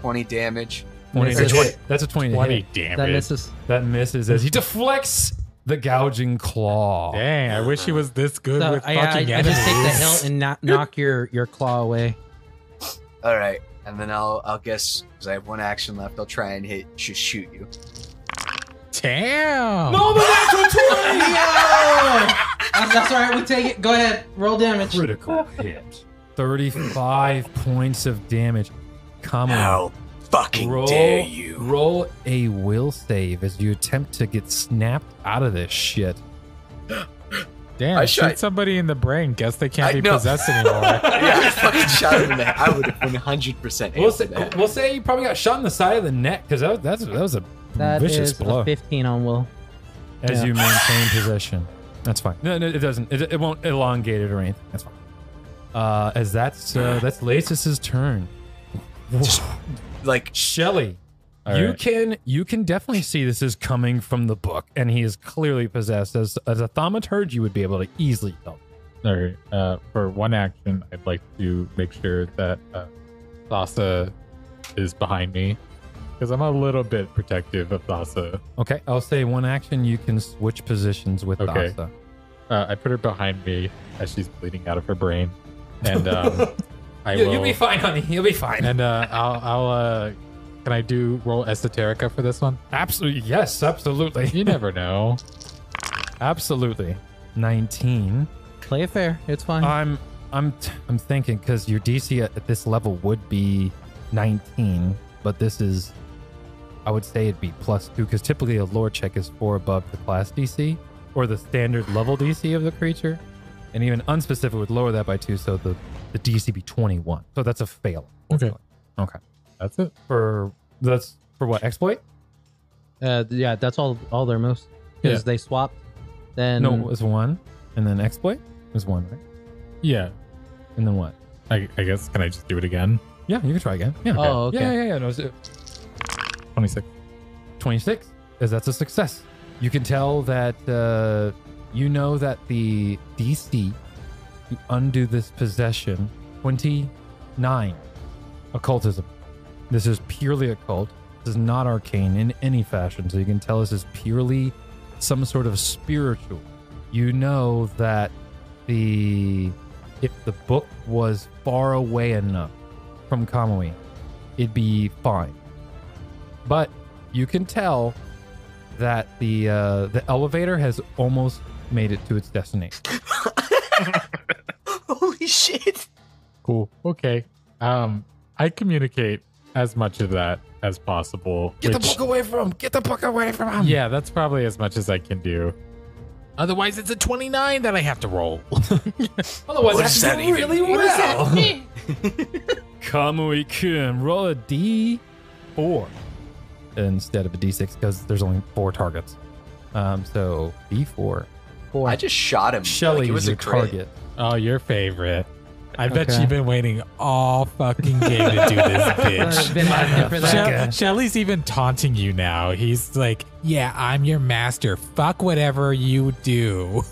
[SPEAKER 7] Twenty damage.
[SPEAKER 1] 20
[SPEAKER 4] That's
[SPEAKER 1] to
[SPEAKER 4] a
[SPEAKER 1] hit. That's a twenty. To hit.
[SPEAKER 2] damn
[SPEAKER 4] That misses.
[SPEAKER 1] That misses as he deflects the gouging claw.
[SPEAKER 2] Dang, I wish he was this good
[SPEAKER 4] So
[SPEAKER 2] with
[SPEAKER 4] I, I, I
[SPEAKER 2] fucking enemies.
[SPEAKER 4] just take the hill and not knock your, your claw away.
[SPEAKER 7] All right, and then I'll I'll guess because I have one action left. I'll try and hit just shoot you.
[SPEAKER 2] Damn.
[SPEAKER 1] No, the natural twenty.
[SPEAKER 4] Uh, That's all right. We take it. Go ahead. Roll damage.
[SPEAKER 1] Critical hit. Thirty-five points of damage. Come on.
[SPEAKER 7] How fucking
[SPEAKER 1] Roll,
[SPEAKER 7] dare you?
[SPEAKER 1] roll a will save as you attempt to get snapped out of this shit.
[SPEAKER 2] Damn,
[SPEAKER 7] I
[SPEAKER 2] shoot
[SPEAKER 7] shot-
[SPEAKER 2] somebody in the brain. Guess they can't
[SPEAKER 7] I
[SPEAKER 2] be
[SPEAKER 7] know.
[SPEAKER 2] possessed anymore.
[SPEAKER 7] yeah, I fucking shot him in the head. I would have one hundred percent.
[SPEAKER 1] We'll say, we'll say you probably got shot in the side of the neck because that, that's that was a
[SPEAKER 4] That is
[SPEAKER 1] vicious blow
[SPEAKER 4] a 15 on Will.
[SPEAKER 1] as
[SPEAKER 4] yeah.
[SPEAKER 1] you maintain possession. That's fine. No, no, it doesn't. It, it won't elongate it or anything. That's fine. Uh, as that's uh, that's Lacis's turn.
[SPEAKER 7] Like
[SPEAKER 1] Shelly,
[SPEAKER 2] All
[SPEAKER 1] you
[SPEAKER 2] right.
[SPEAKER 1] can you can definitely see this is coming from the book, and he is clearly possessed. As as a thaumaturge, you would be able to easily tell.
[SPEAKER 2] All right. Uh, for one action, I'd like to make sure that uh, Thassa is behind me because I'm a little bit protective of Thassa.
[SPEAKER 1] Okay, I'll say one action. You can switch positions with
[SPEAKER 2] Okay.
[SPEAKER 1] Asta.
[SPEAKER 2] Uh, I put her behind me as she's bleeding out of her brain, and um, I will.
[SPEAKER 1] fine, honey. You'll be fine.
[SPEAKER 2] and uh, I'll. I'll uh, can I do roll esoterica for this one?
[SPEAKER 1] Absolutely. Yes, absolutely.
[SPEAKER 2] You never know.
[SPEAKER 1] Absolutely. 19.
[SPEAKER 4] Play it fair. It's fine.
[SPEAKER 1] I'm I'm t- I'm thinking cuz your DC at, at this level would be 19, but this is I would say it'd be plus 2 cuz typically a lore check is 4 above the class DC or the standard level DC of the creature. And even unspecific would lower that by 2 so the the DC be 21. So that's a fail.
[SPEAKER 2] Okay.
[SPEAKER 1] Okay.
[SPEAKER 2] That's it.
[SPEAKER 1] For that's for what exploit?
[SPEAKER 4] uh, yeah, that's all all their moves. Because
[SPEAKER 2] Yeah.
[SPEAKER 4] they swapped. Then
[SPEAKER 1] no, it was 1 and then exploit was 1, right?
[SPEAKER 2] Yeah.
[SPEAKER 1] And then what?
[SPEAKER 2] I, I guess can I just do it again?
[SPEAKER 1] Yeah, you can try again. Yeah.
[SPEAKER 4] Oh, okay.
[SPEAKER 1] Yeah, yeah, yeah. No, it's-
[SPEAKER 2] Twenty six.
[SPEAKER 1] 26 is that's a success you can tell that uh, you know that the dc to undo this possession 29 occultism this is purely occult is not arcane in any fashion, so you can tell this is purely some sort of spiritual. You know that the if the book was far away enough from Kamui, it'd be fine. But you can tell that the uh, the elevator has almost made it to its destination.
[SPEAKER 7] Holy shit.
[SPEAKER 2] Cool. Okay. Um, I communicate as much of that as possible. which-
[SPEAKER 1] away from him! Get the book away from him!
[SPEAKER 2] yeah, that's probably as much as I can do.
[SPEAKER 6] Otherwise, it's a 29 that I have to roll.
[SPEAKER 7] What does that even mean?
[SPEAKER 1] Kamui Kim, roll a d4 instead of a d6 because there's only four targets. Um, so d4.
[SPEAKER 7] I just shot him.
[SPEAKER 1] Shelly
[SPEAKER 7] Like, it
[SPEAKER 1] is
[SPEAKER 7] was
[SPEAKER 1] your
[SPEAKER 7] a crit.
[SPEAKER 1] target.
[SPEAKER 2] Oh, your favorite.
[SPEAKER 6] I bet
[SPEAKER 1] Okay.
[SPEAKER 6] you've been waiting all fucking game to do this,
[SPEAKER 4] I've been asking for
[SPEAKER 6] bitch.
[SPEAKER 4] that.
[SPEAKER 6] Shell- Shelly's even taunting you now. He's like, "Yeah, I'm your master. Fuck whatever you do."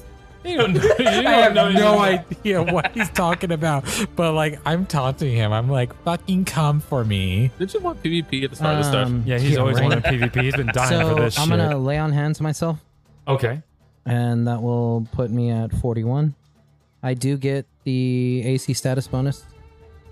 [SPEAKER 2] You don't know. You
[SPEAKER 6] I
[SPEAKER 2] don't
[SPEAKER 6] have
[SPEAKER 2] know
[SPEAKER 6] no
[SPEAKER 2] you-
[SPEAKER 6] idea what he's talking about, but like, I'm taunting him. I'm like, "Fucking come for me."
[SPEAKER 5] Did you want PvP at the start of the session?
[SPEAKER 4] Um,
[SPEAKER 1] Yeah, he's always
[SPEAKER 4] right.
[SPEAKER 1] wanted PvP. He's been dying
[SPEAKER 4] So
[SPEAKER 1] for this
[SPEAKER 4] I'm
[SPEAKER 1] shit.
[SPEAKER 4] gonna lay on hands myself,
[SPEAKER 1] Okay.
[SPEAKER 4] and that will put me at 41. I do get the AC status bonus.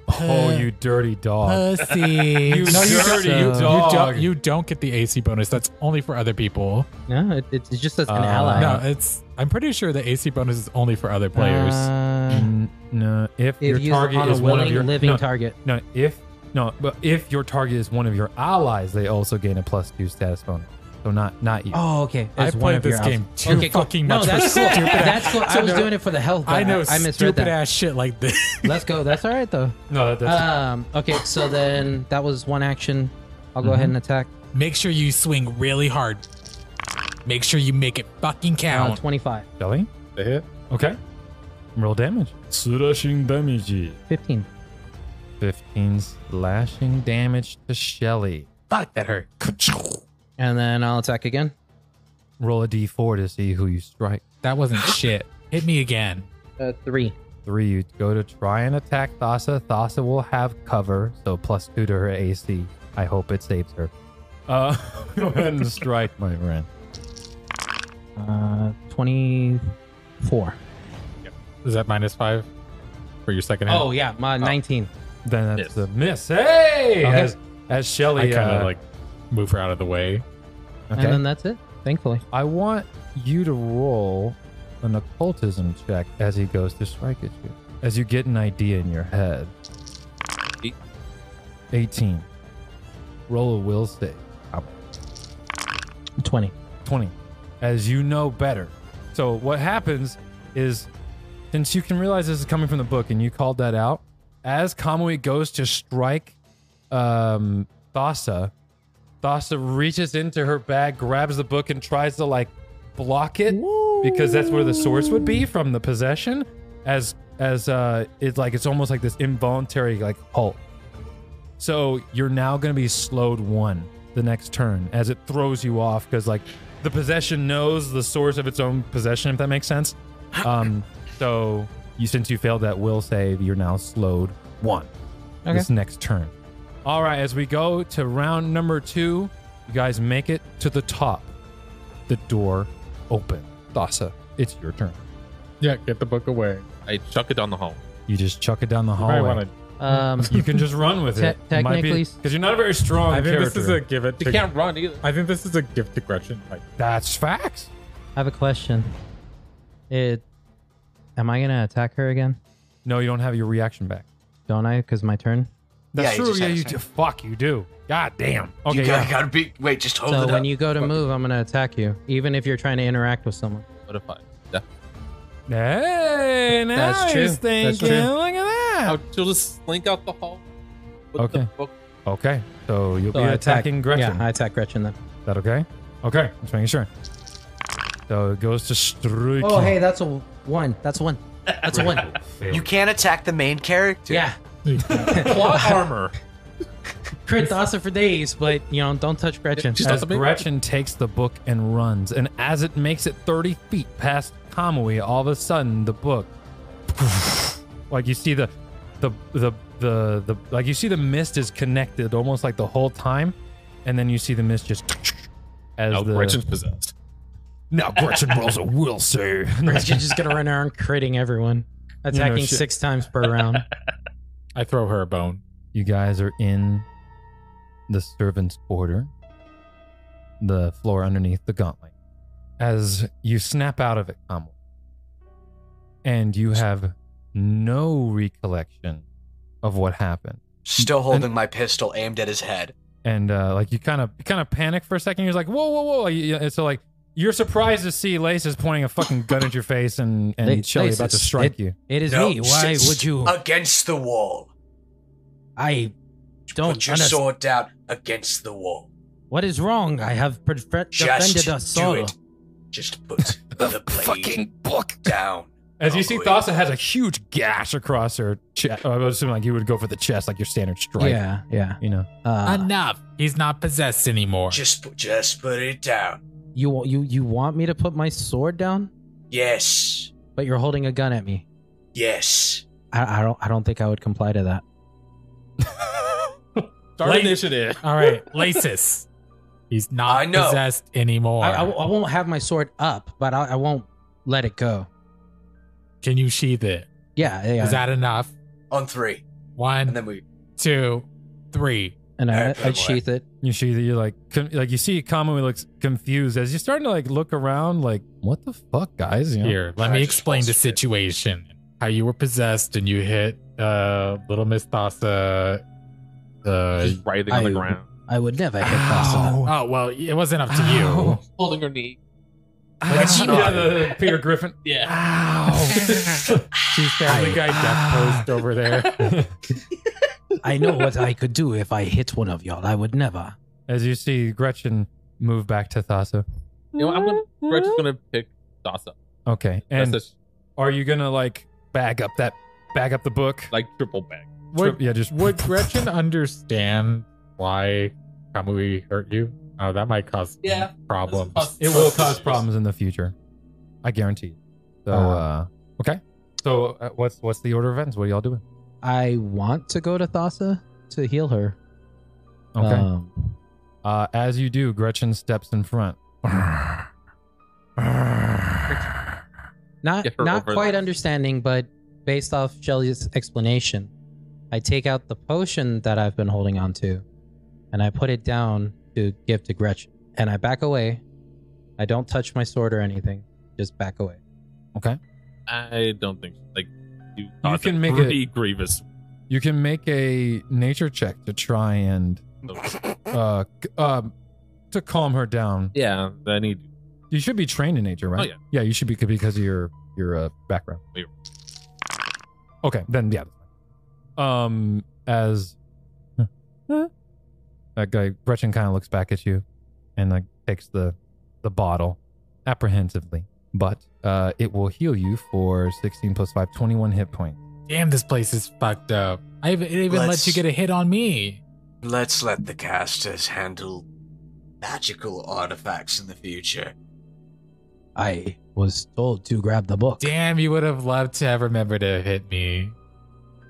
[SPEAKER 1] Oh,
[SPEAKER 4] Uh,
[SPEAKER 1] you dirty dog.
[SPEAKER 6] Pussy.
[SPEAKER 1] No, you dirty
[SPEAKER 6] you
[SPEAKER 4] uh,
[SPEAKER 1] dog.
[SPEAKER 6] don't. You don't get the AC bonus. That's only for other people.
[SPEAKER 4] No, it, it's just as an
[SPEAKER 1] Uh,
[SPEAKER 4] ally.
[SPEAKER 6] No, it's. I'm pretty sure the AC bonus is only for other players.
[SPEAKER 4] Uh,
[SPEAKER 1] N- no, if,
[SPEAKER 4] if
[SPEAKER 1] your
[SPEAKER 4] you
[SPEAKER 1] target
[SPEAKER 4] on a
[SPEAKER 1] is one of
[SPEAKER 4] willing
[SPEAKER 1] your
[SPEAKER 4] living
[SPEAKER 1] no,
[SPEAKER 4] target.
[SPEAKER 1] no, if no, but if your target is one of your allies, they also gain a plus two status bonus. So not not you.
[SPEAKER 4] Oh, okay.
[SPEAKER 6] I
[SPEAKER 4] As one
[SPEAKER 6] played
[SPEAKER 4] of your
[SPEAKER 6] this
[SPEAKER 4] allies.
[SPEAKER 6] game too
[SPEAKER 4] cool.
[SPEAKER 6] fucking
[SPEAKER 4] no,
[SPEAKER 6] much for
[SPEAKER 4] That's cool.
[SPEAKER 6] stupid ass-
[SPEAKER 4] That's cool. I
[SPEAKER 6] I
[SPEAKER 4] was
[SPEAKER 6] know-
[SPEAKER 4] doing it for the health.
[SPEAKER 6] I
[SPEAKER 4] but
[SPEAKER 6] know
[SPEAKER 4] I misread
[SPEAKER 6] stupid
[SPEAKER 4] that.
[SPEAKER 6] ass shit like this.
[SPEAKER 4] Let's go. That's all right though.
[SPEAKER 1] No, that- that's
[SPEAKER 4] Um. Okay. So then that was one action. I'll go ahead and attack.
[SPEAKER 6] Make sure you swing really hard. Make sure you make it fucking
[SPEAKER 4] Uh,
[SPEAKER 6] count.
[SPEAKER 4] 25,
[SPEAKER 1] Shelly.
[SPEAKER 5] The hit?
[SPEAKER 1] Okay. Roll damage. Slashing damage.
[SPEAKER 4] 15.
[SPEAKER 1] 15 slashing damage to Shelly.
[SPEAKER 6] Fuck that hurt.
[SPEAKER 4] And then I'll attack again.
[SPEAKER 1] Roll a d4 to see who you strike.
[SPEAKER 6] That wasn't shit. Hit me again.
[SPEAKER 4] Uh, three.
[SPEAKER 1] Three, you go to try and attack Thassa. Thassa will have cover, so plus two to her AC. I hope it saves her. Uh, go ahead and strike, my friend.
[SPEAKER 4] Uh, 24.
[SPEAKER 2] Is that minus five for your second hit?
[SPEAKER 4] Oh yeah, my 19.
[SPEAKER 1] Then that's
[SPEAKER 5] Miss.
[SPEAKER 1] the miss. Hey!
[SPEAKER 4] Okay.
[SPEAKER 1] As, as
[SPEAKER 2] I
[SPEAKER 1] Shelly.
[SPEAKER 2] kind of
[SPEAKER 1] uh,
[SPEAKER 2] like move her out of the way.
[SPEAKER 1] okay.
[SPEAKER 4] And then that's it. Thankfully.
[SPEAKER 1] I want you to roll an occultism check as he goes to strike at you. As you get an idea in your head.
[SPEAKER 5] Eight.
[SPEAKER 1] 18. Roll a will save.
[SPEAKER 4] 20.
[SPEAKER 1] 20 as you know better so what happens is since you can realize this is coming from the book and you called that out as kamui goes to strike um thassa thassa reaches into her bag grabs the book and tries to like block it because that's where the source would be from the possession as as uh it's like it's almost like this involuntary like halt so you're now going to be slowed one the next turn as it throws you off because like the possession knows the source of its own possession if that makes sense. Um, so you since you failed that will save, you're now slowed one
[SPEAKER 4] Okay.
[SPEAKER 1] this next turn. All right, as we go to round number two, you guys make it to the top. The door open. Thassa, it's your turn.
[SPEAKER 2] Yeah, get the book away.
[SPEAKER 5] I chuck it down the hall.
[SPEAKER 1] You just chuck it down the
[SPEAKER 2] You might
[SPEAKER 1] hallway.
[SPEAKER 2] want to.
[SPEAKER 4] Um.
[SPEAKER 1] You can just run with
[SPEAKER 4] Te-
[SPEAKER 1] it.
[SPEAKER 4] technically-
[SPEAKER 1] because you're not a very strong
[SPEAKER 2] I think
[SPEAKER 1] character.
[SPEAKER 2] this is a give it
[SPEAKER 5] They
[SPEAKER 2] to.
[SPEAKER 5] can't run either.
[SPEAKER 2] I think this is a gift to Gretchen. Like,
[SPEAKER 1] That's facts.
[SPEAKER 4] I have a question. It. Am I gonna attack her again?
[SPEAKER 1] No, you don't have your reaction back.
[SPEAKER 4] Don't I? Because my turn.
[SPEAKER 1] That's
[SPEAKER 7] Yeah, you
[SPEAKER 1] true.
[SPEAKER 7] just
[SPEAKER 1] yeah,
[SPEAKER 7] had a
[SPEAKER 1] you do.
[SPEAKER 7] second.
[SPEAKER 1] Fuck, you do. God damn. Okay,
[SPEAKER 7] You
[SPEAKER 1] yeah.
[SPEAKER 7] gotta, gotta be. Wait, just hold
[SPEAKER 4] So
[SPEAKER 7] it
[SPEAKER 4] when
[SPEAKER 7] up.
[SPEAKER 4] you go to move, I'm gonna attack you, even if you're trying to interact with someone.
[SPEAKER 5] What if I? Yeah.
[SPEAKER 1] Hey, now
[SPEAKER 4] That's true.
[SPEAKER 1] he's
[SPEAKER 4] That's
[SPEAKER 1] thinking.
[SPEAKER 4] true.
[SPEAKER 1] Look at that.
[SPEAKER 5] I'll, she'll just slink out the hall. with
[SPEAKER 1] Okay.
[SPEAKER 5] The book.
[SPEAKER 1] Okay, so you'll
[SPEAKER 4] So
[SPEAKER 1] be
[SPEAKER 4] I attack-
[SPEAKER 1] attacking Gretchen.
[SPEAKER 4] Yeah, I attack Gretchen then.
[SPEAKER 1] Is that okay? Okay, just making sure. So it goes to Struki.
[SPEAKER 4] Oh, hey, that's a one. That's a one. That's a one.
[SPEAKER 7] You can't attack the main character.
[SPEAKER 4] Yeah.
[SPEAKER 5] Plot armor.
[SPEAKER 4] Crit Thassa for days, but you know, don't touch Gretchen.
[SPEAKER 5] Just-
[SPEAKER 1] As
[SPEAKER 5] Stop me.
[SPEAKER 1] Gretchen takes the book and runs, and as it makes it 30 feet past Kamui, all of a sudden the book, like you see the, the the the the like you see the mist is connected almost like the whole time, and then you see the mist just as
[SPEAKER 5] Now
[SPEAKER 1] the
[SPEAKER 5] Gretchen's possessed.
[SPEAKER 1] now Gretchen rolls a will save.
[SPEAKER 4] Gretchen's just gonna run around critting everyone, attacking
[SPEAKER 1] shit.
[SPEAKER 4] six times per round.
[SPEAKER 2] I throw her a bone.
[SPEAKER 1] You guys are in the servants' quarter, the floor underneath the gauntlet. As you snap out of it, Kamal, and you have no recollection of what happened,
[SPEAKER 7] Still holding my pistol aimed at his head.
[SPEAKER 1] and uh, like you kind of you kind of panic for a second. You're like, whoa, whoa, whoa! You- And so like you're surprised to see Lace is pointing a fucking gun at your face, and
[SPEAKER 4] La-
[SPEAKER 1] and Shelly
[SPEAKER 4] Lace
[SPEAKER 1] about to
[SPEAKER 4] is-
[SPEAKER 1] strike you.
[SPEAKER 4] It is
[SPEAKER 7] No,
[SPEAKER 4] me. Why
[SPEAKER 7] sit
[SPEAKER 4] would you?
[SPEAKER 7] Against the wall.
[SPEAKER 4] I don't
[SPEAKER 7] Put your
[SPEAKER 4] understand.
[SPEAKER 7] sword down against the wall.
[SPEAKER 4] What is wrong? I have pre- defended
[SPEAKER 7] Just
[SPEAKER 4] us
[SPEAKER 7] do
[SPEAKER 4] solo.
[SPEAKER 7] it. Just put the blade
[SPEAKER 1] book.
[SPEAKER 7] down.
[SPEAKER 1] As you
[SPEAKER 7] Oh,
[SPEAKER 1] see,
[SPEAKER 7] wait.
[SPEAKER 1] Thassa has a huge gash across her chest. I was assuming like you would go for the chest, like your standard strike.
[SPEAKER 4] Yeah, yeah.
[SPEAKER 1] You know,
[SPEAKER 4] Uh,
[SPEAKER 6] Enough. He's not possessed anymore.
[SPEAKER 7] Just, pu- just put it down.
[SPEAKER 4] you wa- you you want me to put my sword down,
[SPEAKER 7] Yes,
[SPEAKER 4] but you're holding a gun at me.
[SPEAKER 7] yes.
[SPEAKER 4] I, I don't I don't think I would comply to that.
[SPEAKER 5] Start
[SPEAKER 6] Like-
[SPEAKER 5] initiative.
[SPEAKER 6] All right, Lasis. He's not
[SPEAKER 7] I know.
[SPEAKER 6] possessed anymore.
[SPEAKER 4] I, I, I won't have my sword up, but I, I won't let it go.
[SPEAKER 6] Can you sheath it?
[SPEAKER 4] Yeah, yeah.
[SPEAKER 6] Is that enough?
[SPEAKER 7] On three, and
[SPEAKER 6] One,
[SPEAKER 7] then we.
[SPEAKER 6] two, three.
[SPEAKER 4] and I,
[SPEAKER 7] Alright,
[SPEAKER 4] I
[SPEAKER 7] boy.
[SPEAKER 4] sheath it.
[SPEAKER 1] you see that you're like, com- like you see Kamui looks confused as you're starting to like look around, like, what the fuck, guys? You know?
[SPEAKER 2] Here, let
[SPEAKER 7] I
[SPEAKER 2] me
[SPEAKER 7] just
[SPEAKER 2] explain the
[SPEAKER 7] lost it.
[SPEAKER 2] situation. How you were possessed and you hit uh, little Miss Thassa. Uh,
[SPEAKER 5] Just writhing on the
[SPEAKER 4] I-
[SPEAKER 5] ground.
[SPEAKER 4] I would never hit Thassa.
[SPEAKER 1] Ow.
[SPEAKER 2] oh well, it wasn't up to
[SPEAKER 1] Ow.
[SPEAKER 9] holding her knee.
[SPEAKER 1] Like,
[SPEAKER 7] it's
[SPEAKER 1] you
[SPEAKER 7] not-
[SPEAKER 1] know, the- the Peter Griffin.
[SPEAKER 9] Yeah.
[SPEAKER 1] Ow.
[SPEAKER 2] you. Family Guy
[SPEAKER 6] Ah.
[SPEAKER 2] death post over there.
[SPEAKER 4] I know what I could do if I hit one of y'all. I would never.
[SPEAKER 1] as you see Gretchen move back to Thassa.
[SPEAKER 5] You know, I'm gonna Gretchen's gonna pick Dasa.
[SPEAKER 1] Okay.
[SPEAKER 5] That's
[SPEAKER 1] And
[SPEAKER 5] a, sh-
[SPEAKER 1] are you going to like bag up that, bag up the book?
[SPEAKER 5] like triple bag.
[SPEAKER 1] Trip-
[SPEAKER 2] would,
[SPEAKER 1] yeah, just.
[SPEAKER 2] would Gretchen understand why Kamui hurt you? Oh, that might cause
[SPEAKER 9] Yeah.
[SPEAKER 2] problems.
[SPEAKER 1] It will cause problems in the future. I guarantee it. So,
[SPEAKER 4] Uh-huh.
[SPEAKER 1] uh, okay. So, uh, what's what's the order of events? What are y'all doing?
[SPEAKER 4] I want to go to Thassa to heal her.
[SPEAKER 1] Okay.
[SPEAKER 4] Um,
[SPEAKER 1] Uh, as you do, Gretchen steps in front.
[SPEAKER 4] not
[SPEAKER 5] Get her
[SPEAKER 4] not
[SPEAKER 5] over
[SPEAKER 4] quite
[SPEAKER 5] there.
[SPEAKER 4] understanding, but based off Shelly's explanation, I take out the potion that I've been holding on to, and I put it down to give to Gretchen. And I back away. I don't touch my sword or anything. Just back away.
[SPEAKER 5] I don't think like you. caused
[SPEAKER 1] can
[SPEAKER 5] a
[SPEAKER 1] make
[SPEAKER 5] pretty grievous.
[SPEAKER 1] You can make a nature check to try and uh, c- um, to calm her down.
[SPEAKER 5] Yeah, I need
[SPEAKER 1] You should be trained in nature, right?
[SPEAKER 5] Oh, yeah.
[SPEAKER 1] you should be because of your your uh, background.
[SPEAKER 5] Weird.
[SPEAKER 1] Okay, then yeah. Um, as that guy Gretchen kind of looks back at you, and like takes the the bottle apprehensively, but uh, it will heal you for sixteen plus 5, 21 hit points.
[SPEAKER 6] Damn, this place is fucked up. I even, it even
[SPEAKER 7] Let's-
[SPEAKER 6] let you get a hit on me.
[SPEAKER 7] Let's let the casters handle magical artifacts in the future.
[SPEAKER 4] I was told to grab the book.
[SPEAKER 6] Damn, you would have loved to have remembered to hit me.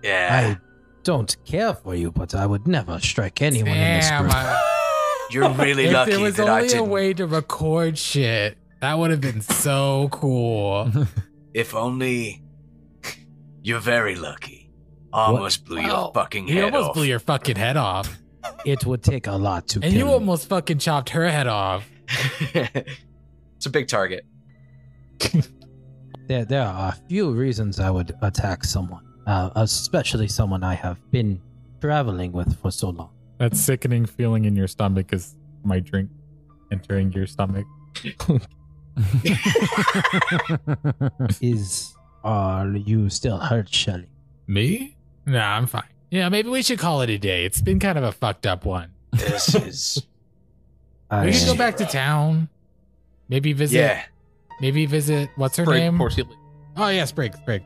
[SPEAKER 7] Yeah,
[SPEAKER 4] I don't care for you, but I would never strike anyone in this
[SPEAKER 6] Damn,
[SPEAKER 4] group.
[SPEAKER 6] I-
[SPEAKER 7] you're really
[SPEAKER 6] if
[SPEAKER 7] lucky
[SPEAKER 6] there was
[SPEAKER 7] that I
[SPEAKER 6] only a
[SPEAKER 7] didn't.
[SPEAKER 6] way to record shit, that would have been so cool.
[SPEAKER 7] If only. You're very lucky. Almost blew your
[SPEAKER 6] Wow.
[SPEAKER 7] fucking
[SPEAKER 6] You
[SPEAKER 7] head
[SPEAKER 6] almost
[SPEAKER 7] off.
[SPEAKER 6] blew your fucking head off,
[SPEAKER 4] It would take a lot to
[SPEAKER 6] and
[SPEAKER 4] kill
[SPEAKER 6] you almost fucking chopped her head off.
[SPEAKER 7] it's a big target.
[SPEAKER 4] There, there are a few reasons I would attack someone, uh, especially someone I have been traveling with for so long.
[SPEAKER 2] That sickening feeling in your stomach is my drink entering your stomach.
[SPEAKER 4] Is are you still hurt, Shelly?
[SPEAKER 6] Me? Nah, I'm fine. Yeah, maybe we should call it a day. It's been kind of a fucked up one.
[SPEAKER 7] This is.
[SPEAKER 4] I,
[SPEAKER 6] We
[SPEAKER 7] should
[SPEAKER 6] can go back to town. Maybe visit.
[SPEAKER 7] yeah.
[SPEAKER 6] Maybe visit. What's her
[SPEAKER 5] Break
[SPEAKER 6] name?
[SPEAKER 5] Porcelain.
[SPEAKER 6] Oh yes, break, break.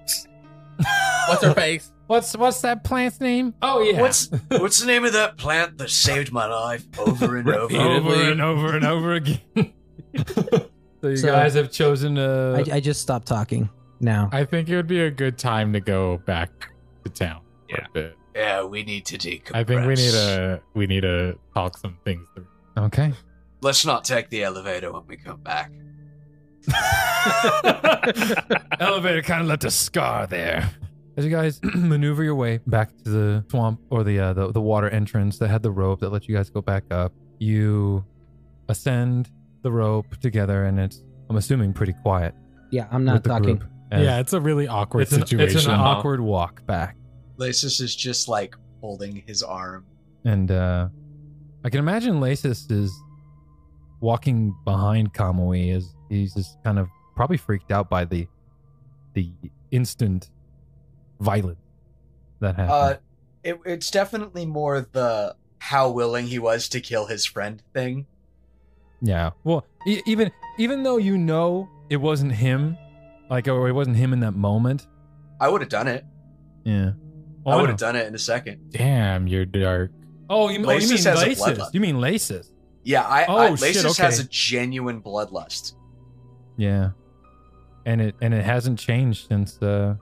[SPEAKER 9] What's her face?
[SPEAKER 1] What's what's that plant's name? Oh yeah,
[SPEAKER 7] What's what's the name of that plant that saved my life over and over?
[SPEAKER 1] over
[SPEAKER 5] Repeatedly.
[SPEAKER 1] and over and over again. so you
[SPEAKER 4] So-
[SPEAKER 1] guys have chosen uh
[SPEAKER 4] I, I just stopped talking now.
[SPEAKER 2] I think it would be a good time to go back to town. for a bit.
[SPEAKER 7] Yeah, we need to decompress.
[SPEAKER 2] I think we need to we need to talk some things through.
[SPEAKER 1] Okay.
[SPEAKER 7] Let's not take the elevator when we come back.
[SPEAKER 1] Elevator kind of left a scar there. As you guys maneuver your way back to the swamp or the, uh, the the water entrance that had the rope that let you guys go back up, you ascend the rope together, and it's I'm assuming pretty quiet.
[SPEAKER 4] Yeah, I'm
[SPEAKER 1] with
[SPEAKER 4] not
[SPEAKER 1] the
[SPEAKER 4] talking.
[SPEAKER 1] group. As
[SPEAKER 6] Yeah, it's a really awkward
[SPEAKER 1] it's an,
[SPEAKER 6] situation.
[SPEAKER 1] It's an awkward walk back,
[SPEAKER 3] Lasis is just like holding his arm.
[SPEAKER 1] and uh, I can imagine Lasis is walking behind Kamui as he's just kind of probably freaked out by the the instant violence that happened.
[SPEAKER 3] Uh, it, it's definitely more the how willing he was to kill his friend thing.
[SPEAKER 1] Yeah. Well, e- even even though you know it wasn't him, like or it wasn't him in that moment.
[SPEAKER 7] I would have done it.
[SPEAKER 1] Yeah. Oh,
[SPEAKER 7] I
[SPEAKER 1] I
[SPEAKER 7] would
[SPEAKER 1] know.
[SPEAKER 7] have done it in a second.
[SPEAKER 2] Damn, you're dark.
[SPEAKER 1] Oh, you, oh, you mean
[SPEAKER 7] Lasis has a
[SPEAKER 1] laces?
[SPEAKER 7] bloodline.
[SPEAKER 1] You mean laces?
[SPEAKER 7] Yeah, I,
[SPEAKER 1] Oh,
[SPEAKER 7] I
[SPEAKER 1] shit,
[SPEAKER 7] Lasis has
[SPEAKER 1] okay.
[SPEAKER 7] a genuine bloodlust.
[SPEAKER 1] Yeah. And it and it hasn't changed since. Uh,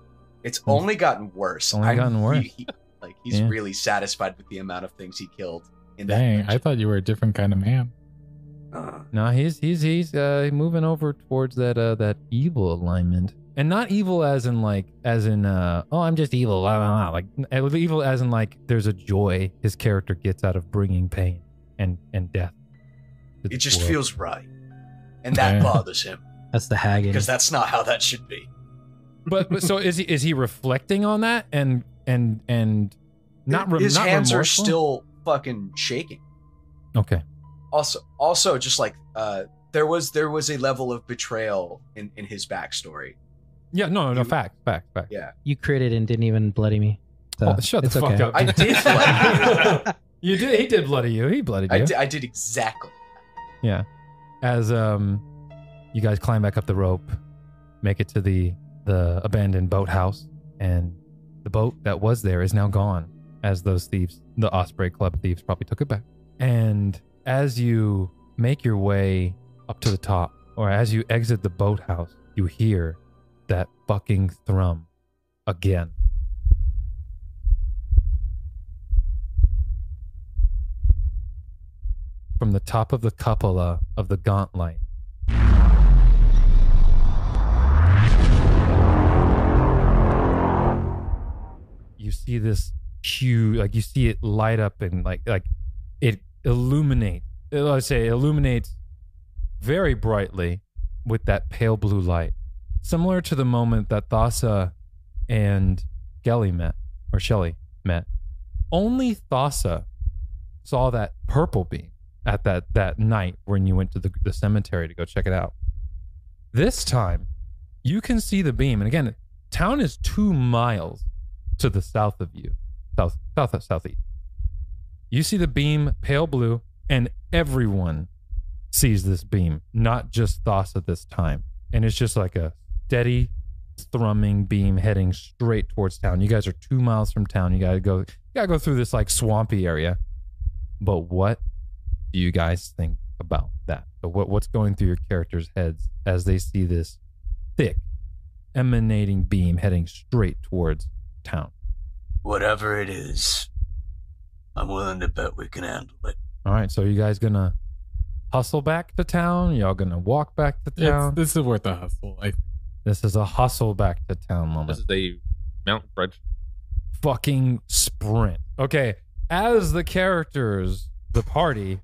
[SPEAKER 7] It's only gotten worse.
[SPEAKER 1] Only gotten worse.
[SPEAKER 7] he- he- like he's
[SPEAKER 1] Yeah.
[SPEAKER 7] really satisfied with the amount of things he killed. In that
[SPEAKER 2] Dang, I
[SPEAKER 7] dungeon.
[SPEAKER 2] thought you were a different kind of man.
[SPEAKER 7] Uh,
[SPEAKER 1] no, he's he's he's uh, moving over towards that uh, that evil alignment, and not evil as in like as in uh, oh I'm just evil, blah, blah, blah. like uh, evil as in like there's a joy his character gets out of bringing pain and and death. to
[SPEAKER 7] it
[SPEAKER 1] this
[SPEAKER 7] just
[SPEAKER 1] world.
[SPEAKER 7] feels right, and that
[SPEAKER 2] Yeah.
[SPEAKER 7] bothers him
[SPEAKER 4] That's the hag. in
[SPEAKER 7] because
[SPEAKER 4] it.
[SPEAKER 7] that's not how that should be.
[SPEAKER 1] but, but so is he is he reflecting on that and and and not re-
[SPEAKER 7] his
[SPEAKER 1] not
[SPEAKER 7] hands
[SPEAKER 1] remorseful?
[SPEAKER 7] are still fucking shaking.
[SPEAKER 1] okay
[SPEAKER 7] also also just like uh there was there was a level of betrayal in in his backstory
[SPEAKER 1] yeah no no, no
[SPEAKER 7] You-
[SPEAKER 1] fact fact fact
[SPEAKER 7] Yeah.
[SPEAKER 4] You critted and didn't even bloody me. So,
[SPEAKER 1] Oh, shut the
[SPEAKER 4] it's
[SPEAKER 1] fuck
[SPEAKER 4] okay.
[SPEAKER 1] up
[SPEAKER 7] i did like
[SPEAKER 1] you did he did bloody you he bloodied
[SPEAKER 7] I
[SPEAKER 1] you
[SPEAKER 7] did, I did exactly
[SPEAKER 1] as um you guys climb back up the rope make it to the the abandoned boathouse and the boat that was there is now gone as those thieves the osprey club thieves probably took it back and as you make your way up to the top or as you exit the boathouse you hear that fucking thrum again from the top of the cupola of the gauntlet you see this huge like you see it light up and like like it illuminate let's say it illuminates very brightly with that pale blue light similar to the moment that thassa and gelly met or shelly met only thassa saw that purple beam at that that night when you went to the, the cemetery to go check it out this time you can see the beam and again town is two miles to the south of you, south, south, southeast. You see the beam, pale blue, and everyone sees this beam, not just Thassa this time. And it's just like a steady thrumming beam heading straight towards town. You guys are two miles from town. You gotta go, you gotta go through this like swampy area. But what do you guys think about that? So what, what's going through your characters' heads as they see this thick, emanating beam heading straight towards town.
[SPEAKER 7] whatever it is i'm willing to bet we can handle it
[SPEAKER 1] All right, so you guys gonna hustle back to town? Y'all gonna walk back to
[SPEAKER 2] It's,
[SPEAKER 1] town?
[SPEAKER 2] this is worth a hustle. I
[SPEAKER 1] This is a hustle back to town moment.
[SPEAKER 5] This is a mountain bridge.
[SPEAKER 1] fucking sprint. Okay, as the characters, the party,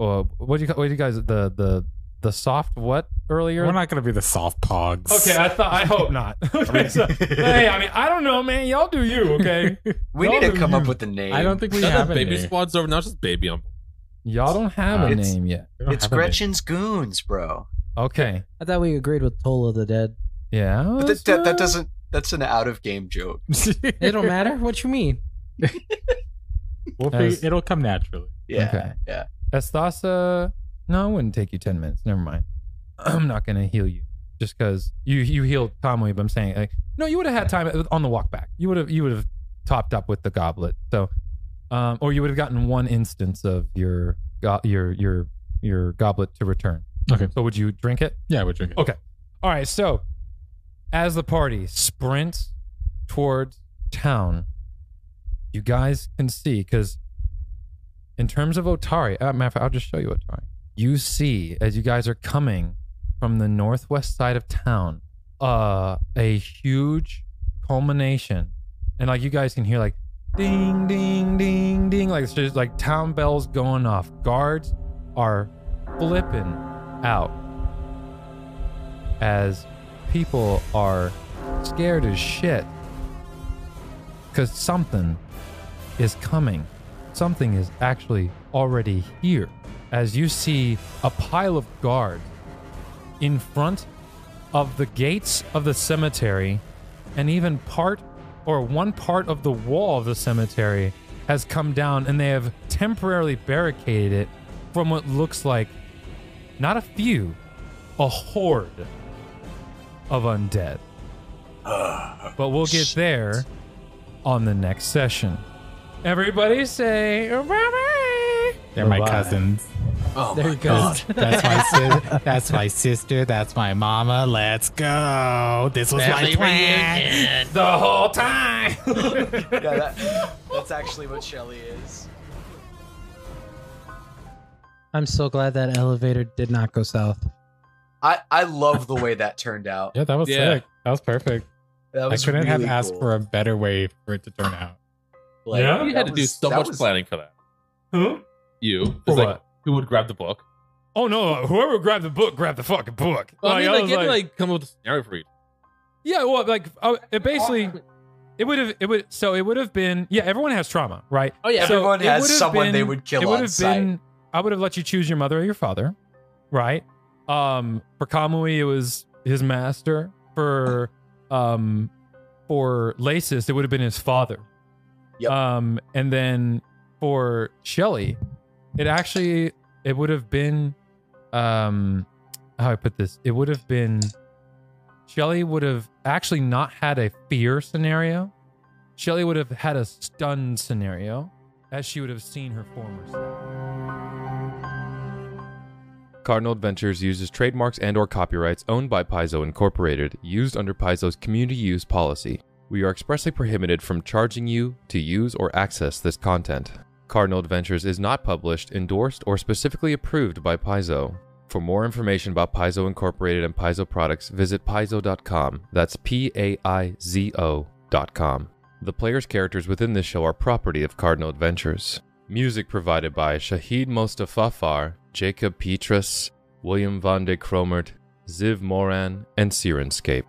[SPEAKER 1] uh, what do you ca- what do you guys the the the soft what earlier?
[SPEAKER 2] we're not gonna be the soft pogs.
[SPEAKER 1] okay, I thought I hope not. Okay, so- hey, I mean I don't know, man. Y'all do you, okay?
[SPEAKER 7] we
[SPEAKER 1] No,
[SPEAKER 7] need to
[SPEAKER 1] but
[SPEAKER 7] come
[SPEAKER 1] you-
[SPEAKER 7] up with a name
[SPEAKER 2] I don't think we
[SPEAKER 5] Now
[SPEAKER 2] have
[SPEAKER 5] that
[SPEAKER 2] a
[SPEAKER 5] baby
[SPEAKER 2] name.
[SPEAKER 5] squad's over. Now it's just baby on board.
[SPEAKER 1] Y'all don't have a
[SPEAKER 7] It's-
[SPEAKER 1] name yet.
[SPEAKER 2] We don't
[SPEAKER 7] it's
[SPEAKER 2] have a name.
[SPEAKER 7] gretchen's goons bro
[SPEAKER 1] Okay,
[SPEAKER 4] I thought we agreed with Toll of the Dead.
[SPEAKER 1] yeah. uh,
[SPEAKER 7] but that,
[SPEAKER 1] so-
[SPEAKER 7] that, that doesn't that's an out of game joke
[SPEAKER 4] It don't matter. What you mean?
[SPEAKER 2] We'll
[SPEAKER 1] As-
[SPEAKER 2] figure- it'll come naturally.
[SPEAKER 7] yeah
[SPEAKER 1] Okay.
[SPEAKER 7] yeah
[SPEAKER 1] Estasa, no, it wouldn't take you 10 minutes. Never mind. I'm not going to heal you just because you, you healed Kamui, but I'm saying, like, no, you would have had time on the walk back. You would have, you would have topped up with the goblet. So, um, or you would have gotten one instance of your, go- your, your, your goblet to return.
[SPEAKER 2] Okay.
[SPEAKER 1] So would you drink it?
[SPEAKER 2] Yeah, we're drinking.
[SPEAKER 1] Okay. All right. So, as the party sprints towards town, you guys can see because In terms of Otari, uh, matter of fact, I'll just show you Otari. You see, as you guys are coming from the northwest side of town, uh, a huge culmination, and like you guys can hear like ding, ding, ding, ding, like it's just like town bells going off. Guards are flipping out as people are scared as shit because something is coming. Something is actually already here. As you see a pile of guards in front of the gates of the cemetery, and even part or one part of the wall of the cemetery has come down and they have temporarily barricaded it from what looks like not a few, a horde of undead. but we'll get there on the next session. Everybody say bye
[SPEAKER 6] They're my
[SPEAKER 1] Bye-bye.
[SPEAKER 6] cousins.
[SPEAKER 7] Oh
[SPEAKER 4] There
[SPEAKER 7] my
[SPEAKER 4] you go.
[SPEAKER 7] god.
[SPEAKER 6] That's my sis- that's my sister. That's my mama. Let's go. This was my plan.
[SPEAKER 1] the whole time.
[SPEAKER 3] Yeah, that, that's actually what Shelly is.
[SPEAKER 4] I'm so glad that elevator did not go south.
[SPEAKER 7] I, I love the way that turned out.
[SPEAKER 2] Yeah, that was
[SPEAKER 5] Yeah.
[SPEAKER 2] sick. That was perfect.
[SPEAKER 7] That
[SPEAKER 2] I
[SPEAKER 7] was
[SPEAKER 2] couldn't have
[SPEAKER 7] really
[SPEAKER 2] asked
[SPEAKER 7] cool.
[SPEAKER 2] for a better way for it to turn out.
[SPEAKER 7] Like,
[SPEAKER 1] Yeah?
[SPEAKER 5] You had to
[SPEAKER 7] that
[SPEAKER 5] do
[SPEAKER 7] was-
[SPEAKER 5] so
[SPEAKER 7] that
[SPEAKER 5] much
[SPEAKER 7] was-
[SPEAKER 5] planning for that.
[SPEAKER 1] Who?
[SPEAKER 5] You. 'Cause,
[SPEAKER 1] For
[SPEAKER 5] like,
[SPEAKER 1] what?
[SPEAKER 5] who would grab the book?
[SPEAKER 1] Oh no! Whoever grabbed the book, grabbed the fucking book.
[SPEAKER 5] Well, I mean,
[SPEAKER 1] I
[SPEAKER 5] like,
[SPEAKER 1] was
[SPEAKER 5] you had to, like, come up with a scenario for each.
[SPEAKER 1] yeah, well, like I, it basically, it would have, it would, so it would have been, yeah. Everyone has trauma, right?
[SPEAKER 5] Oh, yeah.
[SPEAKER 1] So
[SPEAKER 7] Everyone
[SPEAKER 1] it
[SPEAKER 7] has
[SPEAKER 1] would have
[SPEAKER 7] someone
[SPEAKER 1] been-
[SPEAKER 7] they would kill
[SPEAKER 1] it
[SPEAKER 7] on
[SPEAKER 1] would have
[SPEAKER 7] sight.
[SPEAKER 1] been. I would have let you choose your mother or your father, right? Um, for Kamui, it was his master. For um, for Lasis, it would have been his father.
[SPEAKER 7] Yep.
[SPEAKER 1] Um, and then for Shelly, it actually it would have been um how I put this. It would have been Shelly would have actually not had a fear scenario. Shelly would have had a stun scenario as she would have seen her former self.
[SPEAKER 10] Cardinal Adventures uses trademarks and or copyrights owned by Paizo Incorporated, used under Paizo's community use policy. We are expressly prohibited from charging you to use or access this content. Cardinal Adventures is not published, endorsed, or specifically approved by Paizo. For more information about Paizo Incorporated and Paizo products, visit paizo.com. That's P A I Z O dot com. The player's characters within this show are property of Cardinal Adventures. Music provided by Shahid Mostafafar, Jacob Petrus, William van de Cromert, Ziv Moran, and Sirenscape.